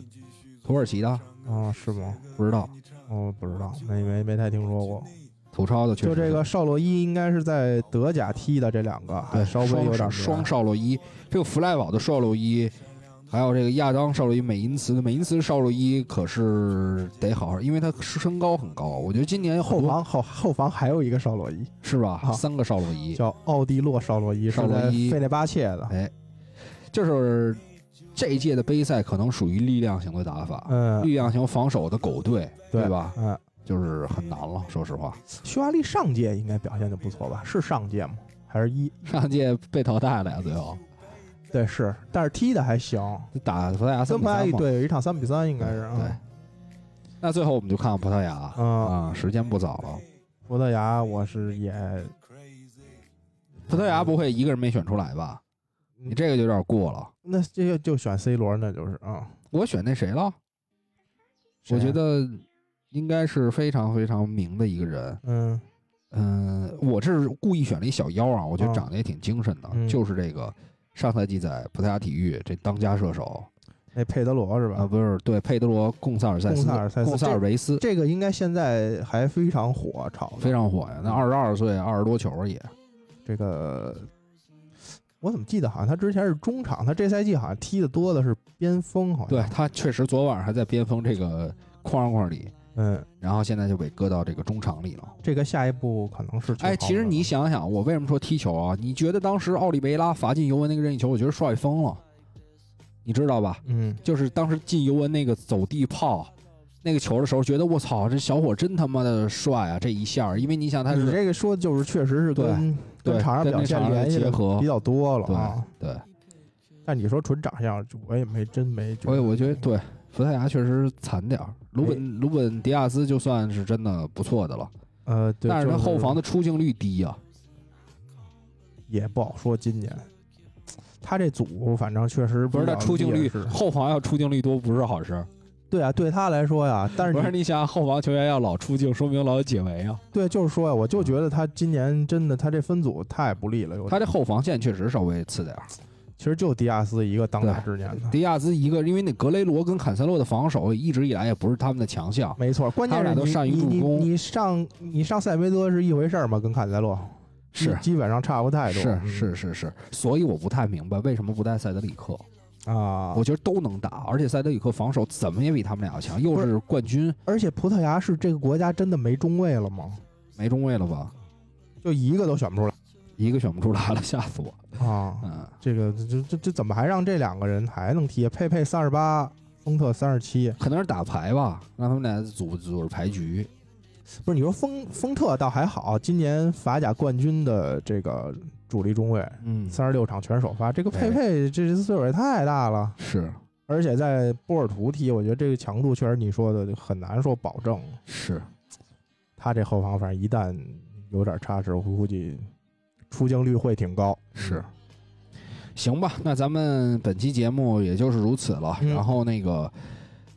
Speaker 3: 土耳其的
Speaker 4: 啊，是吗？
Speaker 3: 不知道，
Speaker 4: 哦，不知道，没没没太听说过。
Speaker 3: 土超的确
Speaker 4: 就
Speaker 3: 实是
Speaker 4: 这个少洛伊应该是在德甲踢的这两个，还
Speaker 3: 对
Speaker 4: 稍微有点
Speaker 3: 啊双
Speaker 4: 名
Speaker 3: 双少洛伊，这个弗赖堡的少洛伊，还有这个亚当少洛伊、美因茨的美因茨少洛伊可是得好好，因为他身高很高，我觉得今年有好
Speaker 4: 后
Speaker 3: 多
Speaker 4: 防后后防还有一个少洛伊，
Speaker 3: 是吧？
Speaker 4: 啊
Speaker 3: 三个少洛伊，
Speaker 4: 叫奥迪洛少洛伊，
Speaker 3: 少
Speaker 4: 是
Speaker 3: 洛
Speaker 4: 在
Speaker 3: 伊
Speaker 4: 费内巴切的。
Speaker 3: 哎，就是这一届的杯赛可能属于力量型的打法，
Speaker 4: 嗯，
Speaker 3: 力量型防守的狗队，
Speaker 4: 对
Speaker 3: 吧？
Speaker 4: 嗯，
Speaker 3: 就是很难了，说实话，
Speaker 4: 匈牙利上届应该表现的不错吧？是上届吗？还是一？
Speaker 3: 上届被淘汰了呀，最后
Speaker 4: 对，是，但是踢的还行。
Speaker 3: 打葡萄牙三
Speaker 4: 跟
Speaker 3: 比
Speaker 4: 葡萄
Speaker 3: 三
Speaker 4: 牙
Speaker 3: 嘛，
Speaker 4: 队有一场三比三，应该是
Speaker 3: 对
Speaker 4: 啊。。
Speaker 3: 那最后我们就看看葡萄牙
Speaker 4: 嗯
Speaker 3: 啊，时间不早了，
Speaker 4: 葡萄牙我是也
Speaker 3: 葡萄牙不会一个人没选出来吧？你这个就有点过了。
Speaker 4: 那这个就选 C 罗，那就是啊。
Speaker 3: 我选那谁了？
Speaker 4: 谁
Speaker 3: 我
Speaker 4: 啊
Speaker 3: 觉，得应该是非常非常明的一个人。
Speaker 4: 嗯
Speaker 3: 嗯、我这是故意选了一小妖啊，我觉得
Speaker 4: 啊
Speaker 3: 长得也挺精神的，
Speaker 4: 嗯
Speaker 3: 就是这个上赛季在葡萄牙体育这当家射手
Speaker 4: 那佩德罗是吧？
Speaker 3: 啊，不是对佩德罗·贡萨尔塞斯，
Speaker 4: 贡萨尔塞斯
Speaker 3: 贡萨尔维斯
Speaker 4: 这个应该现在还非常火，炒的
Speaker 3: 非常火呀，那二十二岁，二十多球儿也
Speaker 4: 这个。我怎么记得好像他之前是中场，他这赛季好像踢的多的是边锋，好像
Speaker 3: 对他确实昨晚还在边锋这个框框里，
Speaker 4: 嗯，
Speaker 3: 然后现在就被搁到这个中场里了。
Speaker 4: 这个下一步可能是球
Speaker 3: 哎，
Speaker 4: 皇
Speaker 3: 其实
Speaker 4: 了嗯
Speaker 3: 你想想，我为什么说踢球啊？你觉得当时奥利维拉罚进尤文那个任意球，我觉得帅疯了，你知道吧？
Speaker 4: 嗯，
Speaker 3: 就是当时进尤文那个走地炮那个球的时候，觉得我操，这小伙真他妈的帅啊！这一下儿，因为你想他
Speaker 4: 你
Speaker 3: 是
Speaker 4: 这个说的就是确实是
Speaker 3: 对
Speaker 4: 跟
Speaker 3: 对
Speaker 4: 跟场上
Speaker 3: 跟那
Speaker 4: 表现
Speaker 3: 场上
Speaker 4: 联系
Speaker 3: 结
Speaker 4: 的
Speaker 3: 合
Speaker 4: 比较多了
Speaker 3: 对
Speaker 4: 啊。
Speaker 3: 对，
Speaker 4: 但你说纯长相，我也没真没觉得，
Speaker 3: 我也我觉得对葡萄牙确实惨点儿，鲁
Speaker 4: 哎
Speaker 3: 本鲁本迪亚斯就算是真的不错的了，
Speaker 4: 呃，对
Speaker 3: 但是他
Speaker 4: 就
Speaker 3: 后防的出镜率低啊呀、
Speaker 4: 也不好说。今年他这组反正确实
Speaker 3: 不是
Speaker 4: 比
Speaker 3: 他
Speaker 4: 较
Speaker 3: 出镜率
Speaker 4: 劣势，
Speaker 3: 后防要出镜率多不是好事。
Speaker 4: <laughs> 对啊，对他来说呀，但是
Speaker 5: 不
Speaker 4: 你
Speaker 5: 是你想想后防球员要老出镜，说明老有解围啊。
Speaker 4: 对，就是说呀，我就觉得他今年真的他这分组太不利了。有
Speaker 3: 他这后防线确实稍微次点儿。
Speaker 4: 其实就迪亚斯一个当打之年的，
Speaker 3: 迪亚兹一个，因为那格雷罗跟坎塞洛的防守一直以来也不是他们的强项。
Speaker 4: 没错。关
Speaker 3: 他
Speaker 4: 键
Speaker 3: 们俩
Speaker 4: 是
Speaker 3: 都
Speaker 4: 你
Speaker 3: 善于助
Speaker 4: 你
Speaker 3: 攻
Speaker 4: 你你上你上塞维德是一回事儿吗？跟坎塞洛
Speaker 3: 是
Speaker 4: 基本上差不嗯太多。
Speaker 3: 是
Speaker 4: 嗯
Speaker 3: 是是是，所以我不太明白为什么不带塞德里克。
Speaker 4: 啊，
Speaker 3: 我觉得都能打，而且塞德里克防守怎么也比他们俩要强，又
Speaker 4: 不是
Speaker 3: 是冠军，
Speaker 4: 而且葡萄牙是这个国家真的没中卫了吗？
Speaker 3: 没中卫了吧？
Speaker 4: 就一个都选不出来
Speaker 3: 一个选不出来了，吓死我！
Speaker 4: 啊！
Speaker 3: 嗯，
Speaker 4: 这个这这这怎么还让这两个人还能踢？啊佩佩三十八，丰特三十七。
Speaker 3: 可能是打牌吧，让他们俩组组织牌局。
Speaker 4: 不是你说丰丰特倒还好，今年法甲冠军的这个主力中卫，
Speaker 3: 嗯
Speaker 4: 三十六场全首发。这个
Speaker 3: 哎
Speaker 4: 佩佩这岁数也太大了，
Speaker 3: 是
Speaker 4: 而且在波尔图踢，我觉得这个强度确实你说的很难说保证。
Speaker 3: 是，
Speaker 4: 他这后防反正一旦有点差池，我估计出镜率会挺高。
Speaker 3: 是，行吧，那咱们本期节目也就是如此了。
Speaker 4: 嗯
Speaker 3: 然后那个，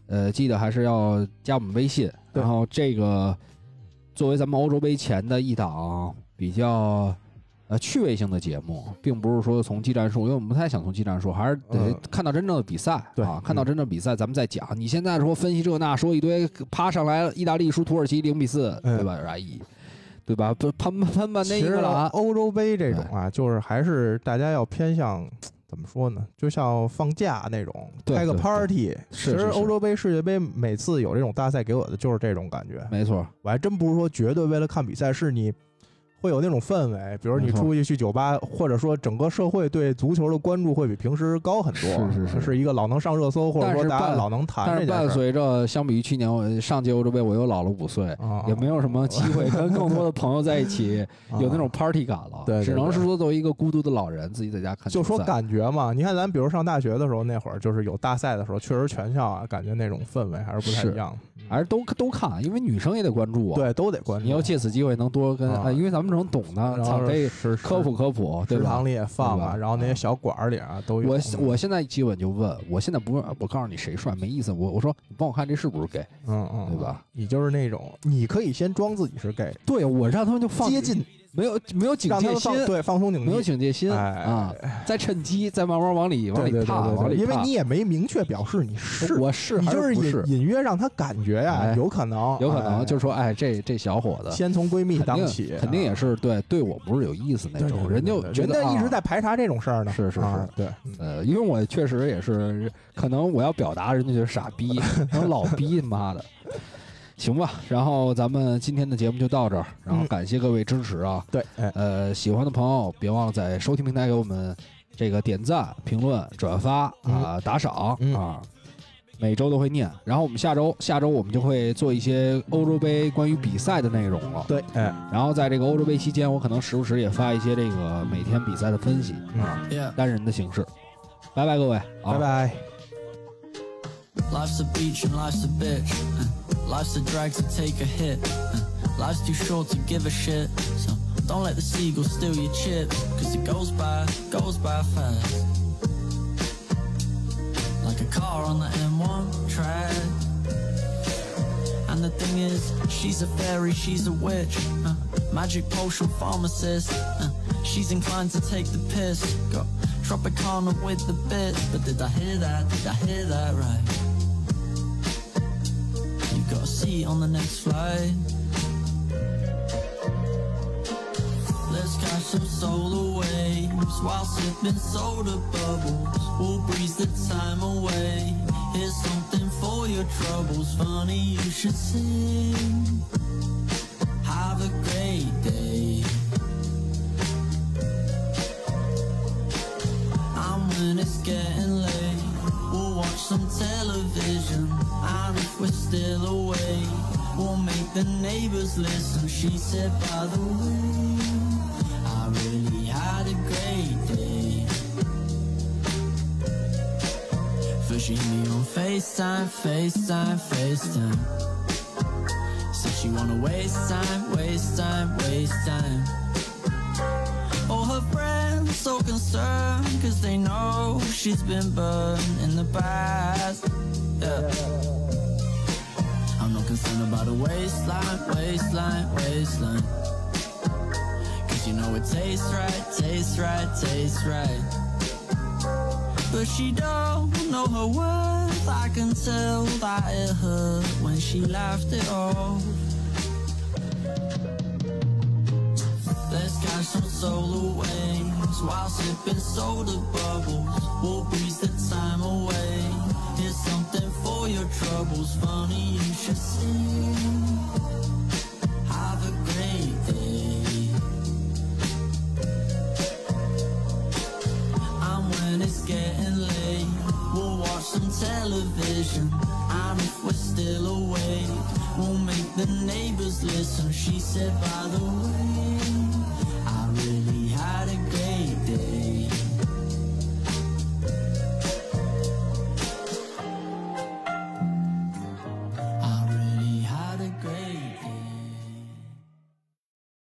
Speaker 3: 呃，记得还是要加我们微信。
Speaker 4: 对
Speaker 3: 然后这个作为咱们欧洲杯前的一档比较呃趣味性的节目，并不是说从技战术，因为我们不太想从技战术，还是得
Speaker 4: 嗯
Speaker 3: 看到真正的比赛、
Speaker 4: 对嗯
Speaker 3: 啊，看到真正的比赛咱们再讲。你现在说分析这那，说一堆，啪上来意大利输土耳其零比四、
Speaker 4: 嗯
Speaker 3: 对吧？哎，对吧？不攀攀攀那哎
Speaker 4: 其
Speaker 3: 英
Speaker 4: 实啊
Speaker 3: 格兰，
Speaker 4: 欧洲杯这种啊，就是还是大家要偏向怎么说呢？就像放假那种，
Speaker 3: 对
Speaker 4: 开个
Speaker 3: 对对
Speaker 4: party。
Speaker 3: 是
Speaker 4: 其实
Speaker 3: 是是
Speaker 4: 欧洲杯、世界杯每次有这种大赛，给我的就是这种感觉。
Speaker 3: 没错。
Speaker 4: 我还真不是说绝对为了看比赛，是你会有那种氛围，比如你
Speaker 3: 没错
Speaker 4: 出去去酒吧，或者说整个社会对足球的关注会比平时高很多，啊
Speaker 3: 是是是
Speaker 4: 一个老能上热搜，或者
Speaker 3: 但
Speaker 4: 说
Speaker 3: 是
Speaker 4: 大家
Speaker 3: 伴
Speaker 4: 老能
Speaker 3: 但
Speaker 4: 谈这
Speaker 3: 是
Speaker 4: 啊件
Speaker 3: 伴
Speaker 4: 事儿。
Speaker 3: 随着，相比于去年我上届欧洲杯，我又老了五岁，
Speaker 4: 啊，
Speaker 3: 也没有什么机会跟更多的朋友在一起，
Speaker 4: <laughs> 啊
Speaker 3: 有那种 party 感了。
Speaker 4: 对对
Speaker 3: 只能
Speaker 4: 对
Speaker 3: 是说作为一个孤独的老人，自己在家看球
Speaker 4: 就
Speaker 3: 赛。
Speaker 4: 说感觉嘛，你看咱比如上大学的时候那会儿，就是有大赛的时候，确实全校啊，感觉那种氛围还是不太
Speaker 3: 是
Speaker 4: 一样。
Speaker 3: 还是都都看，因为女生也得关注啊。，
Speaker 4: 对，都得关注。
Speaker 3: 你要借此机会能多跟，
Speaker 4: 啊
Speaker 3: 哎因为咱们这种懂的，
Speaker 4: 然
Speaker 3: 操
Speaker 4: 后
Speaker 3: 这
Speaker 4: 食
Speaker 3: 科普科普，对
Speaker 4: 食
Speaker 3: 吧
Speaker 4: 堂？里也放
Speaker 3: 对
Speaker 4: 啊，
Speaker 3: 吧嗯
Speaker 4: 然后那些小馆儿里啊都有。
Speaker 3: 我我现在基本就问，我现在不问，我告诉你谁帅没意思，我我说你帮我看这是不是 gay？
Speaker 4: 嗯嗯，
Speaker 3: 对吧？
Speaker 4: 你就是那种，你可以先装自己是 gay，
Speaker 3: 对我让他们就放
Speaker 4: 接近，
Speaker 3: 没有没有警
Speaker 4: 让他
Speaker 3: 戒
Speaker 4: 们
Speaker 3: 心
Speaker 4: 放，对放松警
Speaker 3: 没有
Speaker 4: 惕。
Speaker 3: 警戒心
Speaker 4: 哎
Speaker 3: 啊，再趁机再慢慢往里往
Speaker 4: 对
Speaker 3: 里
Speaker 4: 对对
Speaker 3: 踏，
Speaker 4: 对
Speaker 3: 往
Speaker 4: 对，
Speaker 3: 里
Speaker 4: 因为
Speaker 3: 踏
Speaker 4: 你也没明确表示你是，
Speaker 3: 我是
Speaker 4: 你
Speaker 3: 还
Speaker 4: 就是
Speaker 3: 不
Speaker 4: 隐隐约让他感觉呀
Speaker 3: 哎，
Speaker 4: 有可能，
Speaker 3: 有可能
Speaker 4: 哎
Speaker 3: 就说哎，这这小伙子
Speaker 4: 先从闺蜜
Speaker 3: 肯
Speaker 4: 当
Speaker 3: 定
Speaker 4: 起，啊
Speaker 3: 肯定也是对对我不是有意思那
Speaker 4: 对对
Speaker 3: 种，
Speaker 4: 对
Speaker 3: 人哎就
Speaker 4: 对对
Speaker 3: 觉
Speaker 4: 人
Speaker 3: 得
Speaker 4: 家一直
Speaker 3: 啊
Speaker 4: 在排查这种事儿呢。
Speaker 3: 是是
Speaker 4: 啊
Speaker 3: 是，
Speaker 4: 对，
Speaker 3: 呃，因为我确实也是，可能我要表达人家就是傻
Speaker 4: <laughs>
Speaker 3: 逼，然后老逼，妈的，行吧。然后咱们今天的节目就到这儿，然后
Speaker 4: 嗯
Speaker 3: 感谢各位支持啊，
Speaker 4: 对，哎，
Speaker 3: 呃，喜欢的朋友别忘了在收听平台给我们这个点赞、评论、转发啊、打赏、
Speaker 4: 嗯
Speaker 3: 啊，每周都会念。然后我们下周下周我们就会做一些欧洲杯关于比赛的内容了。
Speaker 4: 对，哎，
Speaker 3: 然后在这个欧洲杯期间，我可能时不时也发一些这个每天比赛的分析啊，
Speaker 2: Yeah.
Speaker 3: 单人的形式。拜拜各位，啊
Speaker 4: 嗯拜。拜。
Speaker 2: Life's a beach and life's a Uh, bitch. Uh, Life's a drag to take a hit. Life's too short to give a shit. So Don't let the seagull steal your chips, cause it goes by, goes by fast. Like a car on the M1 track. And the thing is, she's a fairy, she's a witch, uh, magic potion pharmacist. Uh, she's inclined to take the piss. Got Tropicana with the bits, but did I hear that? Did I hear that right? You've got a seat on the next flight. Let's catch some solar waves while sipping soda bubbles. We'll breeze the time away. Here's something for your troubles. Funny you should sing. Have a great day. And when it's getting late, we'll watch some television. And if we're still awake, we'll make the neighbors listen. She said, by the way, I really had a great day. First she hit me on FaceTime, FaceTime, FaceTime. Said she wanna waste time, waste time, waste time. All her friends so concerned Cause they know she's been burned in the past yeah. I'm not concerned about a waistline, waistline, waistline Cause you know it tastes right, tastes right, tastes right But she don't know her worth I can tell that it hurt when she laughed it off Let's catch some solar waves while sipping soda bubbles. We'll breeze the time away. Here's something for your troubles. Funny you should sing. Have a great day. And when it's getting late, we'll watch some television. And if we're still awake, we'll make the neighbors listen. She said, by the way.